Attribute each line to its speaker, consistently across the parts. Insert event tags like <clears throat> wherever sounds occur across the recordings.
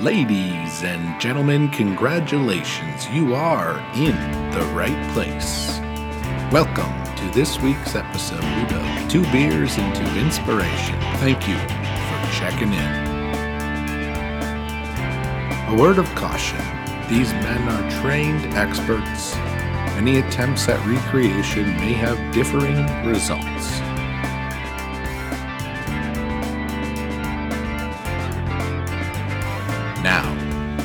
Speaker 1: Ladies and gentlemen, congratulations. You are in the right place. Welcome to this week's episode of Two Beers into Inspiration. Thank you for checking in. A word of caution these men are trained experts. Any attempts at recreation may have differing results.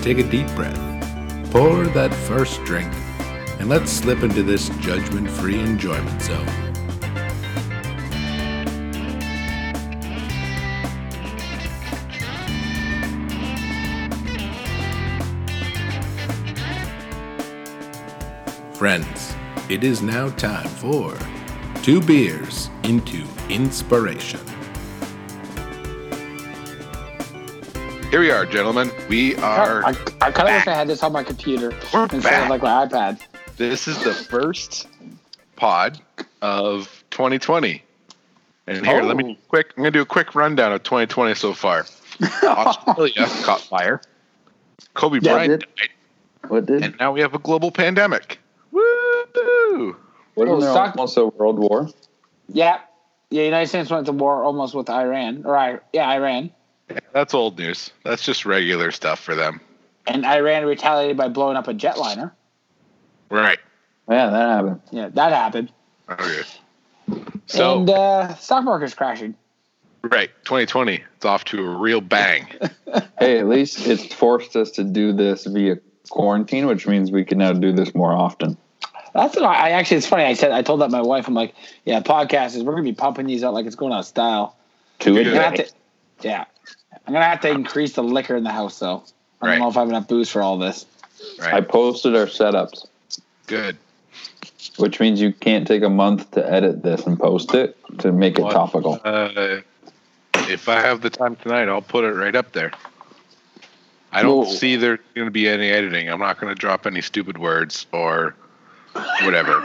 Speaker 1: take a deep breath, pour that first drink, and let's slip into this judgment free enjoyment zone. Friends, it is now time for Two Beers into Inspiration. Here we are, gentlemen. We are.
Speaker 2: I, I kind of wish I had this on my computer
Speaker 1: We're
Speaker 2: instead
Speaker 1: back.
Speaker 2: of like my iPad.
Speaker 1: This is the first pod of 2020. And here, let me quick. I'm going to do a quick rundown of 2020 so far. Australia caught fire. Kobe
Speaker 2: Yeah,
Speaker 1: Bryant
Speaker 2: dude.
Speaker 1: died,
Speaker 3: What did?
Speaker 1: and now we have a global pandemic. Woo!
Speaker 3: wasn't there
Speaker 2: Stock-
Speaker 3: also World War?
Speaker 2: Yeah, yeah. United States went to war almost with Iran, or I, yeah, Iran,
Speaker 1: That's old news. That's just regular stuff for them.
Speaker 2: and Iran retaliated by blowing up a jetliner.
Speaker 1: Right.
Speaker 3: Yeah, that happened.
Speaker 2: Yeah, that happened.
Speaker 1: Okay. So,
Speaker 2: and uh, stock market's crashing.
Speaker 1: right. 2020. It's off to a
Speaker 2: <laughs>
Speaker 1: real bang.
Speaker 3: Hey, at least it's forced us to do this via quarantine, which means we can now do this more often.
Speaker 2: That's what I, I actually. It's funny. I said I told that my wife. I'm like, yeah, podcast is. We're gonna be pumping these out like it's going out of style.
Speaker 3: Two a
Speaker 1: Yeah.
Speaker 2: I'm gonna have
Speaker 3: day.
Speaker 2: to, yeah, I'm gonna have to increase the liquor in the house though. I don't
Speaker 1: Right.
Speaker 2: know if I have enough booze for all this.
Speaker 3: I
Speaker 1: Right.
Speaker 3: posted our setups,
Speaker 1: Good.
Speaker 3: which means you can't take a month to edit this and post it to make it
Speaker 1: What?
Speaker 3: topical.
Speaker 1: Uh, if I have the time tonight, I'll put it right up there. I don't
Speaker 2: Whoa.
Speaker 1: see there's going to be any editing. I'm not going to drop any stupid words or
Speaker 2: <laughs>
Speaker 1: whatever.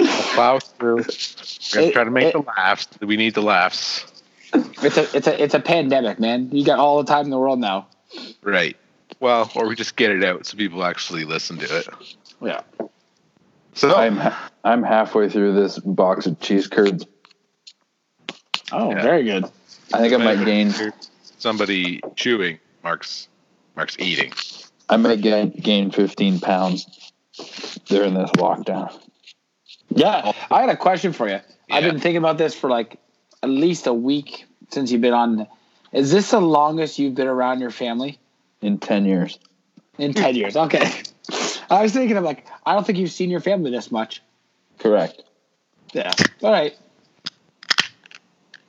Speaker 1: Just plow through. We're going to
Speaker 2: It-
Speaker 1: try to make
Speaker 2: it-
Speaker 1: the laughs. We need the laughs.
Speaker 2: It's a it's a it's a pandemic, man. You got all the time in the world now.
Speaker 1: Right. Well, or we just get it out so people actually listen to it.
Speaker 2: Yeah.
Speaker 1: So,
Speaker 3: I'm ha- I'm halfway through this box of cheese curds.
Speaker 2: Oh,
Speaker 1: Yeah.
Speaker 2: very good.
Speaker 3: I think I might gain
Speaker 1: somebody chewing, Mark's Mark's eating.
Speaker 3: I might gain, gain 15 pounds during this lockdown.
Speaker 2: Yeah. I had a question for you. I've
Speaker 1: Yeah.
Speaker 2: been thinking about this for like at least a week since you've been on. Is this the longest you've been around your family
Speaker 3: In 10 years.
Speaker 2: in
Speaker 1: Hmm.
Speaker 2: ten years? Okay. <laughs> I was thinking, I'm like, I don't think you've seen your family this much.
Speaker 3: Correct.
Speaker 2: Yeah. All right.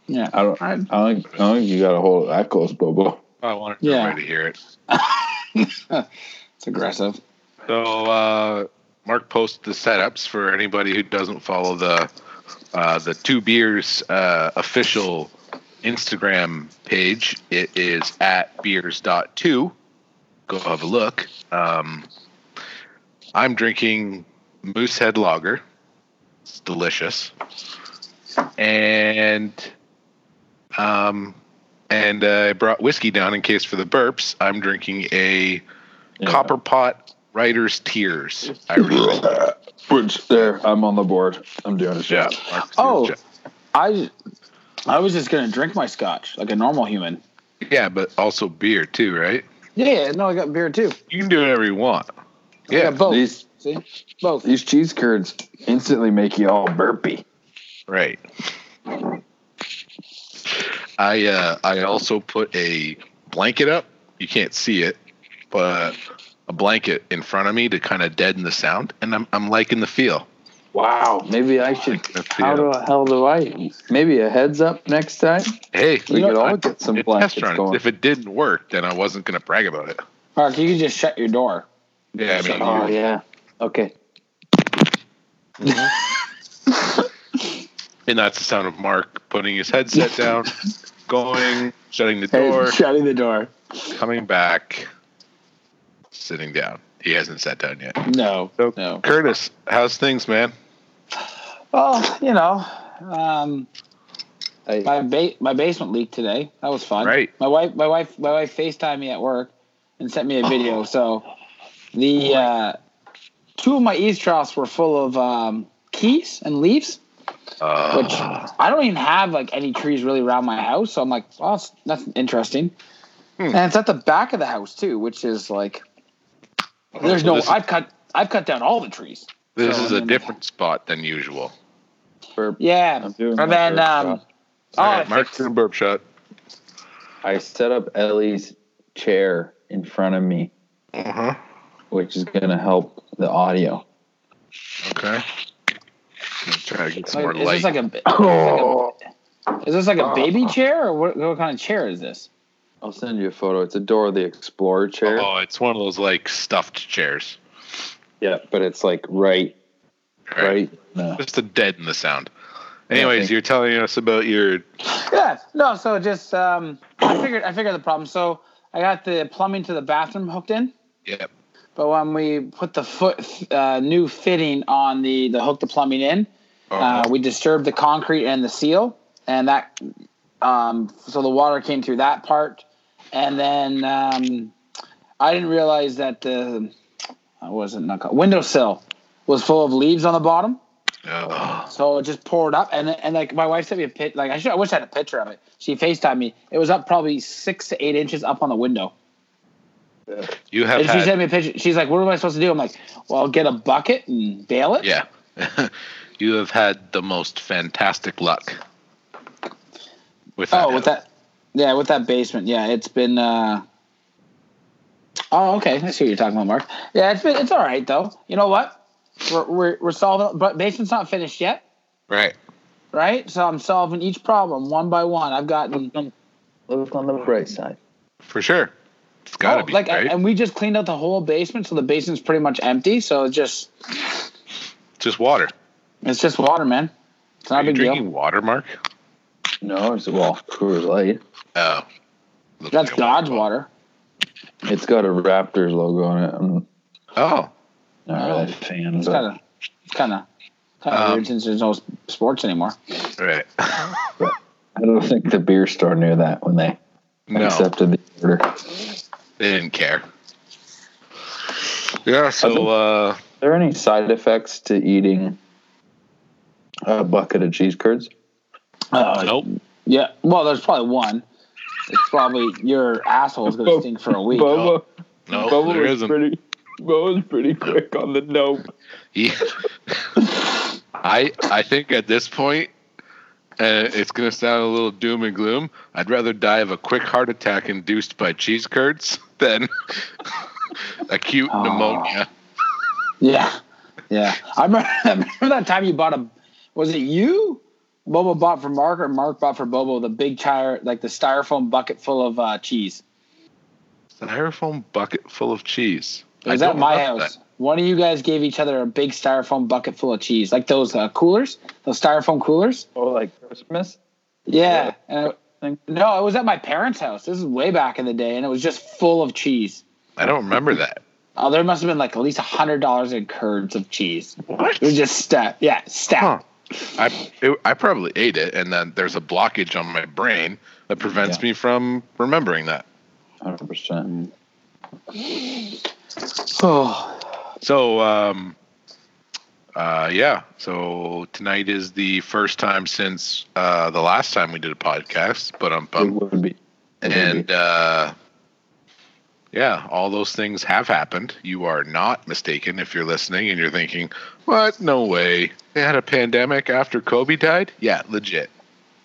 Speaker 2: Yeah.
Speaker 3: I don't, I
Speaker 2: I'm-
Speaker 3: don't, think- I don't think you got a hold of that close, Bobo.
Speaker 1: I wanted
Speaker 2: Yeah.
Speaker 1: everybody to hear it.
Speaker 2: It's aggressive.
Speaker 1: So uh, Mark posts the setups for anybody who doesn't follow the uh, the Two Beers uh, official Instagram page. It is at beers.2. Go have a look. Um, I'm drinking Moosehead Lager. It's delicious. And um, and uh, I brought whiskey down in case for the burps. I'm drinking a
Speaker 3: Yeah.
Speaker 1: Copper Pot Writer's Tears. Irish.
Speaker 3: Which there, I'm on the board. I'm doing it.
Speaker 1: yeah.
Speaker 2: Oh. I I was just gonna drink my scotch like a normal human.
Speaker 1: Yeah, but also beer too, right?
Speaker 2: Yeah. yeah no, I got beer too.
Speaker 1: You can do whatever you want.
Speaker 2: I
Speaker 1: Yeah,
Speaker 2: got both.
Speaker 3: These
Speaker 2: See, both.
Speaker 3: these cheese curds instantly make you all burpy.
Speaker 1: right. I uh, I also put a blanket up. You can't see it, but a blanket in front of me to kind of deaden the sound, and I'm I'm liking the feel.
Speaker 3: Wow. Maybe I should.
Speaker 1: Liking the
Speaker 3: How
Speaker 1: feel.
Speaker 3: the hell do I? Maybe a heads up next time.
Speaker 1: hey,
Speaker 3: We
Speaker 2: know,
Speaker 3: could
Speaker 1: I
Speaker 3: all get some
Speaker 1: did test
Speaker 3: blankets
Speaker 1: run it.
Speaker 3: going.
Speaker 1: If it didn't work, then I wasn't going to brag about it.
Speaker 2: Mark, you can just shut your door.
Speaker 1: Yeah, I mean,
Speaker 3: oh yeah. Okay.
Speaker 1: And that's the sound of Mark putting his headset
Speaker 3: <laughs>
Speaker 1: down, going, shutting the door,
Speaker 2: <laughs> shutting the door.
Speaker 1: coming back, sitting down. He hasn't sat down yet.
Speaker 2: No,
Speaker 1: So-
Speaker 2: no.
Speaker 1: Curtis, how's things, man?
Speaker 2: Well, you know, um,
Speaker 3: Hey,
Speaker 2: My ba- my basement leaked today. That was fun.
Speaker 1: Right.
Speaker 2: My wife my wife my wife FaceTimed me at work and sent me a video. So the uh, two of my eaves troughs were full of um, keys and leaves, which
Speaker 1: Uh,
Speaker 2: I don't even have like any trees really around my house. So I'm like, well, that's, that's interesting. And it's at the back of the house too, which is like there's no
Speaker 1: This-
Speaker 2: I've cut I've cut down all the trees.
Speaker 1: this
Speaker 2: So,
Speaker 1: is
Speaker 2: I
Speaker 1: a
Speaker 2: mean-
Speaker 1: different spot than usual.
Speaker 3: burp.
Speaker 2: Yeah.
Speaker 3: I'm doing
Speaker 2: And
Speaker 3: my
Speaker 2: then
Speaker 3: burp
Speaker 2: um
Speaker 3: shot.
Speaker 2: oh,
Speaker 1: All right,
Speaker 2: I
Speaker 1: Mark's
Speaker 2: fixed-
Speaker 1: doing a burp shot.
Speaker 3: I set up Ellie's chair in front of me,
Speaker 1: Uh-huh.
Speaker 3: which is going to help the audio.
Speaker 1: Okay. Gonna try to get some more
Speaker 2: Like, is
Speaker 1: light.
Speaker 2: this like a, is this like a is <coughs> this like a baby chair or what, what kind of chair is this?
Speaker 3: I'll send you a photo. It's a Dora the Explorer chair.
Speaker 1: oh, it's one of those like stuffed chairs.
Speaker 3: Yeah, but it's like right,
Speaker 1: All right.
Speaker 3: right. No.
Speaker 1: Just to deaden the sound.
Speaker 3: Yeah,
Speaker 1: Anyways,
Speaker 3: thank-
Speaker 1: you're telling us about your
Speaker 2: Yeah, no. So just um, I figured I figured the problem. So I got the plumbing to the bathroom hooked in,
Speaker 1: yep.
Speaker 2: but when we put the foot uh, new fitting on the the hook the plumbing in,
Speaker 1: Oh, Uh-huh.
Speaker 2: uh, we disturbed the concrete and the seal, and that um, so the water came through that part, and then um, I didn't realize that the uh, I wasn't not windowsill was full of leaves on the bottom.
Speaker 1: Oh.
Speaker 2: So it just poured up, and and like my wife sent me a pit. Like I should, I wish I had a picture of it. She Facetimed me. It was up probably six to eight inches up on the window.
Speaker 1: You have
Speaker 2: And she sent
Speaker 1: had,
Speaker 2: me a picture. She's like, "What am I supposed to do?" I'm like, "Well, get a bucket and bail it."
Speaker 1: yeah. <laughs> you have had the most fantastic luck. With that.
Speaker 2: Oh, with that, yeah, with that basement. Yeah, it's been. uh Oh, okay. I see what you're talking about, Mark. Yeah, it's been. It's all right though. You know what? We're we're, we're solving, but basement's not finished yet,
Speaker 1: Right.
Speaker 2: right? So I'm solving each problem one by one. I've gotten.
Speaker 3: Look on the bright side.
Speaker 1: For sure. It's gotta
Speaker 2: Oh,
Speaker 1: be
Speaker 2: like,
Speaker 1: right.
Speaker 2: and we just cleaned out the whole basement, so the basement's pretty much empty. So it's just,
Speaker 1: Just water.
Speaker 2: it's just water, man. It's not a
Speaker 1: Are you
Speaker 2: big deal.
Speaker 1: drinking water, Mark?
Speaker 3: No, it's well, Coors Light.
Speaker 1: Oh. Looks
Speaker 2: That's
Speaker 1: like a
Speaker 2: God's water.
Speaker 3: It's got a Raptors logo on it. I'm
Speaker 1: Oh.
Speaker 3: not really a fan,
Speaker 2: It's
Speaker 3: but
Speaker 2: kind of, it's kind of, kind of
Speaker 1: Um,
Speaker 2: weird since there's no s- sports anymore.
Speaker 1: <laughs> Right.
Speaker 3: I don't think the beer store knew that when they
Speaker 1: no.
Speaker 3: accepted the order. Are
Speaker 1: They didn't care. Yeah, so uh
Speaker 3: there any side effects to eating a bucket of cheese curds?
Speaker 2: Uh,
Speaker 1: nope.
Speaker 2: Yeah. Well, there's probably one. It's probably your asshole's gonna
Speaker 3: Bo-
Speaker 2: stink for a week.
Speaker 1: Bubba- No, there isn't.
Speaker 3: pretty. Bo was pretty quick on the nope.
Speaker 1: Yeah. <laughs> I I think at this point, uh, it's going to sound a little doom and gloom. I'd rather die of a quick heart attack induced by cheese curds <laughs> than acute
Speaker 2: Oh.
Speaker 1: pneumonia.
Speaker 2: Yeah. Yeah. I remember, <laughs> I remember that time you bought a. Was it you? Bobo bought for Mark, or Mark bought for Bobo the big tire, like the styrofoam bucket full of uh, cheese.
Speaker 1: Styrofoam bucket full of cheese.
Speaker 2: It was
Speaker 1: I
Speaker 2: at
Speaker 1: don't
Speaker 2: my
Speaker 1: love
Speaker 2: house. One of you guys gave each other a big styrofoam bucket full of cheese, like those uh, coolers, those styrofoam coolers.
Speaker 3: Oh, like Christmas?
Speaker 2: Yeah. And I-
Speaker 3: Thing.
Speaker 2: no, it was at my parents' house. This is way back in the day, and it was just full of cheese.
Speaker 1: that. I don't remember that.
Speaker 2: Oh, there must have been like at least hundred dollars in curds of cheese.
Speaker 1: What?
Speaker 2: It was just stacked. Yeah,
Speaker 1: Huh.
Speaker 2: stacked.
Speaker 1: I it, I probably ate it, and then there's a blockage on my brain that prevents
Speaker 3: Yeah.
Speaker 1: me from remembering that.
Speaker 3: Hundred percent.
Speaker 2: Oh,
Speaker 1: So, um, uh, yeah. So tonight is the first time since uh, the last time we did a podcast, but I'm
Speaker 3: It
Speaker 1: bummed.
Speaker 3: would be.
Speaker 1: And uh, yeah, all those things have happened. You are not mistaken if you're listening and you're thinking, "What? No way! They had a pandemic after Kobe died." Yeah, legit.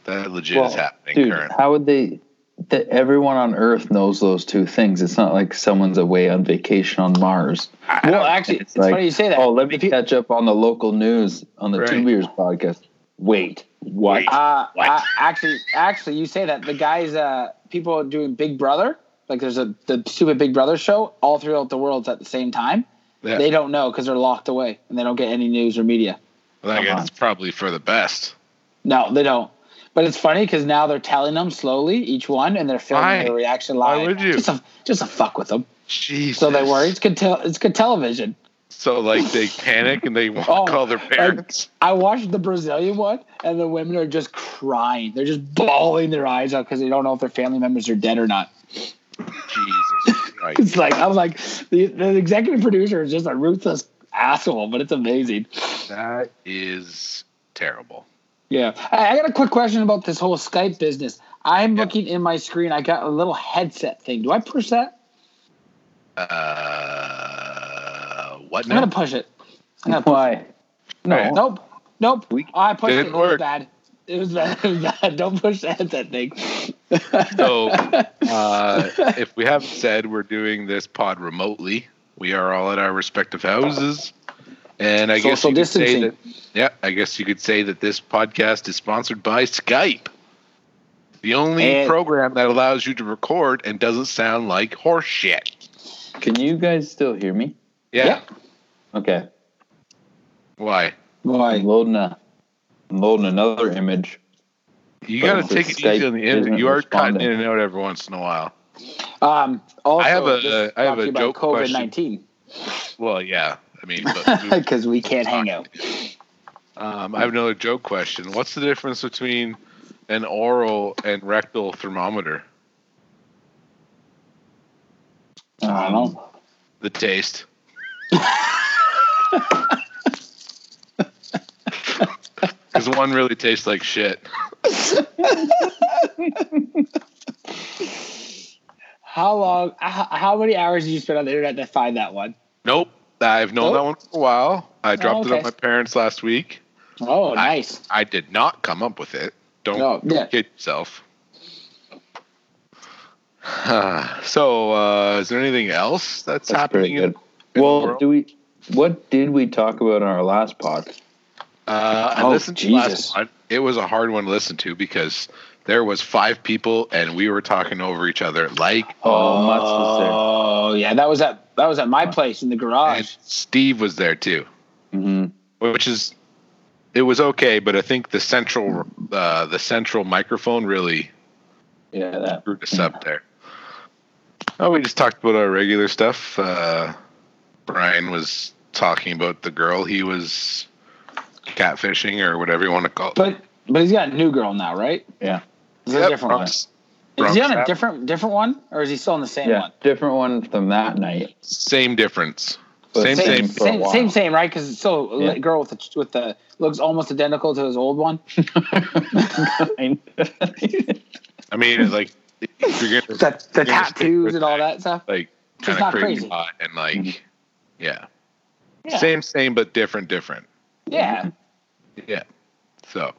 Speaker 1: That legit is
Speaker 3: Well,
Speaker 1: happening
Speaker 3: Dude,
Speaker 1: currently.
Speaker 3: how would they? That everyone on Earth knows those two things. It's not like someone's away on vacation on Mars.
Speaker 2: well, actually, <laughs> it's,
Speaker 3: It's like,
Speaker 2: funny you say that.
Speaker 3: Oh, let me
Speaker 2: If you-
Speaker 3: catch up on the local news on the
Speaker 1: Right.
Speaker 3: Two Beers podcast. Wait, what?
Speaker 2: Uh,
Speaker 1: What?
Speaker 2: uh, actually, actually, you say that the guys, uh, people doing Big Brother, like there's a the stupid Big Brother show all throughout the world at the same time.
Speaker 1: Yeah.
Speaker 2: They don't know because they're locked away and they don't get any news or media.
Speaker 1: Like,
Speaker 3: Come on.
Speaker 1: it's probably for the best.
Speaker 2: No, they don't. But it's funny because now they're telling them slowly each one, and they're filming
Speaker 1: Why?
Speaker 2: their reaction
Speaker 1: Why
Speaker 2: live.
Speaker 1: would you?
Speaker 2: Just a, just a fuck with them.
Speaker 1: Jeez.
Speaker 2: So they worry. It's good. Te- it's good television.
Speaker 1: So like
Speaker 3: <laughs>
Speaker 1: they panic and they want
Speaker 2: Oh,
Speaker 1: to call their parents.
Speaker 2: I watched the Brazilian one, and the women are just crying. They're just bawling their eyes out because they don't know if their family members are dead or not. <laughs>
Speaker 1: Jesus Christ.
Speaker 2: It's like I'm like the, the executive producer is just a ruthless asshole, but it's amazing.
Speaker 1: That is terrible.
Speaker 2: Yeah, I, I got a quick question about this whole Skype business. I'm
Speaker 1: Yeah.
Speaker 2: looking in my screen. I got a little headset thing. Do I push that?
Speaker 1: Uh, what
Speaker 2: I'm
Speaker 1: now?
Speaker 2: gonna push it. I'm gonna push
Speaker 3: <laughs> Why?
Speaker 1: Alright.
Speaker 3: No.
Speaker 2: Nope. Nope.
Speaker 1: We-
Speaker 2: Oh, I pushed it.
Speaker 1: Didn't
Speaker 2: It
Speaker 1: work.
Speaker 2: was bad. It was bad. <laughs> It was bad. Don't push the headset
Speaker 1: <laughs>
Speaker 2: thing.
Speaker 1: So, uh, if we haven't said, we're doing this pod remotely. We are all at our respective houses, and I guess
Speaker 2: Social
Speaker 1: you could say that.
Speaker 2: distancing.
Speaker 1: Yeah, I guess you could say that this podcast is sponsored by Skype, the only
Speaker 2: And-
Speaker 1: program that allows you to record and doesn't sound like horse shit.
Speaker 3: Can you guys still hear me?
Speaker 1: Yeah.
Speaker 2: Yeah.
Speaker 3: Okay.
Speaker 1: Why?
Speaker 3: I'm
Speaker 2: Boy.
Speaker 3: loading a. I'm loading another image.
Speaker 1: You
Speaker 3: But
Speaker 1: got to
Speaker 3: the
Speaker 1: take it
Speaker 3: Skype
Speaker 1: easy on the internet.
Speaker 3: isn't
Speaker 1: You are cutting
Speaker 3: responding.
Speaker 1: in and out every once in a while.
Speaker 2: Um, also,
Speaker 1: I have a-
Speaker 2: this
Speaker 1: I have
Speaker 2: brought
Speaker 1: a
Speaker 2: to you by
Speaker 1: joke
Speaker 2: COVID
Speaker 1: question.
Speaker 2: nineteen <laughs>
Speaker 1: Well, yeah. I mean, but we-
Speaker 2: because we can't hang out.
Speaker 1: Um, I have another joke question. What's the difference between an oral and rectal thermometer?
Speaker 3: Um,
Speaker 2: I don't know.
Speaker 1: The
Speaker 3: <laughs>
Speaker 1: taste. Because one really tastes like shit.
Speaker 2: How long? How, how many hours did you spend on the internet to find that one?
Speaker 1: Nope. I've known
Speaker 2: Nope.
Speaker 3: Oh.
Speaker 1: that one for a while. I dropped it
Speaker 2: okay.
Speaker 1: on my parents last week.
Speaker 2: Oh, nice.
Speaker 1: I did not come up with it. Don't
Speaker 2: Oh, yeah.
Speaker 1: kid yourself. <sighs> so, uh, is there anything else that's,
Speaker 3: That's
Speaker 1: happening?
Speaker 3: pretty
Speaker 1: in-
Speaker 3: good.
Speaker 1: in the
Speaker 3: Well,
Speaker 1: world?
Speaker 3: do we? What did we talk about on our last pod?
Speaker 1: Uh, I
Speaker 2: Oh,
Speaker 1: listened to last
Speaker 2: Jesus.
Speaker 1: one. It was a hard one to listen to because there was five people and we were talking over each other. Like
Speaker 3: Oh, Mats was there.
Speaker 2: Oh, yeah. That was at that was at my place in the
Speaker 1: and
Speaker 2: garage.
Speaker 1: Steve was there too,
Speaker 3: Mm-hmm.
Speaker 1: which is it was okay, but I think the central uh, the central microphone really
Speaker 3: Yeah, that.
Speaker 1: screwed us up there. Oh, we just talked about our regular stuff. Uh, Brian was talking about the girl he was catfishing or whatever you want to call it.
Speaker 2: But but he's got a new girl now, right?
Speaker 3: Yeah,
Speaker 2: Is it a
Speaker 1: Yep,
Speaker 2: different one?
Speaker 1: Bronx-
Speaker 2: Is he on a
Speaker 1: Bronx-
Speaker 2: different different one, or is he still on the same
Speaker 3: yeah.
Speaker 2: one?
Speaker 3: Different one from that night. <laughs>
Speaker 1: Same difference.
Speaker 3: But
Speaker 1: Same,
Speaker 2: same,
Speaker 1: same.
Speaker 3: for a
Speaker 2: same,
Speaker 3: while.
Speaker 2: same, same, right? Because it's so
Speaker 3: Yeah.
Speaker 2: the girl with the with the looks almost identical to his old one.
Speaker 1: I mean, like if
Speaker 2: <laughs> The, the
Speaker 1: you're gonna You're gonna stick
Speaker 2: tattoos
Speaker 1: with
Speaker 2: and all
Speaker 1: that.
Speaker 2: that
Speaker 3: <laughs>
Speaker 2: stuff.
Speaker 1: like
Speaker 2: She's
Speaker 1: kind of
Speaker 2: not
Speaker 1: crazy
Speaker 2: crazy. Mm-hmm.
Speaker 1: hot and like
Speaker 3: Mhm.
Speaker 1: yeah.
Speaker 2: Yeah.
Speaker 1: same same but different different
Speaker 2: Yeah,
Speaker 1: yeah. So,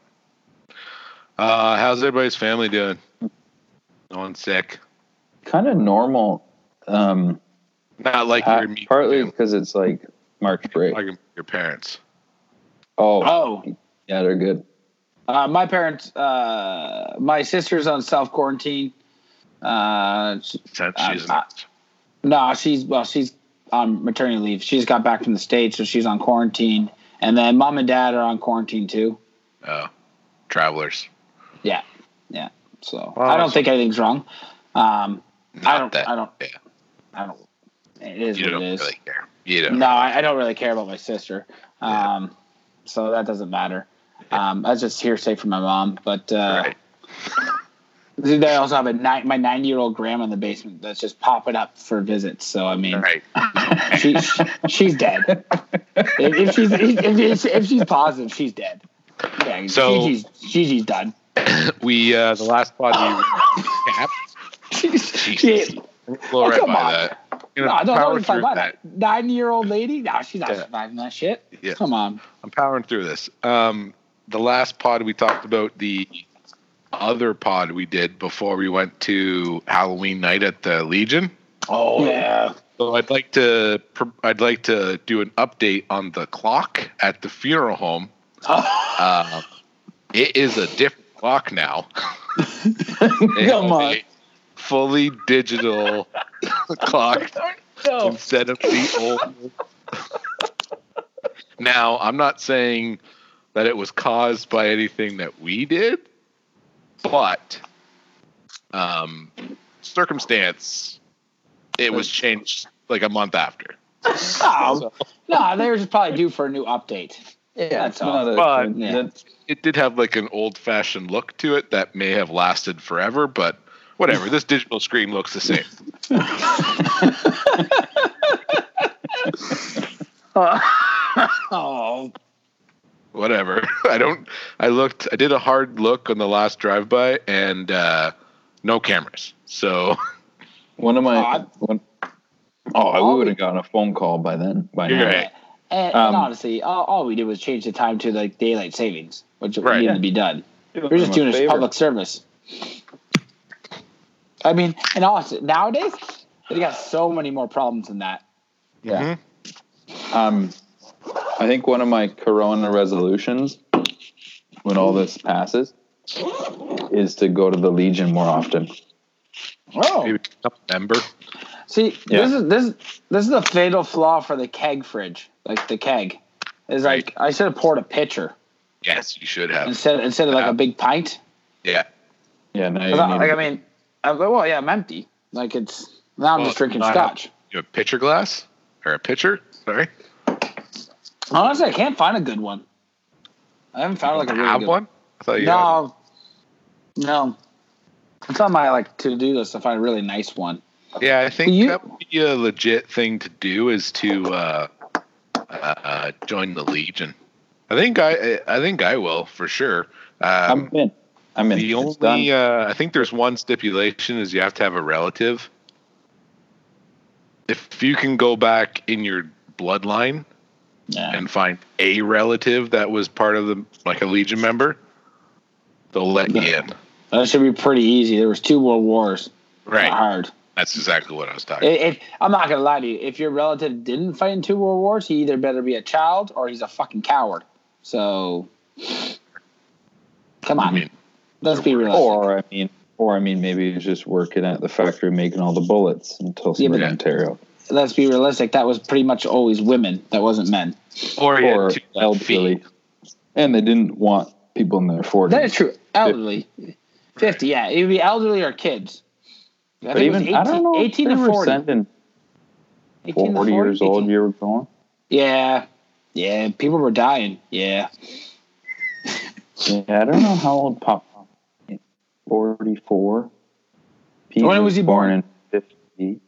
Speaker 1: uh, how's everybody's family doing? No one's sick.
Speaker 3: <laughs> kind of normal. Um,
Speaker 1: Not like
Speaker 3: pa-
Speaker 1: your immediate
Speaker 3: Uh, partly
Speaker 1: family,
Speaker 3: because it's like March break.
Speaker 1: like uh, your parents.
Speaker 3: Oh,
Speaker 2: Oh,
Speaker 3: yeah, they're good.
Speaker 2: uh, my parents, uh, my sister's on self quarantine. Uh, she-
Speaker 1: Since
Speaker 2: I'm
Speaker 1: she's
Speaker 2: not. no, she's well, she's on maternity leave. She's got back from the states, so she's on quarantine. And then mom and dad are on quarantine too.
Speaker 1: uh, travelers.
Speaker 2: Yeah, yeah. So
Speaker 1: Well,
Speaker 2: I don't
Speaker 1: so-
Speaker 2: think anything's wrong. Um,
Speaker 1: Not
Speaker 2: I don't.
Speaker 1: that
Speaker 2: I don't.
Speaker 1: yeah.
Speaker 2: I don't. It is
Speaker 1: you
Speaker 2: what
Speaker 1: don't
Speaker 2: it is.
Speaker 1: really care. You don't.
Speaker 2: no, I, I don't really care about my sister. Um, So that doesn't matter. Um, that's just hearsay from my mom. But uh,
Speaker 1: Right.
Speaker 2: they also have a nine, my 90 year old grandma in the basement that's just popping up for visits. So, I mean,
Speaker 1: Right.
Speaker 2: she, she, she's dead. if, if she's, if, if, if she's positive, she's dead. Yeah,
Speaker 1: So-
Speaker 2: Gigi's, Gigi's done.
Speaker 1: We uh, the
Speaker 2: <laughs>
Speaker 1: last pod we capped.
Speaker 2: She-
Speaker 1: We'll
Speaker 2: Oh,
Speaker 1: right
Speaker 2: come
Speaker 1: by
Speaker 2: on.
Speaker 1: that. I'm
Speaker 2: No,
Speaker 1: gonna
Speaker 2: I don't
Speaker 1: power
Speaker 2: know
Speaker 1: through that.
Speaker 2: that. Nine year old lady? No, she's not
Speaker 1: Yeah.
Speaker 2: surviving that shit.
Speaker 1: Yeah.
Speaker 2: Come on.
Speaker 1: I'm powering through this. Um, the last pod we talked about the other pod we did before we went to Halloween night at the Legion.
Speaker 2: Oh, yeah. <laughs>
Speaker 1: So I'd like to pr- I'd like to do an update on the clock at the funeral home.
Speaker 2: Oh,
Speaker 1: Uh, it is a different clock now. <laughs> It
Speaker 2: Come
Speaker 1: is
Speaker 2: on.
Speaker 1: a fully
Speaker 2: <laughs>
Speaker 1: digital clock
Speaker 2: No.
Speaker 1: instead of the old. now, I'm not saying that it was caused by anything that we did, but um, circumstance, it was changed like a month after.
Speaker 2: Oh, no, they were just probably due for a new update.
Speaker 3: Yeah,
Speaker 2: That's
Speaker 3: it's not
Speaker 2: all.
Speaker 3: a-
Speaker 1: But-
Speaker 3: yeah.
Speaker 2: Yeah.
Speaker 1: It did have like an old fashioned look to it that may have lasted forever, but
Speaker 2: <laughs>
Speaker 1: whatever. this digital screen looks the same.
Speaker 2: Oh,
Speaker 1: whatever. <laughs> I don't. I looked. I did a hard look on the last drive by, and uh, no cameras. So <laughs>
Speaker 3: one of my.
Speaker 2: Oh, I-
Speaker 3: one, oh,
Speaker 2: All
Speaker 3: we would
Speaker 2: we-
Speaker 3: have gotten a phone call by then. By
Speaker 1: You're
Speaker 3: now.
Speaker 1: right.
Speaker 2: and,
Speaker 3: Um,
Speaker 2: and honestly, all, all we did was change the time to like daylight savings, which
Speaker 1: Right.
Speaker 2: needed to be done.
Speaker 3: You're
Speaker 2: We're just doing
Speaker 3: a
Speaker 2: it
Speaker 3: favor.
Speaker 2: as public service. I mean, and honestly, nowadays they got so many more problems than that.
Speaker 1: Mm-hmm.
Speaker 3: Yeah. Um, I think one of my Corona resolutions, when all this passes, is to go to the Legion more often.
Speaker 2: Oh,
Speaker 1: maybe September.
Speaker 2: See,
Speaker 3: Yeah.
Speaker 2: this is this this is the fatal flaw for the keg fridge, like the keg. Is like I should have poured a pitcher
Speaker 1: Yes, you should have.
Speaker 2: instead instead of like a big pint.
Speaker 1: Yeah.
Speaker 3: Yeah, now
Speaker 2: 'Cause
Speaker 3: you
Speaker 2: I,
Speaker 3: need.
Speaker 2: like I mean, I, well, yeah, I'm empty. Like it's now I'm
Speaker 1: Well,
Speaker 2: just drinking
Speaker 1: I-
Speaker 2: scotch.
Speaker 1: You have a pitcher glass or a pitcher? Sorry.
Speaker 2: Honestly, I can't find a good one. I haven't found like a really
Speaker 1: have
Speaker 2: good
Speaker 1: one. I thought you had
Speaker 2: No, no, it's on my like to do list to find a really nice one.
Speaker 1: one. Yeah, I think
Speaker 2: You-
Speaker 1: that would be a legit thing to do is to uh, uh, join the Legion. I think I I think I will for sure. Um,
Speaker 3: I'm in. I'm in.
Speaker 1: the
Speaker 3: It's done.
Speaker 1: only uh, I think there's one stipulation is you have to have a relative. If you can go back in your bloodline
Speaker 2: Yeah.
Speaker 1: and find a relative that was part of the like a legion member, they'll let you in.
Speaker 2: That should be pretty easy. There was two world wars. Not
Speaker 1: Right.
Speaker 2: hard.
Speaker 1: That's exactly what I was talking.
Speaker 2: If, if, I'm not gonna lie to you, if your relative didn't fight in two world wars, he either better be a child or he's a fucking coward. So, come on,
Speaker 1: I mean,
Speaker 2: let's be realistic.
Speaker 3: Or I mean, or I mean, maybe he's just working at the factory making all the bullets in Tulsa,
Speaker 2: Yeah, but-
Speaker 3: Ontario,
Speaker 2: let's be realistic. That was pretty much always women. That wasn't men.
Speaker 1: or, you
Speaker 3: or
Speaker 1: had two left
Speaker 3: elderly.
Speaker 1: feet.
Speaker 3: E. And they didn't want people in their
Speaker 2: That is
Speaker 3: forties.
Speaker 2: true. Elderly, fifty. Yeah, it would be elderly or kids. I
Speaker 3: But
Speaker 2: think
Speaker 3: even
Speaker 2: it was 18,
Speaker 3: I don't know. if
Speaker 2: 18
Speaker 3: they
Speaker 2: to
Speaker 3: were
Speaker 2: 40.
Speaker 3: sending
Speaker 2: 18 to
Speaker 3: 40, years old.
Speaker 2: 18.
Speaker 3: You were going.
Speaker 2: Yeah, yeah. People were dying. Yeah,
Speaker 3: Yeah, I don't know how old Pop. Forty-four. Pete
Speaker 2: When was he born?
Speaker 3: in fifty.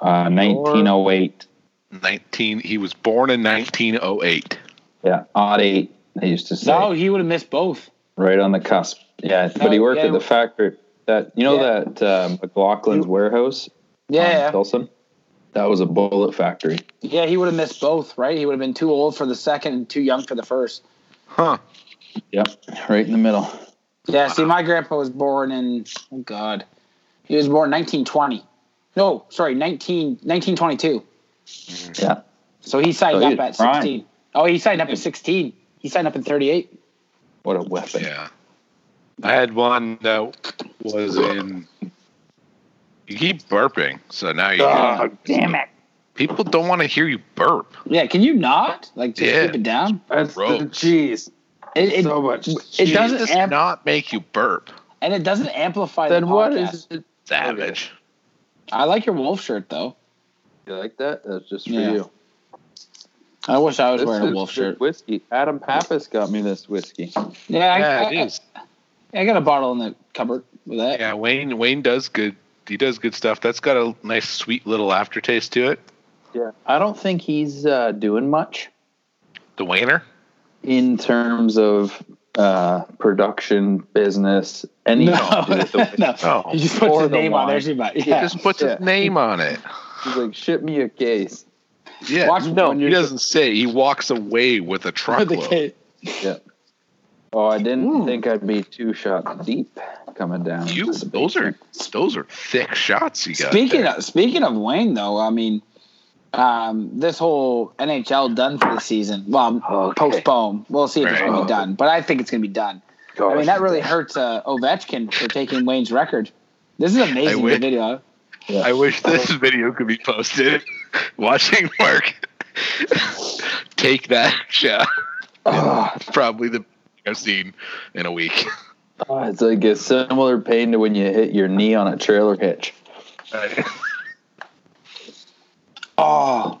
Speaker 3: Uh, nineteen oh eight.
Speaker 1: Nineteen. He was born in 1908.
Speaker 3: Yeah, odd eight. They used to say.
Speaker 2: no, he would have missed both.
Speaker 3: Right on the cusp. Yeah, but he worked
Speaker 2: yeah,
Speaker 3: at the
Speaker 2: he-
Speaker 3: factory. That you know
Speaker 2: Yeah.
Speaker 3: that um, McLaughlin's warehouse. on
Speaker 2: Yeah,
Speaker 3: Tulsa? That was a bullet factory.
Speaker 2: yeah. He would have missed both. Right? He would have been too old for the second and too young for the first.
Speaker 1: Huh.
Speaker 3: Yep, right in the middle.
Speaker 2: Yeah. See, my grandpa was born in oh god, he was born 1920. No, sorry, 19 1922.
Speaker 3: Yeah,
Speaker 2: So he signed
Speaker 3: So he
Speaker 2: up
Speaker 3: was
Speaker 2: at
Speaker 3: prime.
Speaker 2: 16. Oh, he signed up at 16. He signed up at 38.
Speaker 3: what a weapon.
Speaker 1: Yeah. I had one that was in. You keep burping, so now
Speaker 3: Uh,
Speaker 1: you.
Speaker 3: damn it!
Speaker 1: People don't want to hear you burp.
Speaker 2: Yeah, can you not? Like, just
Speaker 1: Yeah.
Speaker 2: keep it down?
Speaker 4: That's
Speaker 1: Gross.
Speaker 4: the cheese.
Speaker 2: It, it,
Speaker 4: so much.
Speaker 2: it
Speaker 4: cheese.
Speaker 2: doesn't
Speaker 1: does
Speaker 2: amp-
Speaker 1: not make you burp,
Speaker 2: and it doesn't amplify
Speaker 4: Then
Speaker 2: the
Speaker 4: what
Speaker 2: podcast.
Speaker 4: is it?
Speaker 1: savage.
Speaker 2: I like your wolf shirt, though.
Speaker 4: You like that? That's just for
Speaker 2: Yeah.
Speaker 4: you.
Speaker 2: I wish I was
Speaker 3: This
Speaker 2: wearing a
Speaker 3: is
Speaker 2: wolf
Speaker 3: good
Speaker 2: shirt.
Speaker 3: Whiskey. Adam Pappas got me this whiskey.
Speaker 2: Yeah, I,
Speaker 1: Yeah,
Speaker 2: I,
Speaker 1: it is.
Speaker 2: I, I got a bottle in the cupboard with that.
Speaker 1: Yeah, Wayne. Wayne does good. He does good stuff. That's got a nice, sweet little aftertaste to it.
Speaker 3: Yeah, I don't think he's uh, doing much
Speaker 1: The Wayner.
Speaker 3: in terms of uh, production, business, any.
Speaker 2: No, <laughs> no.
Speaker 1: No.
Speaker 2: You just put
Speaker 3: Or
Speaker 2: the
Speaker 3: the
Speaker 2: name on there,
Speaker 3: wine.
Speaker 2: see, but yeah.
Speaker 1: Just puts his
Speaker 3: Yeah.
Speaker 1: name on it.
Speaker 3: <laughs> He's like, ship me a case.
Speaker 1: Yeah.
Speaker 2: Watch
Speaker 3: No,
Speaker 2: when
Speaker 1: he
Speaker 2: you're
Speaker 1: doesn't say. He walks away with
Speaker 2: <laughs>
Speaker 1: a
Speaker 2: with the
Speaker 1: truckload.
Speaker 2: kid.
Speaker 3: Oh, I didn't
Speaker 2: Ooh.
Speaker 3: think I'd be two shots deep coming down.
Speaker 1: You.
Speaker 3: This is a big
Speaker 1: Those are
Speaker 3: drink.
Speaker 1: those are thick shots. You got.
Speaker 2: Speaking
Speaker 1: there.
Speaker 2: of speaking of Wayne, though, I mean, um, this whole NHL done for the season. Well,
Speaker 3: Okay.
Speaker 2: postponed. We'll see if it's going to
Speaker 3: Right.
Speaker 2: be done, but I think it's going to be done. I mean, that really hurts uh, Ovechkin for taking Wayne's record. This is amazing
Speaker 1: wish-
Speaker 2: the video.
Speaker 1: I wish this video could be posted. <laughs> Watching Mark <laughs> take that shot.
Speaker 3: Oh,
Speaker 1: Probably the I've seen in a week.
Speaker 3: it's like a similar pain to when you hit your knee on a trailer hitch.
Speaker 1: I
Speaker 2: Ah.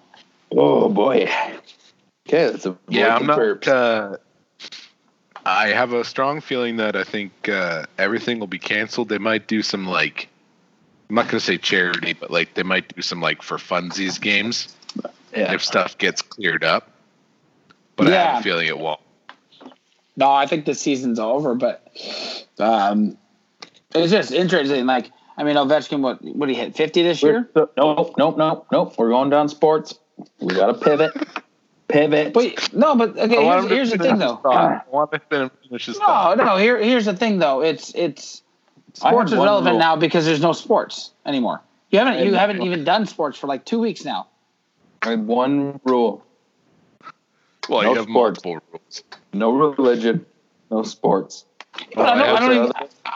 Speaker 3: Oh boy. Okay, that's a
Speaker 1: Yeah, I'm
Speaker 3: voice
Speaker 1: not.
Speaker 3: of burps.
Speaker 1: Uh, I have a strong feeling that I think uh, everything will be canceled. They might do some like, I'm not gonna say charity, but like they might do some like for funsies games
Speaker 3: yeah.
Speaker 1: if stuff gets cleared up. But I
Speaker 2: Yeah.
Speaker 1: have a feeling it won't.
Speaker 2: No, I think the season's over, but um, it's just interesting. Like, I mean, Ovechkin, what what he hit fifty this year?
Speaker 3: Nope, nope, nope, nope, nope. We're going down sports. We gotta pivot. Pivot. Ah,
Speaker 2: Wait, no, but okay.
Speaker 1: I
Speaker 2: Here's,
Speaker 1: want him to
Speaker 2: here's the
Speaker 1: finish
Speaker 2: thing,
Speaker 1: his
Speaker 2: though.
Speaker 1: thought. I want him to finish his
Speaker 2: No,
Speaker 1: thought.
Speaker 2: no. Here, here's the thing, though. It's it's
Speaker 3: I had
Speaker 2: sports is
Speaker 3: one
Speaker 2: relevant
Speaker 3: rule.
Speaker 2: now because there's no sports anymore. You haven't you
Speaker 3: And-
Speaker 2: haven't even done sports for like two weeks now.
Speaker 3: I had one rule.
Speaker 1: Well,
Speaker 3: No
Speaker 1: you have
Speaker 3: sports.
Speaker 1: multiple rules.
Speaker 3: No religion. No sports.
Speaker 2: But I don't, I don't even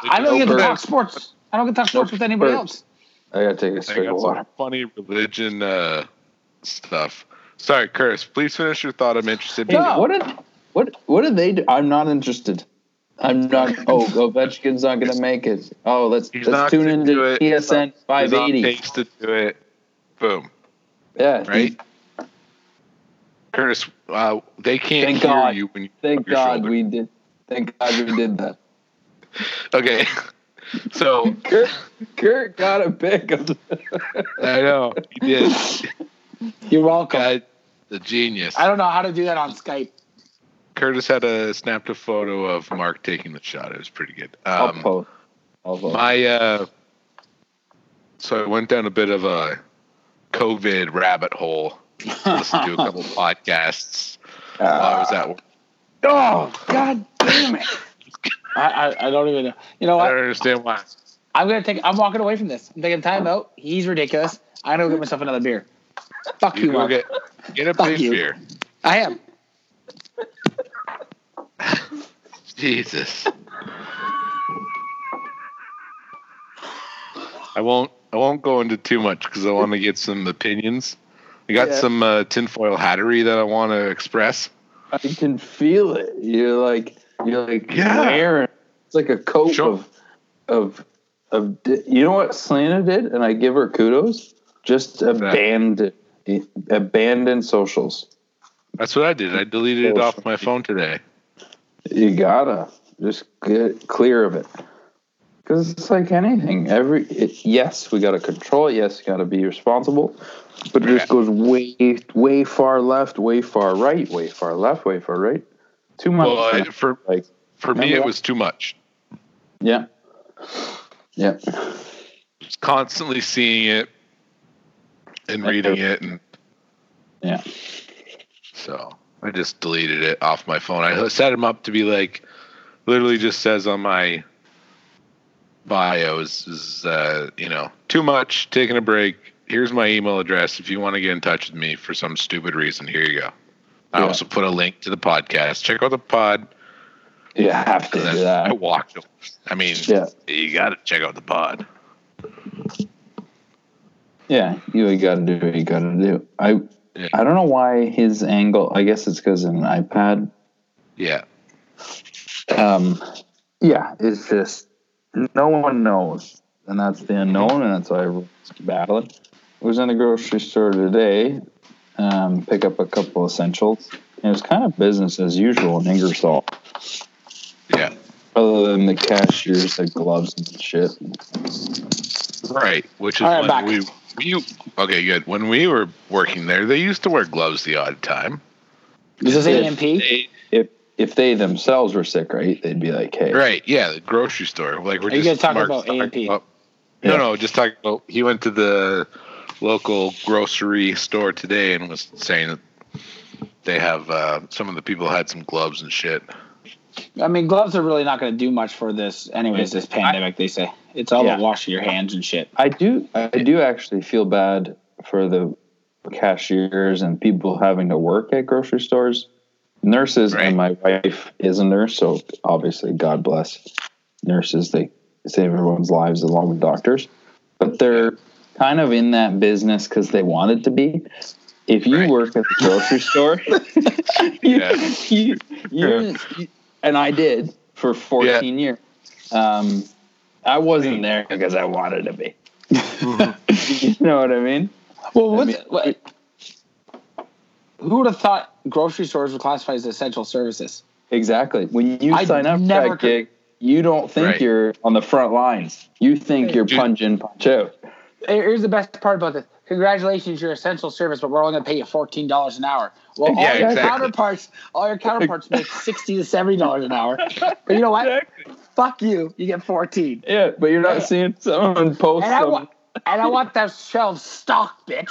Speaker 2: I don't get to
Speaker 1: Nope.
Speaker 2: talk sports. I don't get to talk sports with anybody
Speaker 3: Nope.
Speaker 2: else.
Speaker 3: I gotta take a
Speaker 1: I
Speaker 3: straight
Speaker 1: got some
Speaker 3: water.
Speaker 1: funny religion uh, stuff. Sorry, Curse. Please finish your thought. I'm interested.
Speaker 3: Hey,
Speaker 2: No.
Speaker 3: what did what what did they do? I'm not interested. I'm not. Oh, Ovechkin's not gonna make it. Oh, let's
Speaker 1: He's
Speaker 3: let's
Speaker 1: not
Speaker 3: tune
Speaker 1: gonna
Speaker 3: into
Speaker 1: do it.
Speaker 3: TSN
Speaker 1: He's on
Speaker 3: 580.
Speaker 1: pace to do it. Boom.
Speaker 3: Yeah,
Speaker 1: Right. Curtis, uh, they can't
Speaker 3: Thank
Speaker 1: hear
Speaker 3: God.
Speaker 1: you when you
Speaker 3: Thank
Speaker 1: rub your
Speaker 3: God
Speaker 1: shoulder.
Speaker 3: we did. Thank God we did that.
Speaker 1: Okay. <laughs> So
Speaker 3: Kurt, Kurt got a pick of the.
Speaker 1: I know he did.
Speaker 2: You're welcome.
Speaker 1: God, the genius.
Speaker 2: I don't know how to do that on Skype.
Speaker 1: Curtis had a snapped a photo of Mark taking the shot. It was pretty good.
Speaker 3: I'll
Speaker 1: Um,
Speaker 3: post. I'll post.
Speaker 1: my uh, so I went down a bit of a COVID rabbit hole. Listened to a couple podcasts while
Speaker 3: Uh,
Speaker 1: I was at work.
Speaker 3: Oh God damn it!
Speaker 2: I, I, I don't even know. You know
Speaker 1: I
Speaker 2: what?
Speaker 1: don't understand why.
Speaker 2: I'm gonna take. I'm walking away from this. I'm taking time out. He's ridiculous. I'm gonna go get myself another beer. Fuck you,
Speaker 1: You go
Speaker 2: Mark.
Speaker 1: get get a
Speaker 2: Fuck
Speaker 1: big
Speaker 2: you.
Speaker 1: beer.
Speaker 2: I am.
Speaker 1: Jesus. <laughs> I won't. I won't go into too much because I want to get some opinions. I got
Speaker 3: Yeah.
Speaker 1: some uh, tinfoil hattery that I want to express.
Speaker 3: I can feel it. You're like you're like
Speaker 1: Yeah.
Speaker 3: wearing. It's like a coat
Speaker 1: Sure.
Speaker 3: of of of. di- You know what Selena did, and I give her kudos. Just abandon abandon socials.
Speaker 1: That's what I did. I deleted it
Speaker 3: Oh,
Speaker 1: off my phone today.
Speaker 3: You gotta just get clear of it. Because it's like anything. Every it, yes, we gotta control. it. Yes, you gotta be responsible. But it just
Speaker 1: Yeah.
Speaker 3: goes way, way far left, way far right, way far left, way far right. Too much.
Speaker 1: Well, I, for
Speaker 3: like
Speaker 1: for me,
Speaker 3: Remember
Speaker 1: it
Speaker 3: that?
Speaker 1: was too much.
Speaker 3: yeah, yeah.
Speaker 1: Just constantly seeing it and reading it, and
Speaker 3: Yeah.
Speaker 1: so I just deleted it off my phone. I set him up to be like, literally, just says on my bio is, is uh, you know too much, taking a break. Here's my email address if you want to get in touch with me for some stupid reason. Here you go. I
Speaker 3: Yeah.
Speaker 1: also put a link to the podcast. Check out the pod.
Speaker 3: You have to
Speaker 1: And
Speaker 3: do
Speaker 1: then I
Speaker 3: that.
Speaker 1: walked. away. I mean,
Speaker 3: Yeah,
Speaker 1: you got to check out the pod.
Speaker 3: yeah. You gotta do what you gotta do. I
Speaker 1: Yeah.
Speaker 3: I don't know why his angle. I guess it's because an iPad.
Speaker 1: Yeah.
Speaker 3: Um, yeah, it's just no one knows, and that's the unknown, and that's why everyone's battling. I was in the grocery store today, um, pick up a couple essentials. And it was kind of business as usual in Ingersoll.
Speaker 1: Yeah.
Speaker 3: Other than the cashiers had gloves and shit.
Speaker 1: Right, which is
Speaker 2: All right,
Speaker 1: when
Speaker 2: back.
Speaker 1: we we okay good. When we were working there, they used to wear gloves the odd time.
Speaker 2: Is this
Speaker 3: Yeah.
Speaker 2: AMP?
Speaker 3: If if they themselves were sick, right, they'd be like, "Hey,
Speaker 1: Right, yeah, the grocery store. Like we're
Speaker 2: Are you
Speaker 1: just
Speaker 2: guys talking
Speaker 1: Mark's
Speaker 2: about A&P?
Speaker 1: about- No,
Speaker 3: Yeah.
Speaker 1: no, just talking about. He went to the local grocery store today and was saying that they have uh, some of the people had some gloves and shit.
Speaker 2: I mean, gloves are really not going to do much for this, anyways. This pandemic, they say it's all
Speaker 3: Yeah.
Speaker 2: about washing your hands and shit.
Speaker 3: I do I do actually feel bad for the cashiers and people having to work at grocery stores. Nurses
Speaker 1: Right.
Speaker 3: and my wife is a nurse, so obviously God bless nurses. They save everyone's lives along with doctors. But they're kind of in that business because they want it to be. If you
Speaker 1: Right.
Speaker 3: work at the grocery store, <laughs> you,
Speaker 1: Yeah.
Speaker 3: you, you, and I did for 14 years. Um, I wasn't there because I wanted to Mm-hmm. be. <laughs> you know what I mean?
Speaker 2: Well,
Speaker 3: I
Speaker 2: what,
Speaker 3: mean-
Speaker 2: what- Who would have thought grocery stores were classified as essential services?
Speaker 3: Exactly. When you
Speaker 2: I
Speaker 3: sign up for
Speaker 2: never
Speaker 3: that
Speaker 2: could-
Speaker 3: gig, you don't think
Speaker 1: Right.
Speaker 3: you're on the front lines. You think you're
Speaker 1: Dude.
Speaker 3: punch in, punch out.
Speaker 2: Here- Here's the best part about this. Congratulations, you're essential service, but we're only going to pay you fourteen dollars an hour. Well, all
Speaker 1: Yeah,
Speaker 2: your
Speaker 1: exactly.
Speaker 2: counterparts, all your counterparts make sixty to seventy dollars an hour. But you know what? Fuck you. You get fourteen.
Speaker 3: Yeah, but you're not seeing someone post
Speaker 2: And I
Speaker 3: some-
Speaker 2: want, and I want that shelf stocked, bitch.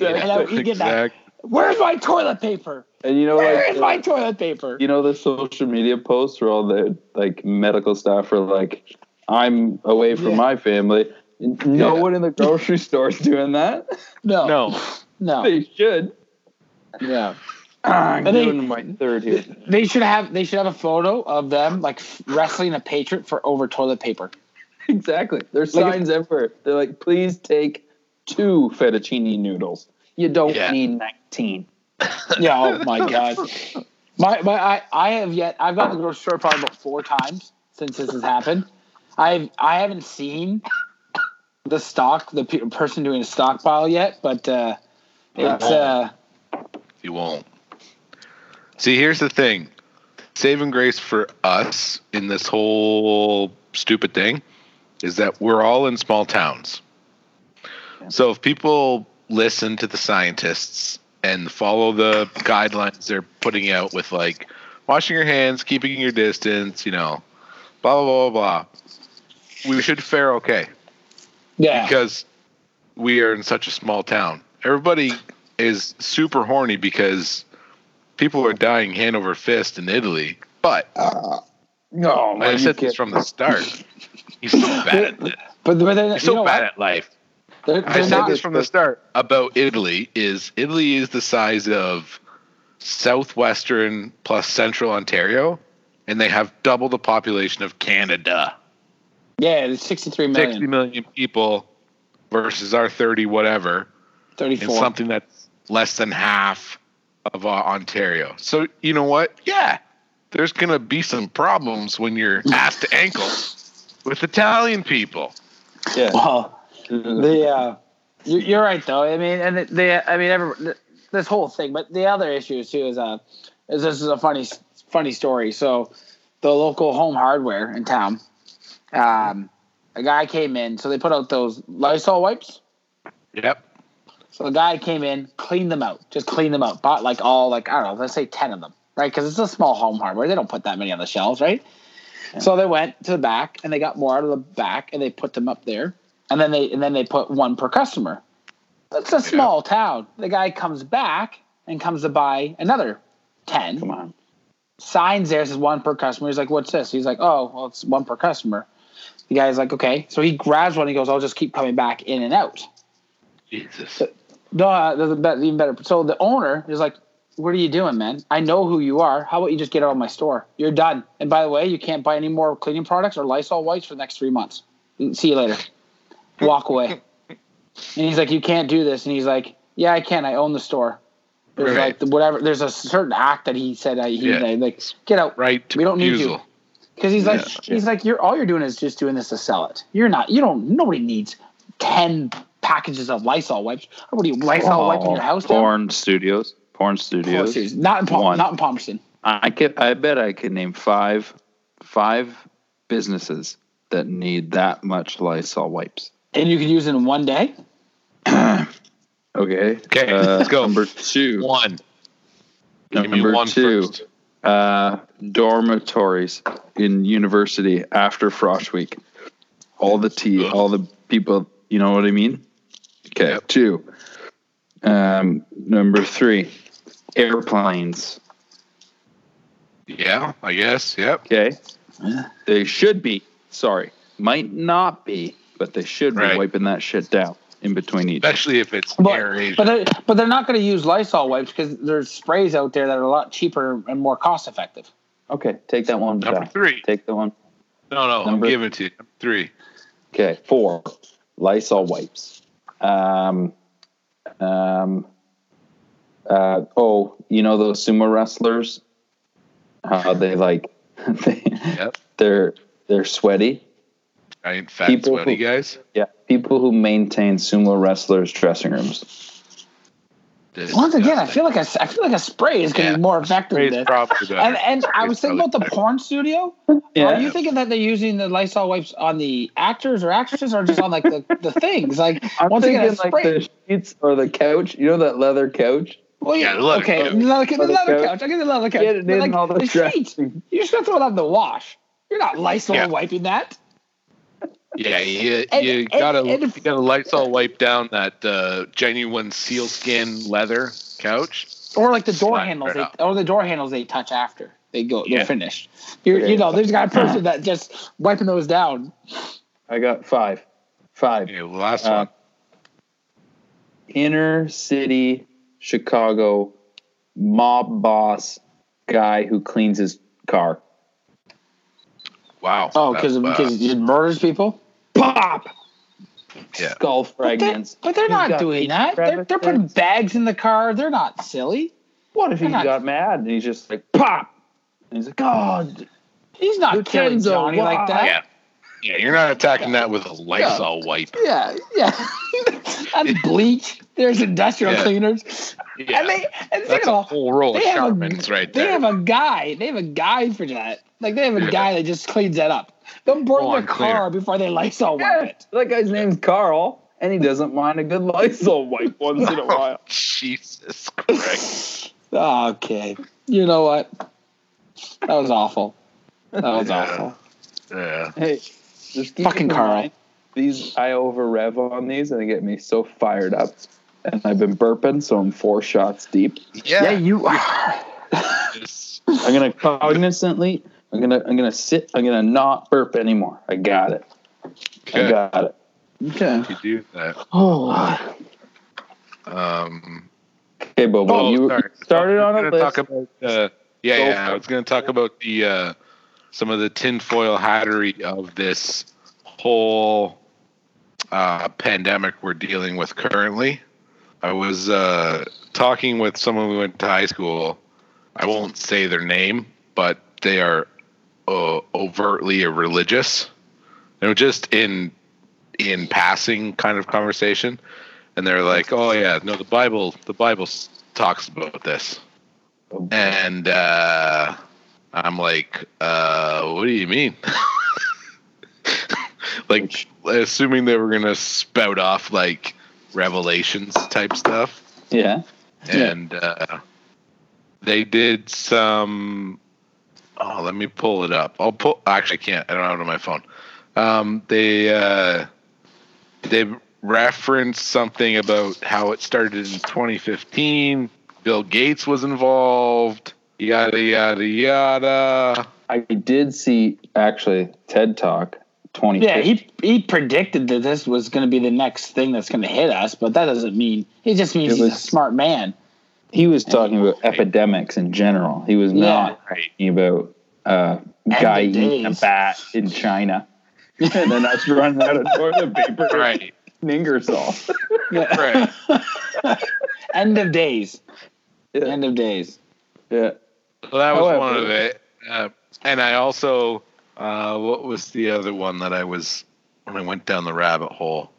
Speaker 2: And I, you get that.
Speaker 1: Exact-
Speaker 2: Where's my toilet paper?
Speaker 3: And you know,
Speaker 2: Where
Speaker 3: like,
Speaker 2: is my toilet paper?
Speaker 3: you know, the social media posts where all the like medical staff are like, "I'm away from
Speaker 2: Yeah.
Speaker 3: my family." No
Speaker 1: Yeah.
Speaker 3: one in the grocery store is doing that.
Speaker 2: No, no,
Speaker 1: No,
Speaker 2: no.
Speaker 3: They should.
Speaker 2: Yeah.
Speaker 3: I'm
Speaker 2: And they-
Speaker 3: doing my third here.
Speaker 2: They should have. They should have a photo of them like wrestling a patron for over toilet paper.
Speaker 3: <laughs> Exactly. There's
Speaker 2: Like if-
Speaker 3: signs everywhere. They're like, please take two fettuccine noodles. You don't
Speaker 1: Yeah.
Speaker 3: need
Speaker 1: <laughs>
Speaker 3: 19.
Speaker 2: Yeah. Oh my god. My my I, I have yet I've gone to the grocery store probably about four times since this has happened. I've I haven't seen the stock the pe- person doing a stockpile yet, but uh, it's uh,
Speaker 1: you won't. See, here's the thing. Saving grace for us in this whole stupid thing is that we're all in small towns. So if people listen to the scientists and follow the guidelines they're putting out with like washing your hands, keeping your distance, you know, blah blah blah blah, we should fare okay
Speaker 2: yeah.
Speaker 1: because we are in such a small town. Everybody is super horny because people are dying hand over fist in Italy. But
Speaker 3: No,
Speaker 1: I said this from the start. He's so bad at this.
Speaker 2: But, but they're,
Speaker 1: He's
Speaker 2: you
Speaker 1: so
Speaker 2: know
Speaker 1: bad
Speaker 2: what?
Speaker 1: at life.
Speaker 2: They're,
Speaker 1: I
Speaker 2: they're
Speaker 1: said
Speaker 2: not.
Speaker 1: this from the start about Italy is Italy is the size of southwestern plus central Ontario, and they have double the population of Canada.
Speaker 2: Yeah, it's 63
Speaker 1: Sixty
Speaker 2: million,
Speaker 1: million people versus our thirty whatever. in
Speaker 2: 34.
Speaker 1: something that's less than half of uh, Ontario. So you know what? Yeah, there's gonna be some problems when
Speaker 2: <laughs>
Speaker 1: you're ass to ankle with Italian people.
Speaker 3: yeah.
Speaker 2: Well,
Speaker 3: <laughs>
Speaker 2: the uh, you, you're right though. I mean, and they, I mean, every, this whole thing. But the other issue too is uh, is this is a funny funny story. So, the local Home Hardware in town, um, a guy came in. So they put out those Lysol wipes.
Speaker 1: Yep.
Speaker 2: So the guy came in, cleaned them out, just cleaned them out. Bought like all like I don't know, let's say ten of them, right? Because it's a small home hardware; they don't put that many on the shelves, right? So they went to the back and they got more out of the back and they put them up there, and then they and then they put one per customer. It's a small town. The guy comes back and comes to buy another ten
Speaker 3: Come on.
Speaker 2: signs there says one per customer. He's like, "What's this?" He's like, "Oh, well, it's one per customer." The guy's like, "Okay." So he grabs one. He goes, "I'll just keep coming back in and out."
Speaker 1: Jesus.
Speaker 2: No, uh, there's a bet even better. So the owner is like, "What are you doing, man? I know who you are. How about you just get out of my store? You're done. And by the way, you can't buy any more cleaning products or Lysol wipes for the next three months. See you later. Walk away."
Speaker 1: <laughs>
Speaker 2: and he's like, "You can't do this." And he's like, "Yeah, I can. I own the store." There's
Speaker 1: Right.
Speaker 2: like the- whatever. There's a certain act that he said. Uh, he
Speaker 1: Yeah.
Speaker 2: like get out
Speaker 1: Right. to
Speaker 2: We don't need you.
Speaker 1: refusal.
Speaker 2: because he's like
Speaker 3: Yeah.
Speaker 2: he's like you're all you're doing is just doing this to sell it. You're not. You don't. Nobody needs ten packages of Lysol wipes. What are you Lysol wiping your house down?
Speaker 3: Oh, Porn studios. Porn
Speaker 2: Four
Speaker 3: studios.
Speaker 2: series. Not in Palm,
Speaker 3: One.
Speaker 2: not in Palmerston.
Speaker 3: I could. I bet I could name five, five businesses that need that much Lysol wipes.
Speaker 2: And you can use it in one day.
Speaker 3: Okay.
Speaker 1: Okay,
Speaker 3: Uh,
Speaker 1: let's go.
Speaker 3: Number two.
Speaker 1: One. Give me
Speaker 3: Number
Speaker 1: one
Speaker 3: two.
Speaker 1: first.
Speaker 3: uh, dormitories in university after frosh week. All the tea, all the people, you know what I mean? Okay,
Speaker 1: Yep.
Speaker 3: two. Um, number three, airplanes.
Speaker 1: Yeah, I guess. Yep.
Speaker 3: Okay. They should be, sorry, might not be, but they should
Speaker 1: Right.
Speaker 3: be wiping that shit down in between each.
Speaker 1: Especially if it's
Speaker 2: But
Speaker 1: aerated.
Speaker 2: but they're, but they're not going to use Lysol wipes because there's sprays out there that are a lot cheaper and more cost effective.
Speaker 3: Okay, take that one.
Speaker 1: Number
Speaker 3: back.
Speaker 1: three.
Speaker 3: Take the one.
Speaker 1: no, no,
Speaker 3: number-
Speaker 1: I'm giving it to you. Number Three.
Speaker 3: Okay, four. Lysol wipes. Um, um, uh, oh, you know those sumo wrestlers? How they like <laughs> they,
Speaker 1: Yep.
Speaker 3: they're they're sweaty.
Speaker 1: Giant fat
Speaker 3: People
Speaker 1: sweaty
Speaker 3: who-
Speaker 1: guys.
Speaker 3: Yeah, people who maintain sumo wrestlers' dressing rooms.
Speaker 1: to-
Speaker 2: Once again, I feel like a, I feel like a spray is going to
Speaker 1: Yeah.
Speaker 2: be more effective
Speaker 1: Spray's
Speaker 2: than this.
Speaker 1: probably better.
Speaker 2: And and I
Speaker 1: Spray's
Speaker 2: was thinking about the
Speaker 1: probably
Speaker 2: porn studio. Are you thinking that they're using the Lysol wipes on the actors or actresses, or just on like the, the things? Like
Speaker 3: I'm
Speaker 2: once
Speaker 3: thinking
Speaker 2: again, a
Speaker 3: like
Speaker 2: spray.
Speaker 3: the sheets or the couch. You know that leather couch.
Speaker 2: well,
Speaker 1: Yeah, the leather
Speaker 2: okay,
Speaker 1: couch.
Speaker 2: the leather, the
Speaker 3: Leather
Speaker 2: leather
Speaker 3: couch.
Speaker 2: couch. I get the leather couch.
Speaker 3: Get it
Speaker 2: But,
Speaker 3: in
Speaker 2: like,
Speaker 3: all the,
Speaker 2: the sheets,
Speaker 3: dressing.
Speaker 2: you're just gonna throw it out in the wash. You're not Lysol
Speaker 1: Yeah.
Speaker 2: wiping that.
Speaker 1: Yeah, you,
Speaker 2: <laughs> And-
Speaker 1: you
Speaker 2: and-
Speaker 1: gotta
Speaker 2: and-
Speaker 1: you gotta Lysol wipe down that uh, genuine sealskin leather couch.
Speaker 2: Or like the door
Speaker 1: Slide
Speaker 2: handles,
Speaker 1: right
Speaker 2: they,
Speaker 1: up.
Speaker 2: or the door handles they touch after they go. They're
Speaker 1: Yeah.
Speaker 2: finished. You're,
Speaker 3: Okay.
Speaker 2: You know, there's got a
Speaker 1: <clears throat>
Speaker 2: person that just wiping those down.
Speaker 3: I got five, five.
Speaker 1: Yeah, the last
Speaker 3: Uh,
Speaker 1: one.
Speaker 3: inner city Chicago mob boss guy who cleans his car.
Speaker 1: Wow. uh,
Speaker 2: Oh, because
Speaker 1: That's,
Speaker 2: because he just murders people.
Speaker 3: Pop.
Speaker 1: Yeah.
Speaker 3: Skull
Speaker 2: But they're,
Speaker 3: fragments.
Speaker 2: but they're
Speaker 3: He's
Speaker 2: not
Speaker 3: got
Speaker 2: doing that. They're, they're putting bags in the car. They're not silly.
Speaker 3: What if he
Speaker 2: They're not-
Speaker 3: got mad and he's just like pop? And he's like, God,
Speaker 2: He's not killing
Speaker 3: Lucenzo,
Speaker 2: Johnny like
Speaker 1: uh,
Speaker 2: that.
Speaker 1: yeah, yeah. You're not attacking that with a Lysol wipe.
Speaker 2: Yeah, <laughs> yeah. and bleach. There's industrial
Speaker 1: Yeah.
Speaker 2: cleaners.
Speaker 1: Yeah,
Speaker 2: And they and think
Speaker 1: that's
Speaker 2: of
Speaker 1: a
Speaker 2: all,
Speaker 1: whole roll of
Speaker 2: they have a-
Speaker 1: Charmin's right
Speaker 2: they
Speaker 1: there.
Speaker 2: have a guy. They have a guy for that. Like they have a
Speaker 1: Yeah.
Speaker 2: guy that just cleans that up. They'll burn
Speaker 1: Lawn
Speaker 2: their car
Speaker 1: cleaner.
Speaker 2: before they Lysol wipe it.
Speaker 3: that guy's name's Carl, and he doesn't mind a good Lysol wipe once in a while.
Speaker 1: Jesus Christ.
Speaker 2: Okay. You know what? That was awful. That <laughs> was
Speaker 1: Yeah.
Speaker 2: awful.
Speaker 1: Yeah.
Speaker 3: Hey, just keep
Speaker 2: Fucking
Speaker 3: in
Speaker 2: Carl.
Speaker 3: mind, These I over rev on these, and they get me so fired up. And I've been burping, so I'm four shots deep.
Speaker 2: Yeah,
Speaker 1: Yeah.
Speaker 2: you are.
Speaker 1: Just-
Speaker 3: I'm gonna cognizantly. I'm gonna. I'm gonna sit. I'm gonna not burp anymore. I got it. I
Speaker 1: Okay.
Speaker 3: got it.
Speaker 2: Okay.
Speaker 1: You do that.
Speaker 3: Oh.
Speaker 1: Um,
Speaker 3: Okay, but when
Speaker 1: Oh,
Speaker 3: you
Speaker 1: sorry.
Speaker 3: started on
Speaker 1: I
Speaker 3: a
Speaker 1: was gonna
Speaker 3: list,
Speaker 1: talk about, uh, yeah,
Speaker 3: Go
Speaker 1: yeah.
Speaker 3: for
Speaker 1: I
Speaker 3: it.
Speaker 1: was going to talk about the uh, some of the tinfoil hattery of this whole uh, pandemic we're dealing with currently. I was uh, talking with someone we went to high school. I won't say their name, but they are uh, overtly religious. You know, just in in passing kind of conversation, and they're like, "Oh yeah, no, the Bible, the Bible s- talks about this." And uh, I'm like, uh, "What do you mean?" <laughs> like, assuming they were gonna spout off like revelations type stuff
Speaker 3: yeah, Yeah.
Speaker 1: and uh, they did some. Oh, let me pull it up. I'll pull. Actually, I can't. I don't have it on my phone. Um, they uh, they referenced something about how it started in 2015. Bill Gates was involved. Yada yada yada.
Speaker 3: I did see actually TED Talk 20.
Speaker 2: Yeah, he he predicted that this was going to be the next thing that's going to hit us, but that doesn't mean it just means
Speaker 3: It
Speaker 2: he's a
Speaker 3: was-
Speaker 2: smart man.
Speaker 3: he was talking about epidemics in general. He was not
Speaker 1: Right.
Speaker 3: talking about uh,
Speaker 2: End
Speaker 3: guy
Speaker 2: of
Speaker 3: eating a
Speaker 2: days.
Speaker 3: bat in China. <laughs> and then that's running out of toilet <laughs> paper.
Speaker 1: Right.
Speaker 3: in Ingersoll.
Speaker 2: Yeah.
Speaker 1: Right.
Speaker 2: End of days.
Speaker 3: Yeah.
Speaker 2: End of days.
Speaker 3: yeah.
Speaker 1: Well, that was
Speaker 3: However-
Speaker 1: one of it. Uh, and I also, uh, what was the other one that I was when I went down the rabbit hole?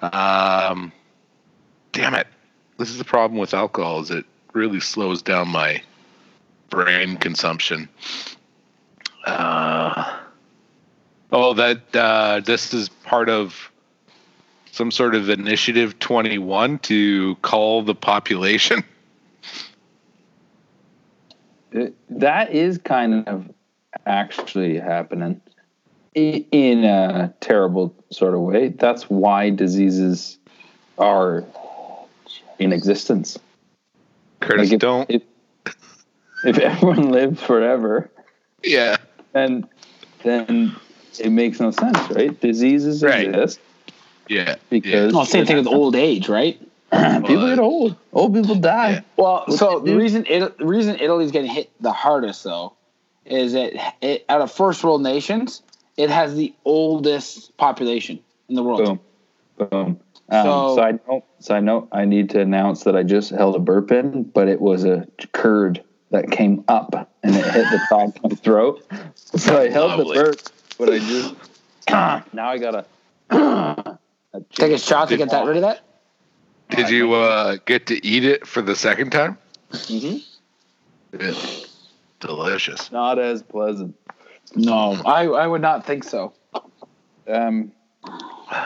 Speaker 1: Um, damn it! This is the problem with alcohol: is it really slows down my brain consumption. Uh, oh, that uh, this is part of some sort of initiative 21 to call the population. <laughs>
Speaker 3: It- that is kind of actually happening i- in a terrible sort of way. That's why diseases are in existence.
Speaker 1: Curtis,
Speaker 3: Like if-
Speaker 1: don't.
Speaker 3: If, if everyone <laughs> lived forever,
Speaker 1: yeah.
Speaker 3: then then it makes no sense, right? Diseases
Speaker 1: Right.
Speaker 3: exist
Speaker 1: Yeah. yeah.
Speaker 3: because
Speaker 2: Well, same thing with old age, right?
Speaker 3: people get old. Old people die.
Speaker 1: Yeah.
Speaker 2: Well, so
Speaker 3: they
Speaker 2: the
Speaker 3: do-
Speaker 2: reason it, the reason Italy's getting hit the hardest though is that it out of first world nations, it has the oldest population in the world.
Speaker 3: Boom. Boom. Um,
Speaker 2: So-
Speaker 3: side note, side note, I need to announce that I just held a burp in, but it was a curd that came up and it
Speaker 2: <laughs>
Speaker 3: hit the top of my throat. So I held
Speaker 1: Lovely.
Speaker 3: the burp, but
Speaker 2: <clears throat>
Speaker 3: I just now I gotta
Speaker 2: Take a shot to get that rid of that.
Speaker 1: Did you uh, get to eat it for the second time?
Speaker 3: Mm-hmm.
Speaker 1: Yeah. Delicious.
Speaker 3: <clears throat> Not as pleasant.
Speaker 2: No, I, I would not think so.
Speaker 3: Um,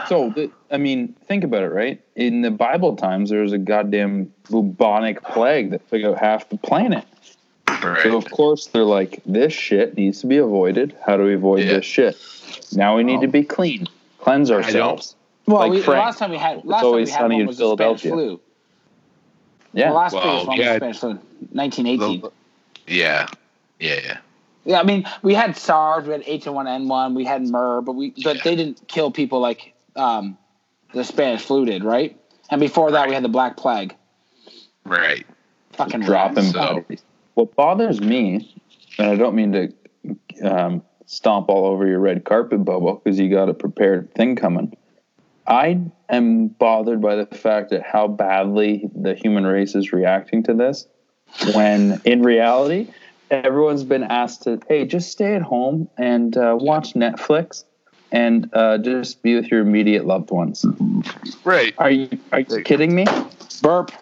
Speaker 3: so, th- I mean, think about it, right? In the Bible times, there was a goddamn bubonic plague that took out half the planet.
Speaker 1: Right.
Speaker 3: So, of course, they're like, this shit needs to be avoided. How do we avoid
Speaker 1: Yeah.
Speaker 3: this shit? Now we need to be clean, cleanse
Speaker 1: don't-
Speaker 3: ourselves.
Speaker 2: Well,
Speaker 3: Like
Speaker 2: we, the
Speaker 3: Frank,
Speaker 2: last time we had last time we
Speaker 3: always
Speaker 2: had
Speaker 3: sunny
Speaker 2: one
Speaker 3: in
Speaker 2: was the Spanish
Speaker 3: Philadelphia.
Speaker 2: flu.
Speaker 3: Yeah.
Speaker 2: The last
Speaker 1: Well,
Speaker 2: biggest one
Speaker 1: yeah.
Speaker 2: was the Spanish flu, 1918.
Speaker 1: The- yeah. Yeah. Yeah.
Speaker 2: yeah, I mean, we had SARS, we had H1N1, we had MERS, but we but
Speaker 1: Yeah.
Speaker 2: they didn't kill people like um, the Spanish flu did, right? And before that, we had the Black Plague.
Speaker 1: Right.
Speaker 2: Fucking
Speaker 3: drop
Speaker 2: rats.
Speaker 3: him.
Speaker 1: So-
Speaker 3: What bothers me, and I don't mean to um, stomp all over your red carpet, Bobo, because you got a prepared thing coming. I am bothered by the fact that how badly the human race is reacting to this, when in reality, everyone's been asked to, hey, just stay at home and uh, watch Netflix and uh, just be with your immediate loved ones.
Speaker 1: Right.
Speaker 3: Are you are you kidding me?
Speaker 2: Burp.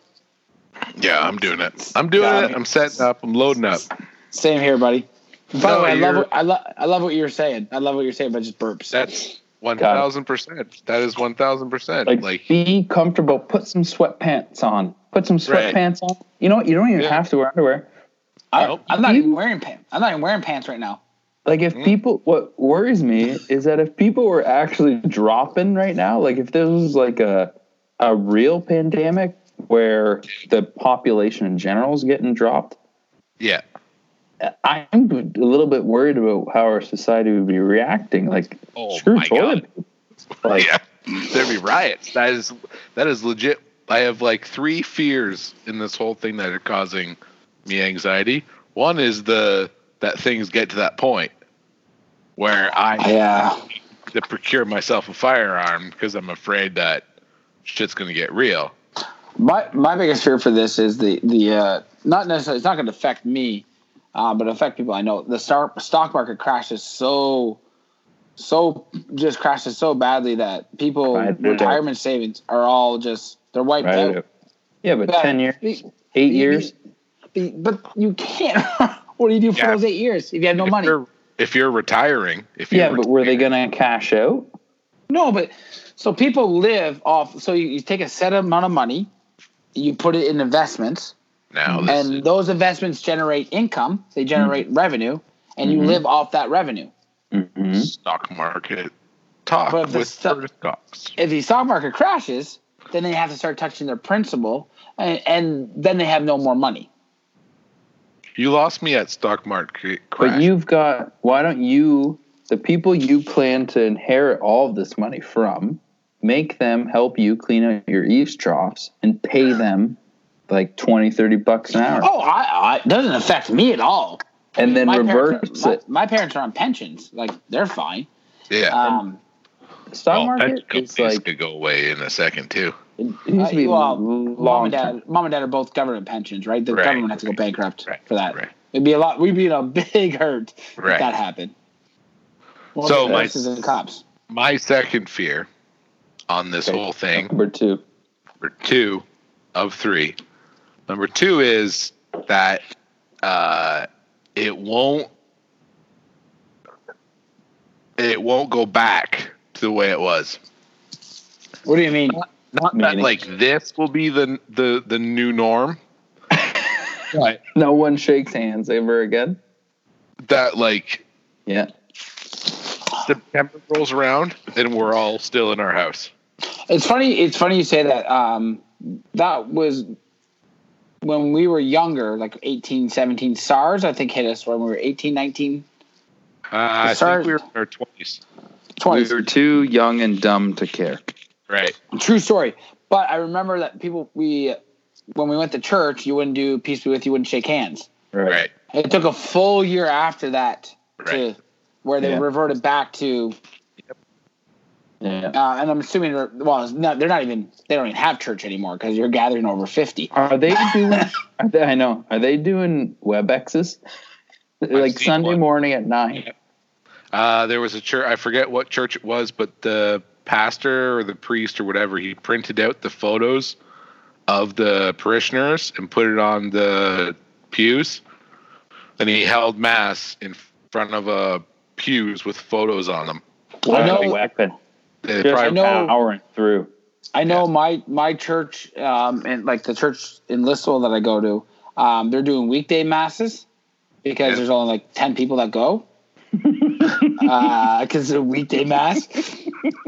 Speaker 1: Yeah, I'm doing it. I'm doing
Speaker 2: Yeah.
Speaker 1: it. I'm setting up. I'm loading up.
Speaker 2: Same here, buddy. By
Speaker 1: No,
Speaker 2: the way, I love
Speaker 1: you're-
Speaker 2: what, I, lo- I love what you're saying. I love what you're saying, but just burps.
Speaker 1: That's one thousand percent. That is one thousand percent.
Speaker 3: like,
Speaker 1: Like
Speaker 3: be comfortable put some sweatpants on put some
Speaker 1: Right.
Speaker 3: sweatpants on you know what? you don't even
Speaker 1: Yeah.
Speaker 3: have to wear underwear
Speaker 2: I,
Speaker 1: Nope.
Speaker 2: I'm not even wearing pants. I'm not even wearing pants right now.
Speaker 3: like if
Speaker 1: Mm.
Speaker 3: people what worries me is that if people were actually dropping right now like if this was like a a real pandemic where the population in general is getting dropped
Speaker 1: yeah.
Speaker 3: i'm a little bit worried about how our society would be reacting like
Speaker 1: Oh
Speaker 3: screw
Speaker 1: my
Speaker 3: toilet paper. like
Speaker 1: yeah. There'd be riots. That is that is legit. I have like three fears in this whole thing that are causing me anxiety. One is the that things get to that point where I
Speaker 2: Yeah.
Speaker 1: to procure myself a firearm because I'm afraid that shit's gonna get real.
Speaker 2: My my biggest fear for this is the the uh, not necessarily it's not going to affect me, uh, but affect people I know. The star, stock market crashes so so just crashes so badly that people
Speaker 3: Right, no doubt.
Speaker 2: retirement savings are all just they're wiped
Speaker 3: right
Speaker 2: out.
Speaker 3: yeah but 10 years
Speaker 2: Be-
Speaker 3: 8
Speaker 2: you-
Speaker 3: years
Speaker 2: be- But you can't. <laughs> what do you do for
Speaker 1: Yeah.
Speaker 2: those eight years if you have no
Speaker 1: if
Speaker 2: money?
Speaker 1: You're, if you're retiring, if you're
Speaker 3: yeah but were they gonna cash out
Speaker 2: No, but so people live off. So you, you take a set amount of money, you put it in investments,
Speaker 1: now this
Speaker 2: and those investments generate income. They generate
Speaker 1: Mm-hmm.
Speaker 2: revenue, and you
Speaker 3: Mhm.
Speaker 2: live off that revenue.
Speaker 3: Mm-hmm.
Speaker 1: stock market talk
Speaker 2: But the
Speaker 1: with
Speaker 2: sto-
Speaker 1: Curtis Cox.
Speaker 2: If the stock market crashes, then they have to start touching their principal, and, and then they have no more money.
Speaker 1: You lost me at stock market crash.
Speaker 3: But you've got. Why don't you, the people you plan to inherit all of this money from, make them help you clean out your eaves troughs and pay them like 20, 30 bucks an hour,
Speaker 2: Oh, I, I it doesn't affect me at all.
Speaker 3: and then
Speaker 2: my
Speaker 3: reverse
Speaker 2: parents, are-
Speaker 3: it.
Speaker 2: My, my parents are on pensions; like they're fine.
Speaker 1: yeah.
Speaker 2: Um,
Speaker 3: Stock
Speaker 1: Well,
Speaker 3: market
Speaker 1: pension
Speaker 3: is
Speaker 1: companies
Speaker 3: like
Speaker 1: could go away in a second too.
Speaker 3: it used to be
Speaker 2: uh, well, mom
Speaker 3: long
Speaker 2: and
Speaker 3: time.
Speaker 2: dad, mom and dad are both government pensions, right? The
Speaker 1: Right,
Speaker 2: government has to go bankrupt
Speaker 1: right,
Speaker 2: for that.
Speaker 1: right.
Speaker 2: It'd be a lot. We'd be in a <laughs> big hurt
Speaker 1: Right.
Speaker 2: if that happened. More
Speaker 1: So my-
Speaker 2: nurses and cops.
Speaker 1: My second fear on this
Speaker 3: Okay.
Speaker 1: whole thing,
Speaker 3: Number two.
Speaker 1: number two of three. Number two is that uh, it won't it won't go back to the way it was.
Speaker 2: What do you mean?
Speaker 1: Not that
Speaker 3: Meaning?
Speaker 1: like this will be the the the new norm. but
Speaker 3: No one shakes hands ever again.
Speaker 1: that like
Speaker 3: Yeah.
Speaker 1: September rolls around and we're all still in our house.
Speaker 2: It's funny. It's funny you say that. Um, that was when we were younger, like 18, 17. SARS, I think, hit us when we were 18, 19,
Speaker 1: Uh, I
Speaker 2: SARS
Speaker 1: think we were in our twenties.
Speaker 2: 20.
Speaker 3: We were too young and dumb to care.
Speaker 1: Right.
Speaker 2: True story. But I remember that people, we, when we went to church, you wouldn't do peace be with you, wouldn't shake hands.
Speaker 1: Right.
Speaker 2: It took a full year after that
Speaker 1: Right.
Speaker 2: to where they
Speaker 3: Yeah.
Speaker 2: reverted back to,
Speaker 3: Yeah.
Speaker 2: uh, and I'm assuming, they're- well, it's not, they're not even, they don't even have church anymore because you're gathering over 50.
Speaker 3: Are they doing? are they, I know. Are they doing WebExes? like
Speaker 1: seen
Speaker 3: Sunday
Speaker 1: one.
Speaker 3: morning at nine.
Speaker 2: Hmm.
Speaker 1: Uh, there was a church. I forget what church it was, but the pastor or the priest or whatever he printed out the photos of the parishioners and put it on the pews. And he held mass in front of uh, pews with photos on them.
Speaker 2: I know-
Speaker 3: weapon.
Speaker 1: They
Speaker 3: Just
Speaker 1: probably-
Speaker 2: I know-
Speaker 3: powering through.
Speaker 2: I know my my church um, and like the church in Listowel that I go to, um, they're doing weekday masses because
Speaker 1: Yeah.
Speaker 2: there's only like ten people that
Speaker 1: <laughs>
Speaker 2: go because it's a weekday mass.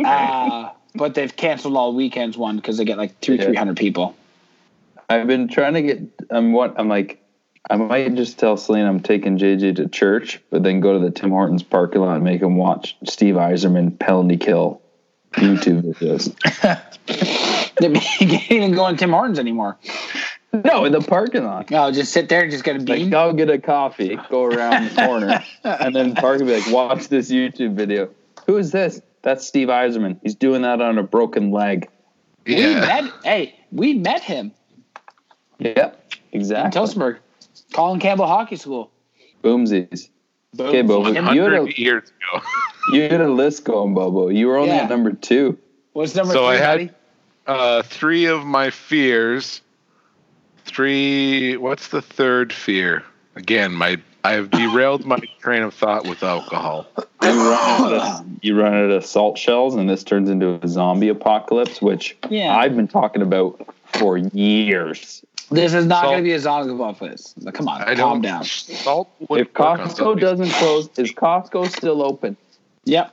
Speaker 2: Uh, but they've canceled all weekends one because they get like two
Speaker 3: Yeah.
Speaker 2: three hundred people.
Speaker 3: I've been trying to get. I'm what I'm like. I might just tell Selena I'm taking JJ to church, but then go to the Tim Hortons parking lot and make him watch Steve Eiserman penalty kill YouTube videos. <laughs>
Speaker 2: They <laughs> can't even go on Tim Hortons anymore.
Speaker 3: no, in the parking lot.
Speaker 2: No, just sit there and just get a
Speaker 3: Like,
Speaker 2: bean.
Speaker 1: oh,
Speaker 3: go get a coffee, go around the corner, and then park and be like, watch this YouTube video. Who is this? That's Steve Eiserman. He's doing that on a broken leg.
Speaker 2: We
Speaker 1: yeah.
Speaker 2: met. Hey, we met him
Speaker 3: Yep,
Speaker 2: in
Speaker 3: exactly.
Speaker 2: Tillsburg, Colin Campbell Hockey School.
Speaker 3: Boomsies. Okay, Bobo, you had, a,
Speaker 1: 100 years ago. <laughs>
Speaker 3: you had a list going, Bobo. You were only
Speaker 2: Yeah.
Speaker 3: at number two.
Speaker 2: What's number
Speaker 1: So
Speaker 2: three,
Speaker 1: I had-
Speaker 2: buddy?
Speaker 1: uh, three of my fears. Three. What's the third fear? Again, my I have derailed my train of thought with alcohol.
Speaker 3: You run, out of, you run out of salt shells, and this turns into a zombie apocalypse, which
Speaker 2: Yeah.
Speaker 3: I've been talking about for years.
Speaker 2: This is not
Speaker 1: Salt.
Speaker 2: going to be a zombie apocalypse. Now, Come on,
Speaker 1: I
Speaker 2: calm
Speaker 1: don't.
Speaker 2: down.
Speaker 1: Salt would
Speaker 3: If
Speaker 1: work on
Speaker 3: Costco
Speaker 1: zombies.
Speaker 3: doesn't close, is Costco still open?
Speaker 2: Yep.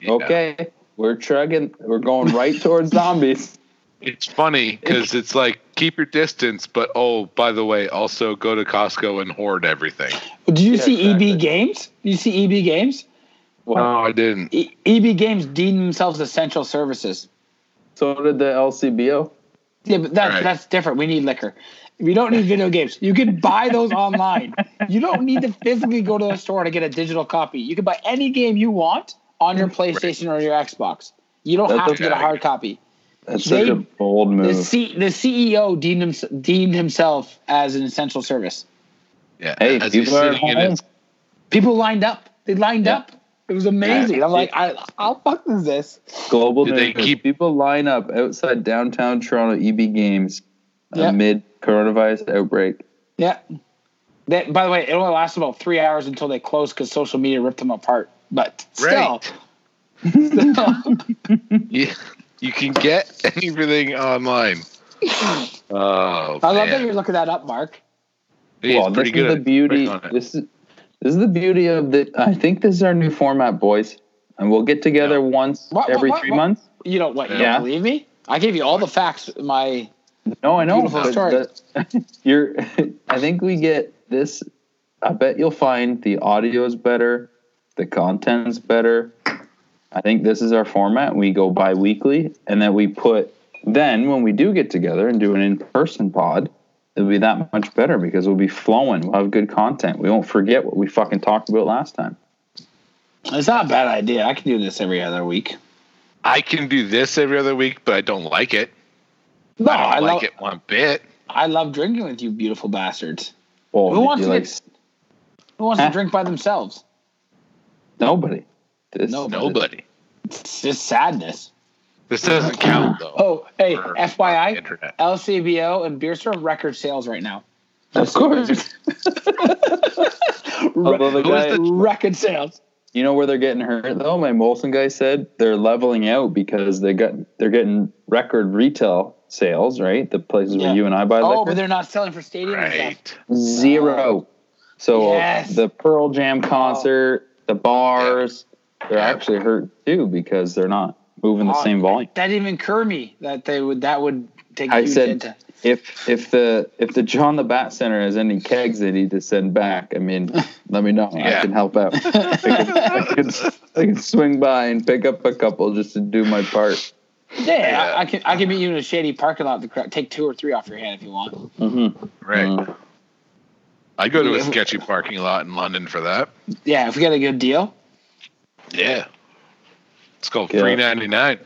Speaker 1: Yeah.
Speaker 3: Okay, we're chugging. We're going right
Speaker 2: <laughs>
Speaker 3: towards zombies.
Speaker 1: It's funny because it's like keep your distance, but oh, by the way, also go to Costco and hoard everything.
Speaker 2: Did you
Speaker 3: Yeah,
Speaker 2: see
Speaker 3: exactly.
Speaker 2: EB Games? Did you see EB Games?
Speaker 1: No, I didn't.
Speaker 2: E- EB Games deemed themselves essential services.
Speaker 3: So did the LCBO.
Speaker 2: Yeah, but that's
Speaker 1: Right.
Speaker 2: that's different. We need liquor. We don't need video games. You can buy those online. You don't need to physically go to a store to get a digital copy. You can buy any game you want on your PlayStation or your Xbox. You don't
Speaker 3: That's
Speaker 2: have
Speaker 3: okay.
Speaker 2: to get a hard copy.
Speaker 3: That's such
Speaker 2: They-
Speaker 3: a bold
Speaker 2: The,
Speaker 3: move.
Speaker 2: C- the CEO deemed, him- deemed himself as an essential service.
Speaker 1: Yeah,
Speaker 3: Hey,
Speaker 1: as he's
Speaker 3: people are at
Speaker 1: sitting in
Speaker 3: home.
Speaker 1: his,
Speaker 2: People lined up. They lined
Speaker 3: Yeah.
Speaker 2: up. It was amazing. I'm like, I, how fuck is this?
Speaker 3: Global
Speaker 1: Did they
Speaker 3: news.
Speaker 1: keep-
Speaker 3: people line up outside downtown Toronto EB Games
Speaker 2: Yeah.
Speaker 3: amid coronavirus outbreak.
Speaker 2: Yeah. That, by the way, it only lasts about three hours until they close because social media ripped them apart. But <laughs> still,
Speaker 1: right, you, you can get anything
Speaker 3: <laughs>
Speaker 1: online. Oh,
Speaker 2: I love
Speaker 1: man.
Speaker 2: that you're looking that up, Mark.
Speaker 1: He's
Speaker 3: well, this
Speaker 1: pretty
Speaker 3: is
Speaker 1: good
Speaker 3: the
Speaker 1: at-
Speaker 3: beauty.
Speaker 1: quick on it.
Speaker 3: This is this is the beauty of the. I think this is our new format, boys, and we'll get together
Speaker 1: Yeah.
Speaker 3: once
Speaker 2: What- what-
Speaker 3: every
Speaker 2: what-
Speaker 3: three
Speaker 2: what-
Speaker 3: months.
Speaker 2: You don't what? You
Speaker 1: Yeah.
Speaker 2: don't believe me? I gave you all the facts. My
Speaker 3: No, I know.
Speaker 2: Beautiful
Speaker 3: but
Speaker 2: story.
Speaker 3: the- <laughs> you're. I think we get this. I bet you'll find the audio is better, the content's better. I think this is our format. We go bi-weekly, and then we put. Then when we do get together and do an in-person pod, it'll be that much better because we'll be flowing. We'll have good content. We won't forget what we fucking talked about last time.
Speaker 2: it's not a bad idea. I can do this every other week.
Speaker 1: I can do this every other week, but I don't like it.
Speaker 2: No,
Speaker 1: I don't
Speaker 2: I,
Speaker 1: like
Speaker 2: love
Speaker 1: it one bit.
Speaker 2: I love drinking with you, beautiful bastards.
Speaker 3: Well,
Speaker 2: Who wants
Speaker 3: you
Speaker 2: to
Speaker 3: like-
Speaker 2: get- Who wants
Speaker 3: Huh?
Speaker 2: to drink by themselves?
Speaker 3: Nobody. This,
Speaker 2: Nobody.
Speaker 1: Nobody.
Speaker 2: It's just sadness.
Speaker 1: This doesn't count though.
Speaker 2: Oh, hey,
Speaker 1: for
Speaker 2: FYI,
Speaker 1: internet.
Speaker 2: LCBO and Beer Store record sales right now.
Speaker 3: Of <laughs> course. Although the
Speaker 1: Who is
Speaker 3: guy-
Speaker 1: the-
Speaker 2: record sales.
Speaker 3: You know where they're getting hurt though? My Molson guy said they're leveling out because they got they're getting record retail sales, right? The places
Speaker 2: Yeah.
Speaker 3: where you and I buy
Speaker 2: Oh,
Speaker 3: liquor.
Speaker 2: but they're not selling for stadium and stuff.
Speaker 1: Right.
Speaker 3: Zero. So uh,
Speaker 2: Yes.
Speaker 3: the Pearl Jam concert, the bars, they're
Speaker 1: Yeah.
Speaker 3: actually hurt too because they're not moving the
Speaker 2: Oh,
Speaker 3: same volume.
Speaker 2: That didn't even occur me that they would that would take a
Speaker 3: I
Speaker 2: huge
Speaker 3: said-
Speaker 2: into.
Speaker 3: If if the if the John the Bat Center has any kegs they need to send back,
Speaker 2: <laughs>
Speaker 3: I mean, let me know.
Speaker 1: Yeah.
Speaker 3: I can help out. I, can, I, can, I can swing by and pick up a couple just to do my part.
Speaker 2: Yeah,
Speaker 1: Yeah.
Speaker 2: I, I can I can meet you in a shady parking lot. To cra- take two or three off your hand if you want.
Speaker 3: Mm-hmm.
Speaker 1: Right. I go to a
Speaker 2: Yeah.
Speaker 1: sketchy parking lot in London for that.
Speaker 2: Yeah, if we get a good deal.
Speaker 1: Yeah. It's called
Speaker 3: Yeah.
Speaker 1: three ninety nine.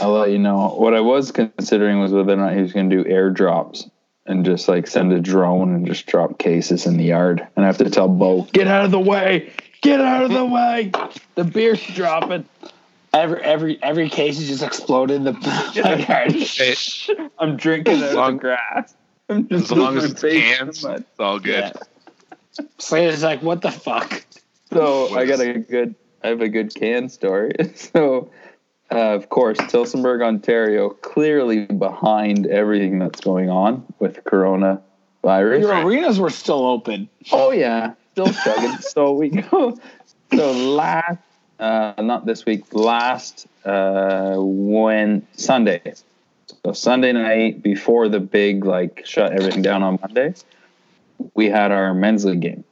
Speaker 3: I'll let you know. What I was considering was whether or not he was going to do airdrops and just like send a drone and just drop cases in the yard. And I have to <laughs> tell Bo, get out of the way, get out of the way. The beer's dropping.
Speaker 2: Every every every case is just exploded. in
Speaker 1: <laughs>
Speaker 2: The like, all right,
Speaker 3: I'm drinking out of
Speaker 1: long-
Speaker 3: the grass. I'm just
Speaker 1: As long as it's
Speaker 3: moving <laughs> my face
Speaker 1: cans.
Speaker 3: so much.
Speaker 1: It's all good.
Speaker 2: yeah. Slater's like, what the fuck?
Speaker 3: So I got
Speaker 1: Nice.
Speaker 3: a good. I have a good can story. <laughs> So, uh, of course, Tilsonburg, Ontario, clearly behind everything that's going on with coronavirus.
Speaker 2: Your
Speaker 1: Right.
Speaker 2: arenas were still open.
Speaker 3: Oh yeah, still
Speaker 1: <laughs>
Speaker 3: chugging. so we go. So last, uh, not this week. Last uh, when Sunday. So Sunday night before the big like shut everything down on Monday, we had our men's league game.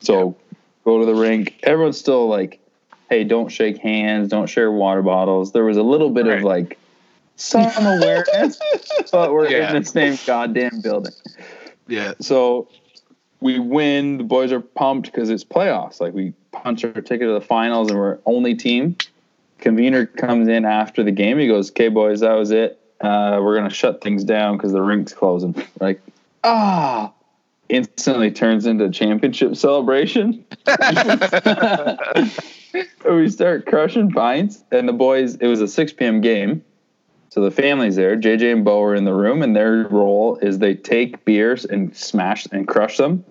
Speaker 3: So go to the rink. Everyone's still like, "Hey, don't shake hands. Don't share water bottles." There was a little bit
Speaker 1: Right.
Speaker 3: of like some
Speaker 1: <laughs>
Speaker 3: awareness, but we're
Speaker 1: Yeah.
Speaker 3: in the same goddamn building
Speaker 1: Yeah.
Speaker 3: so we win. The boys are pumped because it's playoffs. Like we punch our ticket to the finals, and we're only team. Convener comes in after the game. He goes, "Okay, boys, that was it. Uh, we're gonna shut things down because the rink's closing." <laughs> Like, ah, instantly turns into a championship celebration. <laughs> we start crushing pints, and the boys. It was a 6 p.m. game. So the family's there. JJ and Bo are in the room, and their role is they take beers and smash and crush them,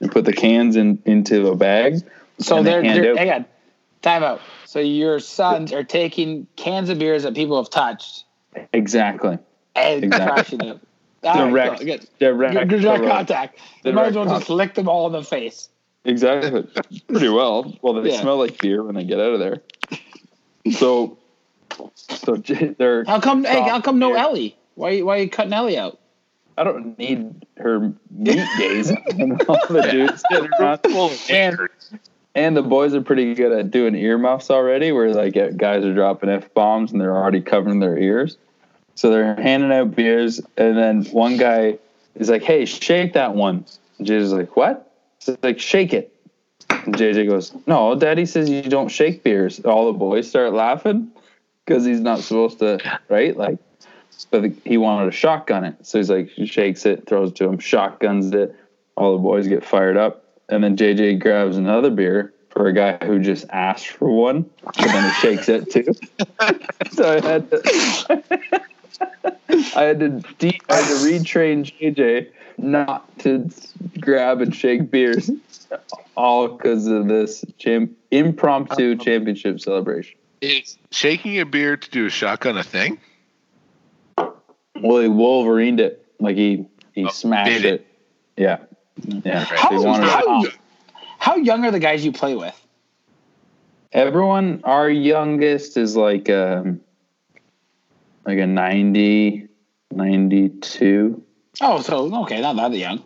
Speaker 3: and put the cans in into a bag.
Speaker 2: So
Speaker 3: and
Speaker 2: they're,
Speaker 3: hand
Speaker 2: they're
Speaker 3: out-
Speaker 2: hang on, time out. So your sons are taking cans of beers that people have touched
Speaker 3: exactly
Speaker 2: and
Speaker 3: Exactly.
Speaker 2: crushing them. All right,
Speaker 3: direct,
Speaker 2: cool, good.
Speaker 3: direct,
Speaker 2: Good direct contact. They might as
Speaker 3: Direct
Speaker 2: well just lick them all in the face.
Speaker 3: Exactly. Pretty well. Well, they
Speaker 2: Yeah.
Speaker 3: smell like beer when they get out of there. So, so J-
Speaker 2: <laughs>
Speaker 3: they're.
Speaker 2: How come? Hey,
Speaker 3: Soft
Speaker 2: how come no
Speaker 3: beer.
Speaker 2: Ellie? Why? Why are you cutting Ellie out?
Speaker 3: I don't need her meat days <laughs> and all the dudes sitting around. And, and the boys are pretty good at doing earmuffs already, where like guys are dropping f bombs and they're already covering their ears. So they're handing out beers, and then one guy is like, "Hey, shake that one." And JJ's like, "What?" So like, "Shake it." And JJ goes, "No, Daddy says you don't shake beers." All the boys start laughing because he's not supposed to, right? Like, but the, he wanted to shotgun it, so he's like, he shakes it, throws it to him, shotguns it. All the boys get fired up, and then JJ grabs another beer for a guy who just asked for one, and then he shakes it too. <laughs> so I had to, <laughs> I had to de- I had to retrain JJ not to grab and shake beers, all because of this champ- impromptu championship celebration.
Speaker 1: Is shaking a beer to do a shotgun a thing?
Speaker 3: Well, he Wolverined it, like he he
Speaker 1: Oh,
Speaker 3: smashed
Speaker 1: did
Speaker 3: it.
Speaker 1: it?
Speaker 3: Yeah, yeah.
Speaker 1: Right.
Speaker 3: They
Speaker 2: How,
Speaker 3: wanted it
Speaker 2: how,
Speaker 3: off.
Speaker 2: how young are the guys you play with?
Speaker 3: Everyone, our youngest is like um like a 90, 92.
Speaker 2: Oh, so okay, not that young.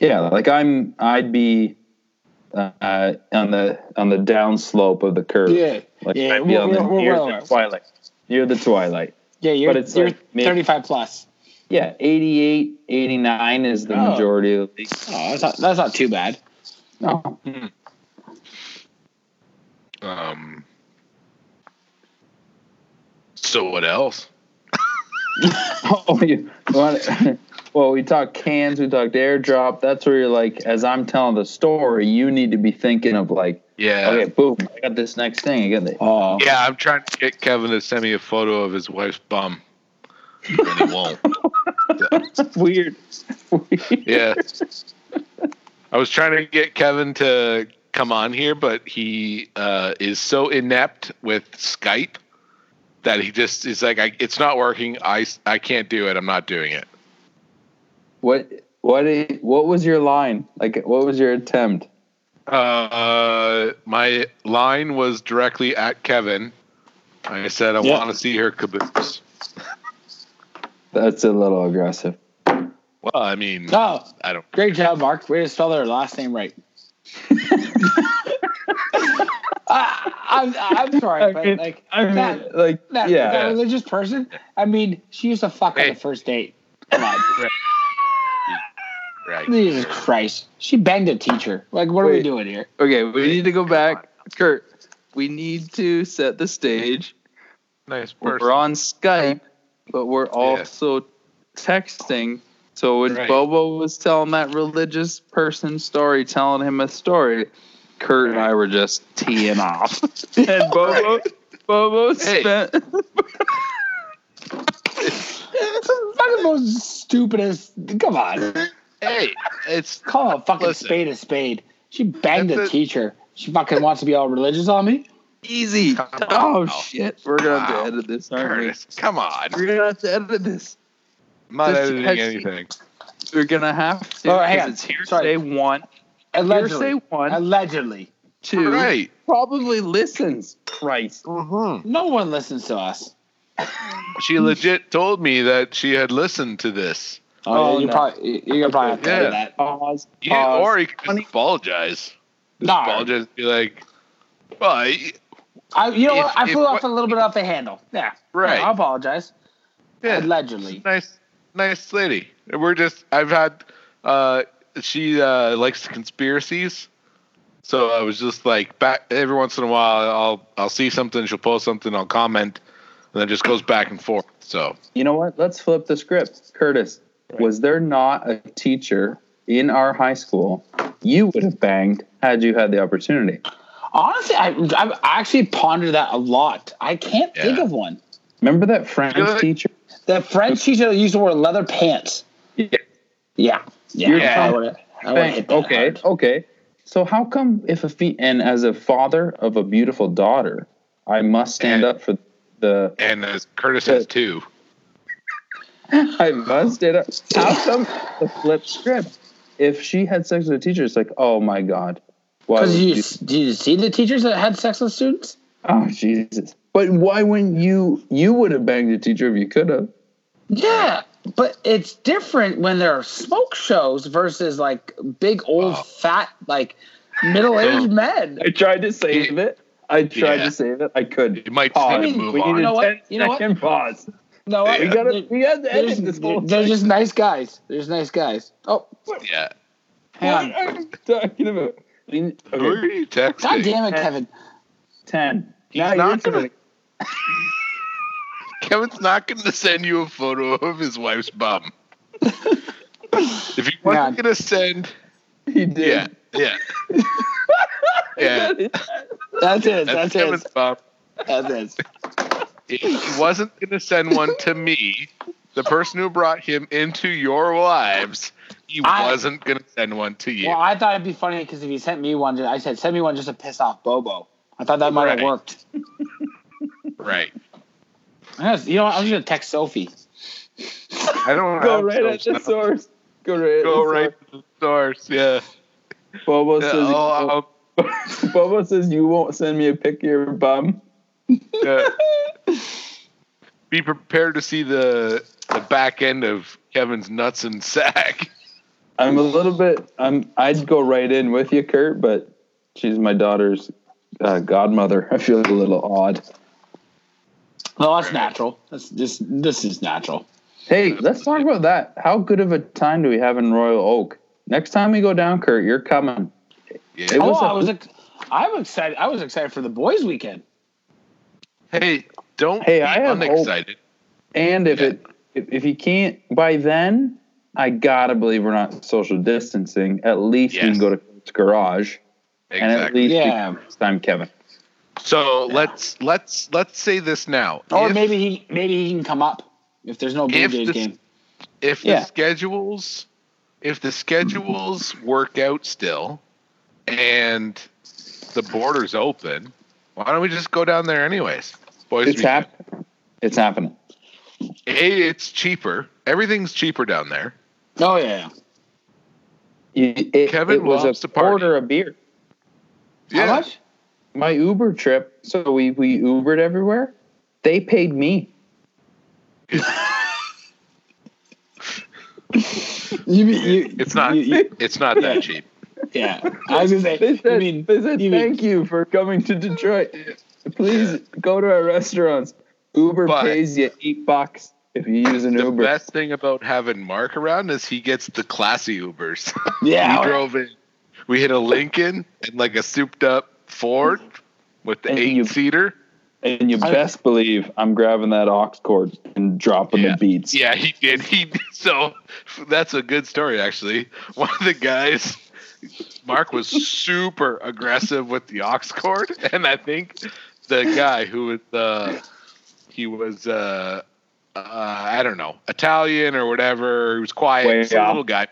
Speaker 3: Yeah, like I'm I'd be uh, on the on the down slope of the curve.
Speaker 2: Yeah,
Speaker 3: Like
Speaker 2: yeah,
Speaker 3: I'd be
Speaker 2: we're-
Speaker 3: on the,
Speaker 2: we're- we're
Speaker 3: near
Speaker 2: well
Speaker 3: the
Speaker 2: aware.
Speaker 3: twilight. Near the twilight.
Speaker 2: yeah. You're,
Speaker 3: But it's
Speaker 2: you're
Speaker 3: like mid-
Speaker 2: 35 plus.
Speaker 3: Yeah, 88, 89 is the
Speaker 2: Oh.
Speaker 3: majority of the league.
Speaker 2: Oh, that's not, that's not too bad. Oh.
Speaker 3: No.
Speaker 1: Um. So what else?
Speaker 3: <laughs> Oh, you want, <laughs> well, we talked cans, we talked airdrop. That's where you're like, as I'm telling the story, you need to be thinking of like,
Speaker 1: Yeah.
Speaker 3: okay, boom, I got this next thing. I got the
Speaker 2: Oh,
Speaker 1: Yeah, I'm trying to get Kevin to send me a photo of his wife's bum, and he won't.
Speaker 3: weird. weird.
Speaker 1: Yeah. I was trying to get Kevin to come on here, but he uh, is so inept with Skype that he just is like, I, it's not working. I, I can't do it. I'm not doing it.
Speaker 3: What what i- what was your line? Like, what was your attempt?
Speaker 1: Uh, my line was directly at Kevin. I said, I
Speaker 2: Yeah.
Speaker 1: want to see her caboose.
Speaker 3: That's a little aggressive.
Speaker 1: Well, I mean,
Speaker 2: oh,
Speaker 1: I don't.
Speaker 2: great job, Mark. Way to spell their last name
Speaker 3: <laughs>
Speaker 2: right. I, I'm, I'm sorry, but like that,
Speaker 3: like,
Speaker 2: that,
Speaker 3: yeah,
Speaker 2: that religious person. I mean, she used to fuck
Speaker 1: Hey.
Speaker 2: on the first date. Come on. <laughs>
Speaker 1: Right.
Speaker 2: Jesus Christ. She banged a teacher. Like, what are we
Speaker 3: Wait.
Speaker 2: doing here?
Speaker 3: Okay, we need to go back, Kurt. We need to set the stage.
Speaker 1: Nice person.
Speaker 3: We're on Skype, but we're also texting. So when
Speaker 1: Right.
Speaker 3: Bobo was telling that religious person
Speaker 1: <laughs>
Speaker 3: story, telling him a story, Kurt and I were just teeing off. and Bobo Bobo's
Speaker 1: Hey.
Speaker 3: spent.
Speaker 2: It's the fucking most stupidest. Come on,
Speaker 1: Hey, it's
Speaker 2: call a fucking
Speaker 1: Listen.
Speaker 2: spade a spade. She banged
Speaker 1: That's
Speaker 2: a
Speaker 1: it.
Speaker 2: teacher. She fucking wants to be all religious on me.
Speaker 3: Easy.
Speaker 1: Come on.
Speaker 3: Oh shit, we're gonna have
Speaker 1: Wow.
Speaker 3: to edit this, aren't we?
Speaker 1: Curtis. Come on,
Speaker 3: We're gonna have to edit this.
Speaker 1: I'm not
Speaker 3: This
Speaker 1: editing
Speaker 3: has-
Speaker 1: anything.
Speaker 3: We're gonna have to.
Speaker 2: Oh, hang
Speaker 3: 'cause
Speaker 2: on.
Speaker 3: It's hearsay
Speaker 2: Sorry.
Speaker 3: one,
Speaker 2: Allegedly,
Speaker 3: hearsay one,
Speaker 2: allegedly,
Speaker 3: two.
Speaker 1: Right.
Speaker 3: Probably listens. Christ.
Speaker 1: Mhm.
Speaker 2: no one listens to us.
Speaker 3: Mm.
Speaker 1: She legit told me that she had listened to this.
Speaker 2: Oh,
Speaker 3: Oh,
Speaker 2: you
Speaker 3: no.
Speaker 2: probably you- you're gonna probably have to
Speaker 1: Yeah. Oh,
Speaker 2: edit that.
Speaker 3: Pause.
Speaker 1: You,
Speaker 3: pause.
Speaker 1: or you could just apologize. Just
Speaker 2: Nah.
Speaker 1: apologize and be like, well, I-
Speaker 2: I, you know
Speaker 1: If-
Speaker 2: what? I
Speaker 1: if
Speaker 2: flew off
Speaker 1: what-
Speaker 2: a little bit off the handle. Yeah,
Speaker 1: Right.
Speaker 2: I apologize.
Speaker 1: yeah,
Speaker 2: Allegedly,
Speaker 1: nice, nice lady. We're just, I've had, uh, she uh, likes conspiracies. So I was just like, back every once in a while, I'll I'll see something, she'll post something, I'll comment, and then it just goes back and forth. So
Speaker 3: You know what? Let's flip the script. Curtis, was there not a teacher in our high school you would have banged had you had the opportunity?
Speaker 2: honestly, I, I've actually pondered that a lot. I can't think
Speaker 1: Yeah.
Speaker 2: of one.
Speaker 3: Remember that French
Speaker 1: Really?
Speaker 3: teacher?
Speaker 2: The French teacher used to wear leather pants.
Speaker 3: Yeah.
Speaker 2: Yeah, yeah.
Speaker 3: You're
Speaker 2: I
Speaker 3: trying-
Speaker 2: would've- I would've hit that
Speaker 3: okay,
Speaker 2: hard.
Speaker 3: okay. So how come if a fee and as a father of a beautiful daughter, I must stand
Speaker 1: And-
Speaker 3: up for the
Speaker 1: and uh, Curtis has
Speaker 3: Yeah.
Speaker 1: two.
Speaker 3: I must stand up. How come the flip script? If she had sex with a teacher, it's like, oh my god, why would
Speaker 2: Because
Speaker 3: you?
Speaker 2: you, do you see the teachers that had sex with students?
Speaker 3: Oh Jesus! But why wouldn't you? You would have banged a teacher if you could have.
Speaker 2: Yeah, but it's different when there are smoke shows versus like big old
Speaker 1: Wow.
Speaker 2: fat like middle aged men.
Speaker 3: I tried to save it. I tried
Speaker 1: Yeah.
Speaker 3: to save it. I couldn't.
Speaker 1: You might just
Speaker 3: Pause.
Speaker 1: need
Speaker 2: I
Speaker 1: to
Speaker 2: mean,
Speaker 1: move
Speaker 3: we
Speaker 1: on.
Speaker 3: need
Speaker 2: know
Speaker 3: a
Speaker 2: what?
Speaker 3: 10
Speaker 2: You know what? Uh,
Speaker 3: second pause.
Speaker 2: No,
Speaker 1: Yeah.
Speaker 3: We gotta. We had to
Speaker 2: They're
Speaker 3: edit
Speaker 2: just,
Speaker 3: this whole
Speaker 2: they're just nice guys. They're just nice guys. Oh,
Speaker 1: yeah.
Speaker 2: hang on.
Speaker 3: What <laughs> are you talking about? I mean,
Speaker 1: Who
Speaker 3: okay,
Speaker 1: are you texting?
Speaker 2: God damn it, Kevin.
Speaker 3: ten.
Speaker 1: He's
Speaker 3: Now you're
Speaker 1: not gonna-
Speaker 3: doing it.
Speaker 1: Kevin's not going to send you a photo of his wife's bum. if he wasn't
Speaker 2: Yeah.
Speaker 1: going to send,
Speaker 3: <laughs> He did.
Speaker 1: yeah, yeah, <laughs> yeah.
Speaker 2: That's it. That's
Speaker 1: That's, Kevin's
Speaker 2: it.
Speaker 1: bum.
Speaker 2: That's
Speaker 1: <laughs>
Speaker 2: it.
Speaker 1: If he wasn't going to send one to me, the person who brought him into your lives, he
Speaker 2: I-
Speaker 1: wasn't going to send one to you.
Speaker 2: Well, I thought it'd be funny because if he sent me one, I said, send me one just to piss off Bobo. I thought that might have
Speaker 1: Right.
Speaker 2: worked.
Speaker 1: right.
Speaker 2: I was- you know what? I'm just going to text Sophie.
Speaker 1: I don't
Speaker 3: Go
Speaker 1: have
Speaker 3: right at
Speaker 1: social-
Speaker 3: the source. Go right.
Speaker 1: Go
Speaker 3: at the
Speaker 1: right to the source. Yeah.
Speaker 3: Source. Bobo
Speaker 1: Yeah, oh,
Speaker 3: says. oh,
Speaker 1: I'll- I'll-
Speaker 3: <laughs> Bobo says you won't send me a pic of your bum.
Speaker 1: Yeah. Uh, Be prepared to see the the back end of Kevin's nuts and sack. <laughs>
Speaker 3: I'm a little bit. I'm. I'd go right in with you, Kurt, but she's my daughter's uh, godmother. <laughs> I feel a little odd.
Speaker 2: No, that's natural. That's just, this is natural.
Speaker 3: Hey, let's talk about that. How good of a time do we have in Royal Oak? Next time we go down, Kurt, you're coming.
Speaker 1: Yeah.
Speaker 2: oh,
Speaker 3: was a-
Speaker 2: I was, ex- I'm excited. I was excited for the boys' weekend.
Speaker 1: Hey, don't
Speaker 3: Hey,
Speaker 1: be
Speaker 3: I have
Speaker 1: unexcited.
Speaker 3: And if it if, if you can't by then, I gotta believe we're not social distancing. At least we
Speaker 1: Yes.
Speaker 3: can go to Kurt's garage, and at
Speaker 1: Exactly.
Speaker 3: least
Speaker 2: Yeah.
Speaker 3: we can next time, Kevin.
Speaker 1: So let's let's let's say this now.
Speaker 2: Or
Speaker 1: if,
Speaker 2: maybe he maybe he can come up if there's no Blue
Speaker 1: If
Speaker 2: Jays
Speaker 1: this-
Speaker 2: game.
Speaker 1: if
Speaker 3: yeah.
Speaker 1: the schedules if the schedules work out still and the borders open, why don't we just go down there anyways? Boys
Speaker 3: It's
Speaker 1: weekend.
Speaker 3: happening. It's happening.
Speaker 1: A, it's cheaper. Everything's cheaper down there.
Speaker 2: Oh, yeah.
Speaker 3: It, it-
Speaker 1: Kevin
Speaker 3: it was
Speaker 1: loves
Speaker 3: a
Speaker 1: to party.
Speaker 3: quarter of beer.
Speaker 2: How much?
Speaker 3: my Uber trip. So we we Ubered everywhere. They paid <laughs> me.
Speaker 2: You, mean- you,
Speaker 1: It's not
Speaker 2: you- you-
Speaker 1: it's not that
Speaker 2: Yeah.
Speaker 1: cheap.
Speaker 2: yeah. I was going to say,
Speaker 3: They said,
Speaker 2: you mean,
Speaker 3: they said
Speaker 2: you mean-
Speaker 3: thank you for coming to Detroit. Please go to our restaurants. Uber
Speaker 1: But-
Speaker 3: pays you eight bucks if you use an
Speaker 1: The
Speaker 3: Uber.
Speaker 1: best thing about having Mark around is he gets the classy Ubers. <laughs>
Speaker 2: yeah.
Speaker 1: we drove in. We hit a Lincoln and like a souped up Ford with the
Speaker 3: And
Speaker 1: eight
Speaker 3: you-
Speaker 1: seater.
Speaker 3: And you
Speaker 2: I-
Speaker 3: best believe I'm grabbing that aux cord and dropping
Speaker 1: Yeah.
Speaker 3: the beats.
Speaker 1: Yeah, he did. He so that's a good story actually. One of the guys Mark was super aggressive with the ox cord and I think the guy who was uh, he was uh, uh, I don't know Italian or whatever. He was quiet,
Speaker 3: Way
Speaker 1: He's a
Speaker 3: off.
Speaker 1: little guy,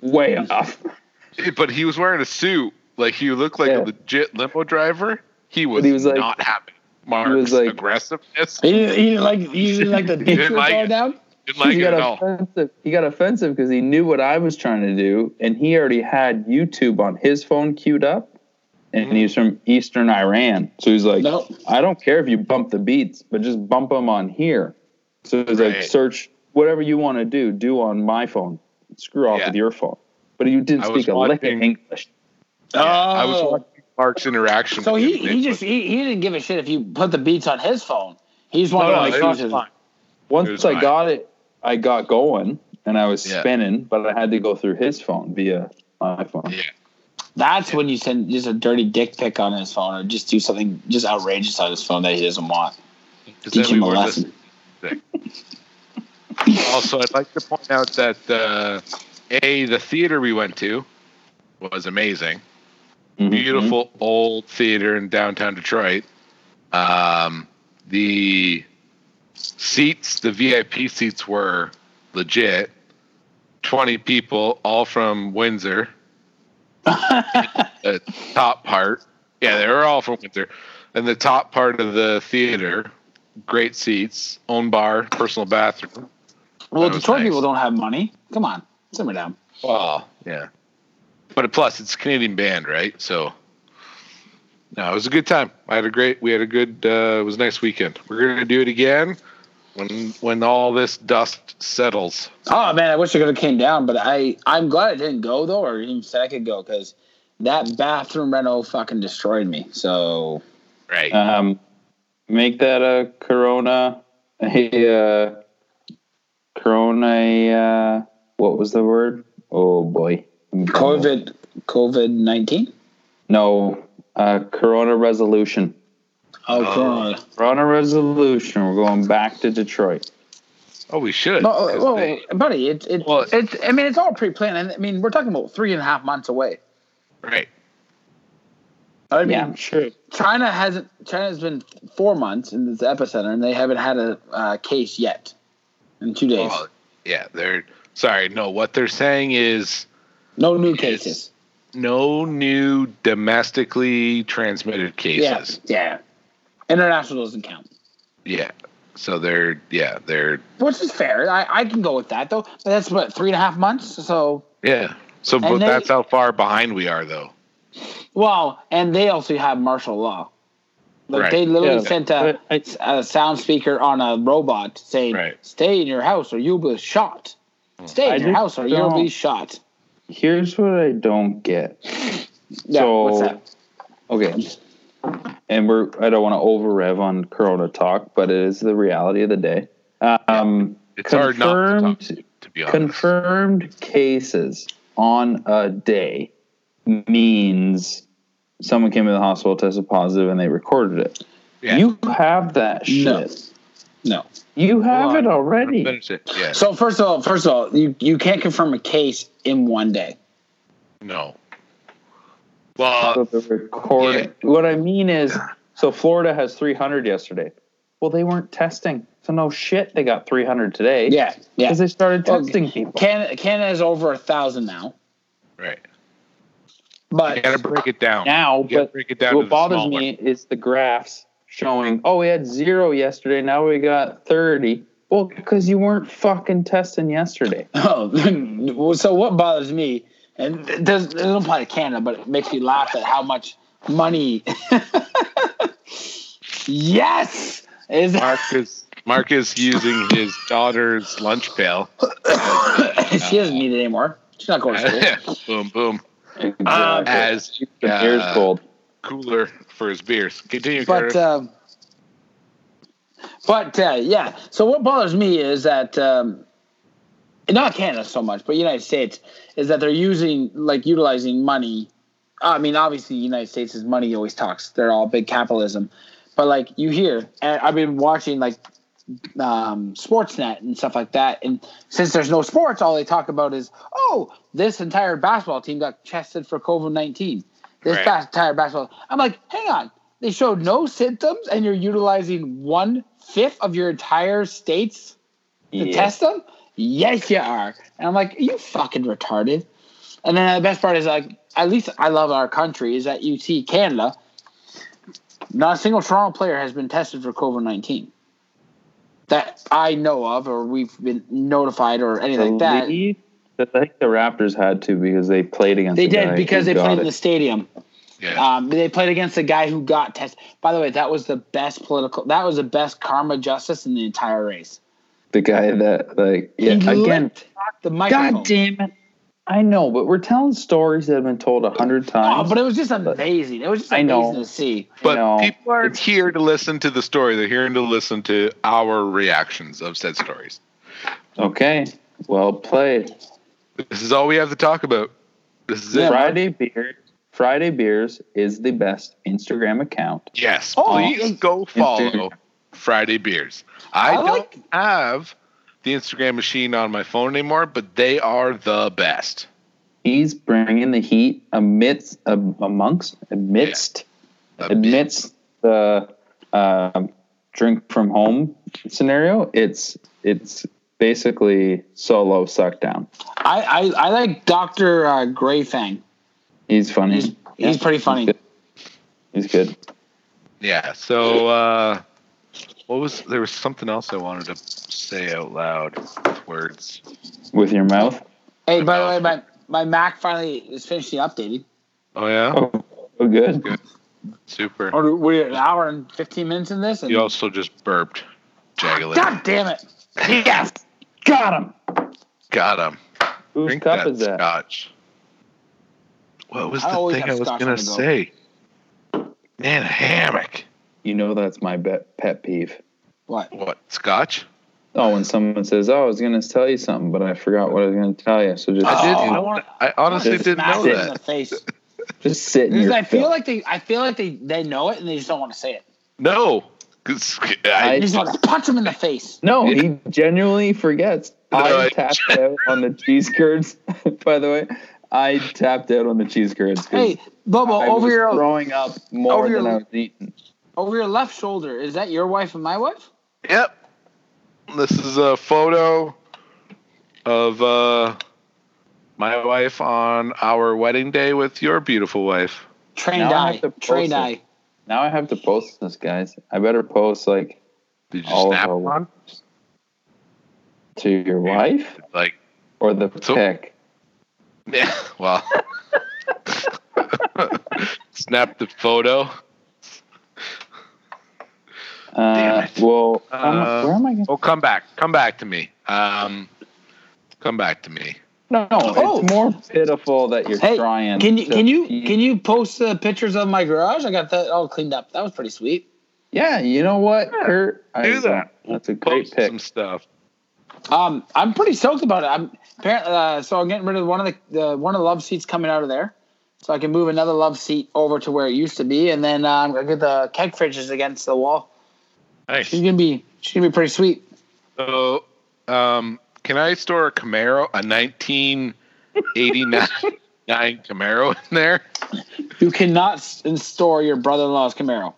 Speaker 3: Way off.
Speaker 1: but he was wearing a suit. Like he looked like
Speaker 3: Yeah.
Speaker 1: a legit limo driver. He was,
Speaker 3: he was like-
Speaker 1: not happy. Mark's
Speaker 3: was like- <laughs>
Speaker 1: aggressiveness
Speaker 2: He didn't, he didn't like he didn't like
Speaker 1: <laughs>
Speaker 2: the
Speaker 1: didn't
Speaker 2: picture
Speaker 1: like
Speaker 2: going
Speaker 1: it.
Speaker 2: down.
Speaker 1: didn't like
Speaker 3: he,
Speaker 1: it
Speaker 3: got
Speaker 1: at all.
Speaker 3: offensive. he got offensive because he knew what I was trying to do, and he already had YouTube on his phone queued up, and he's from Eastern Iran, so he's like,
Speaker 2: Nope.
Speaker 3: I don't care if you bump the beats, but just bump them on here. So it's like
Speaker 1: Right.
Speaker 3: search whatever you want to do, do on my phone. Screw off
Speaker 1: Yeah.
Speaker 3: with your phone. But you didn't
Speaker 1: I was
Speaker 3: speak a lick of
Speaker 1: watching-
Speaker 3: English.
Speaker 1: Yeah, I was
Speaker 2: Oh.
Speaker 1: watching Mark's interaction.
Speaker 2: So
Speaker 1: with
Speaker 2: he,
Speaker 1: him.
Speaker 2: he just he, he didn't give a shit if you put the beats on his phone. He just
Speaker 1: no,
Speaker 2: wanted
Speaker 1: no,
Speaker 2: to
Speaker 1: it
Speaker 2: like
Speaker 1: was
Speaker 2: use his.
Speaker 1: fine. It was
Speaker 3: Once I
Speaker 1: fine.
Speaker 3: got it, I got going and I was
Speaker 1: Yeah.
Speaker 3: spinning, but I had to go through his phone via my phone.
Speaker 1: Yeah.
Speaker 2: That's when you send just a dirty dick pic on his phone, or just do something just outrageous on his phone that he doesn't want.
Speaker 1: 'Cause
Speaker 2: Teach
Speaker 1: then
Speaker 2: him
Speaker 1: we
Speaker 2: a
Speaker 1: were
Speaker 2: lesson.
Speaker 1: listening to music. also, I'd like to point out that uh, a the theater we went to was amazing,
Speaker 2: Mm-hmm,
Speaker 3: Mhm.
Speaker 1: beautiful old theater in downtown Detroit. Um, the seats, the VIP seats, were legit. Twenty people, all from
Speaker 2: <laughs>
Speaker 1: Windsor. the top part. Yeah, they were all from Windsor. And the top part of the theater, great seats, own bar, personal bathroom.
Speaker 2: Well,
Speaker 1: That was
Speaker 2: Detroit
Speaker 1: nice.
Speaker 2: people don't have money. Come on, simmer down.
Speaker 1: Wow. Yeah. But plus, it's a Canadian band, right? So, no, it was a good time. I had a great. We had a good. Uh, it was a nice weekend. We're gonna do it again when when all this dust settles.
Speaker 2: Oh man, I wish I could have came down, but I I'm glad I didn't go though, or even said I could go because that bathroom rental fucking destroyed me. So
Speaker 1: Right.
Speaker 3: Um, make that a Corona, a uh, Corona. a, Uh, what was the word? Oh boy,
Speaker 2: COVID COVID nineteen.
Speaker 3: No, uh, Corona resolution.
Speaker 2: Oh,
Speaker 1: Oh.
Speaker 2: Corona.
Speaker 3: Corona resolution. We're going back to Detroit.
Speaker 1: oh, we should.
Speaker 2: No, uh,
Speaker 1: 'cause
Speaker 2: well,
Speaker 1: they-
Speaker 2: buddy, it's it's
Speaker 1: Well-
Speaker 2: it's. I mean, it's all pre-planned. And I mean, we're talking about three and a half months away.
Speaker 1: right.
Speaker 2: I mean,
Speaker 3: sure.
Speaker 2: China hasn't. China's been four months in this epicenter, and they haven't had a uh, case yet in two days.
Speaker 1: Well, yeah. They're sorry. No, what they're saying is
Speaker 2: no new
Speaker 1: it's-
Speaker 2: cases.
Speaker 1: no new domestically transmitted cases.
Speaker 2: Yeah, yeah. International doesn't count,
Speaker 1: Yeah. So they're yeah, they're
Speaker 2: which is fair. I, I can go with that though. But that's what three and a half months. So
Speaker 1: yeah. So but
Speaker 2: they-
Speaker 1: that's how far behind we are though.
Speaker 2: well, and they also have martial law. Like
Speaker 1: Right.
Speaker 2: they literally
Speaker 3: Yeah.
Speaker 2: sent a,
Speaker 3: I-
Speaker 2: a sound speaker on a robot saying,
Speaker 1: Right. Hmm.
Speaker 2: "Stay in your house or you'll be shot. Stay in
Speaker 3: I
Speaker 2: your
Speaker 3: just
Speaker 2: house or you'll be
Speaker 3: don't-
Speaker 2: shot."
Speaker 3: Here's what I don't get.
Speaker 2: Yeah,
Speaker 3: So-
Speaker 2: what's that?
Speaker 3: Okay. And we're I don't want to over rev on Corona talk, but it is the reality of the day. Um,
Speaker 1: It's hard not to,
Speaker 3: confirmed-
Speaker 1: talk, to be honest.
Speaker 3: confirmed cases on a day means someone came to the hospital, tested positive, and they recorded it.
Speaker 1: Yeah.
Speaker 3: You have that shit.
Speaker 2: No. No.
Speaker 3: You have
Speaker 1: Hold
Speaker 3: it already.
Speaker 1: Finish it. Yeah.
Speaker 2: So first of all, first of all, you, you can't confirm a case in one day.
Speaker 1: no. Well,
Speaker 3: So the record-
Speaker 1: yeah.
Speaker 3: What I mean is, so Florida has 300 yesterday. Well, they weren't testing, so no shit. They got 300 today.
Speaker 2: Yeah, yeah.
Speaker 3: because they started
Speaker 2: Okay.
Speaker 3: testing people.
Speaker 2: Canada, Canada is over a thousand now,
Speaker 1: right. You
Speaker 2: but
Speaker 1: gotta break it down.
Speaker 3: Now,
Speaker 1: you gotta
Speaker 3: but
Speaker 1: break it down. to
Speaker 3: what
Speaker 1: the
Speaker 3: bothers
Speaker 1: smaller-
Speaker 3: me is the graphs showing oh we had zero yesterday now we got 30 well because you weren't fucking testing yesterday
Speaker 2: oh, <laughs> well, so what bothers me, and it does it doesn't apply to Canada, but it makes me laugh at how much money. <laughs> yes, is
Speaker 1: Mark is Mark is using his daughter's lunch
Speaker 3: <laughs>
Speaker 1: pail.
Speaker 2: <laughs> she doesn't need it anymore. She's not going to school.
Speaker 1: <laughs> boom, boom.
Speaker 3: Exactly.
Speaker 1: As
Speaker 3: The beer's
Speaker 1: uh,
Speaker 3: cold
Speaker 1: cooler for his beers. Continue, Curtis.
Speaker 2: but
Speaker 3: uh,
Speaker 2: um, but uh, yeah. So what bothers me is that um, not Canada so much, but United States is that they're using like utilizing money. I mean, obviously, United States is money always talks. They're all big capitalism, but like you hear, and I've been watching like um, Sportsnet and stuff like that. And since there's no sports, all they talk about is, oh, this entire basketball team got tested for COVID 19. This
Speaker 1: Right.
Speaker 2: bas- entire basketball. I'm like, hang on. They showed no symptoms, and you're utilizing one fifth of your entire states to
Speaker 3: Yeah.
Speaker 2: test them? Yes, you are. And I'm like, are you fucking retarded? And then the best part is like, at least I love our country is that you see Canada. Not a single Toronto player has been tested for COVID nineteen that I know of, or we've been notified, or anything like that.
Speaker 3: Believe- I think the Raptors had to because they played against.
Speaker 2: They
Speaker 3: a guy
Speaker 2: did because they
Speaker 3: who got
Speaker 2: played in
Speaker 3: it.
Speaker 2: the stadium.
Speaker 1: Yeah.
Speaker 2: Um, they played against a guy who got tested. By the way, that was the best political. That was the best karma justice in the entire race.
Speaker 3: the guy that like yeah
Speaker 2: He
Speaker 3: again.
Speaker 2: licked the microphone.
Speaker 3: damn it! I know, but we're telling stories that have been told a hundred
Speaker 2: Oh,
Speaker 3: times.
Speaker 2: but it was just amazing. It was just
Speaker 3: I
Speaker 2: amazing
Speaker 3: know.
Speaker 2: to see.
Speaker 1: But
Speaker 3: know.
Speaker 1: people aren't
Speaker 3: It's-
Speaker 1: here to listen to the story. They're here to listen to our reactions of said stories.
Speaker 3: okay, well played.
Speaker 1: This is all we have to talk about. This is it.
Speaker 3: Friday beer. Friday beers is the best Instagram account.
Speaker 1: Yes,
Speaker 2: Oh,
Speaker 1: please
Speaker 2: and-
Speaker 1: go follow
Speaker 3: Instagram.
Speaker 1: Friday Beers. I,
Speaker 2: I
Speaker 1: don't
Speaker 2: like-
Speaker 1: have the Instagram machine on my phone anymore, but they are the best.
Speaker 3: He's bringing the heat amidst am- amongst amidst
Speaker 1: The
Speaker 3: amidst the um drink from home scenario. It's it's basically solo suck down.
Speaker 2: I I, I like Doctor uh, Greyfang.
Speaker 3: He's funny.
Speaker 2: He's, he's pretty funny.
Speaker 3: good. He's good.
Speaker 1: Yeah. So uh, what was there was something else I wanted to say out loud words.
Speaker 3: With your mouth.
Speaker 2: Hey, by the way, my my Mac finally is finished the updating.
Speaker 1: Oh yeah,
Speaker 3: Oh, oh good.
Speaker 1: super.
Speaker 2: Or we're an hour and fifteen minutes in this. And
Speaker 1: You also just burped, Jaggly.
Speaker 2: God damn it!
Speaker 3: Yes. Got him.
Speaker 1: Got him.
Speaker 3: Whose
Speaker 1: Drink
Speaker 3: cup
Speaker 1: that
Speaker 3: is that?
Speaker 1: scotch. What was
Speaker 2: I
Speaker 1: the
Speaker 2: always
Speaker 1: thing
Speaker 2: have
Speaker 1: I was
Speaker 2: scotch
Speaker 1: gonna
Speaker 2: on the go.
Speaker 1: say? Man, a hammock.
Speaker 3: You know that's my bet, pet peeve.
Speaker 2: What?
Speaker 1: What scotch?
Speaker 3: Oh, when someone says, "Oh, I was going to tell you something, but I forgot what I was going to tell you," so just
Speaker 1: I
Speaker 2: Oh,
Speaker 1: didn't.
Speaker 2: I wanna-
Speaker 1: I honestly
Speaker 2: Just
Speaker 1: didn't
Speaker 2: smack
Speaker 1: know
Speaker 2: it in
Speaker 1: that.
Speaker 2: the face.
Speaker 3: just sit in
Speaker 2: Because
Speaker 3: your.
Speaker 2: I feel
Speaker 3: filth.
Speaker 2: like they, I feel like they, they know it and they just don't want to say it.
Speaker 1: No, 'cause
Speaker 2: They
Speaker 1: I,
Speaker 2: just want to punch them in the face.
Speaker 3: no, he genuinely forgets.
Speaker 1: No,
Speaker 3: I,
Speaker 1: I-
Speaker 3: tapped out on the cheese curds. <laughs> By the way, I tapped out on the cheese curds. 'cause
Speaker 2: Hey, Bobo,
Speaker 3: I
Speaker 2: over
Speaker 3: was
Speaker 2: your
Speaker 3: throwing up more
Speaker 2: over your-
Speaker 3: than I was eating.
Speaker 2: over your left shoulder, is that your wife and my wife?
Speaker 1: yep. This is a photo of uh, my wife on our wedding day with your beautiful wife.
Speaker 2: Train
Speaker 3: Now I
Speaker 2: eye,
Speaker 3: have to
Speaker 2: train
Speaker 3: post it.
Speaker 2: eye.
Speaker 3: Now I have to post this, guys. I better post like
Speaker 1: Did you
Speaker 3: all
Speaker 1: snap
Speaker 3: of our-
Speaker 1: one?
Speaker 3: to your wife
Speaker 1: Like,
Speaker 3: or the
Speaker 1: So-
Speaker 3: pic.
Speaker 1: yeah, well, <laughs> snap the photo. Damn
Speaker 3: Uh,
Speaker 1: it.
Speaker 3: well, how mu-
Speaker 1: Uh,
Speaker 3: where am I going?
Speaker 1: Oh, come back, come back to me. Um, come back to me.
Speaker 3: No,
Speaker 2: Oh.
Speaker 3: it's more pitiful that you're
Speaker 2: Hey,
Speaker 3: trying.
Speaker 2: Can you
Speaker 3: to
Speaker 2: can you
Speaker 3: be-
Speaker 2: can you post the pictures of my garage? I got that all cleaned up. That was pretty sweet.
Speaker 3: Yeah, you know what, Kurt?
Speaker 1: Do that.
Speaker 3: That's a great
Speaker 1: Post
Speaker 3: pick.
Speaker 1: some stuff.
Speaker 2: Um, I'm pretty stoked about it. I'm apparently uh, so I'm getting rid of one of the uh, one of the love seats coming out of there, so I can move another love seat over to where it used to be, and then uh, I'm gonna get the keg fridges against the wall.
Speaker 1: Nice.
Speaker 2: She's gonna be she's gonna be pretty sweet.
Speaker 1: So, um, can I store a Camaro, a 1989 nine <laughs> Camaro in there?
Speaker 2: You cannot s- store your brother-in-law's Camaro.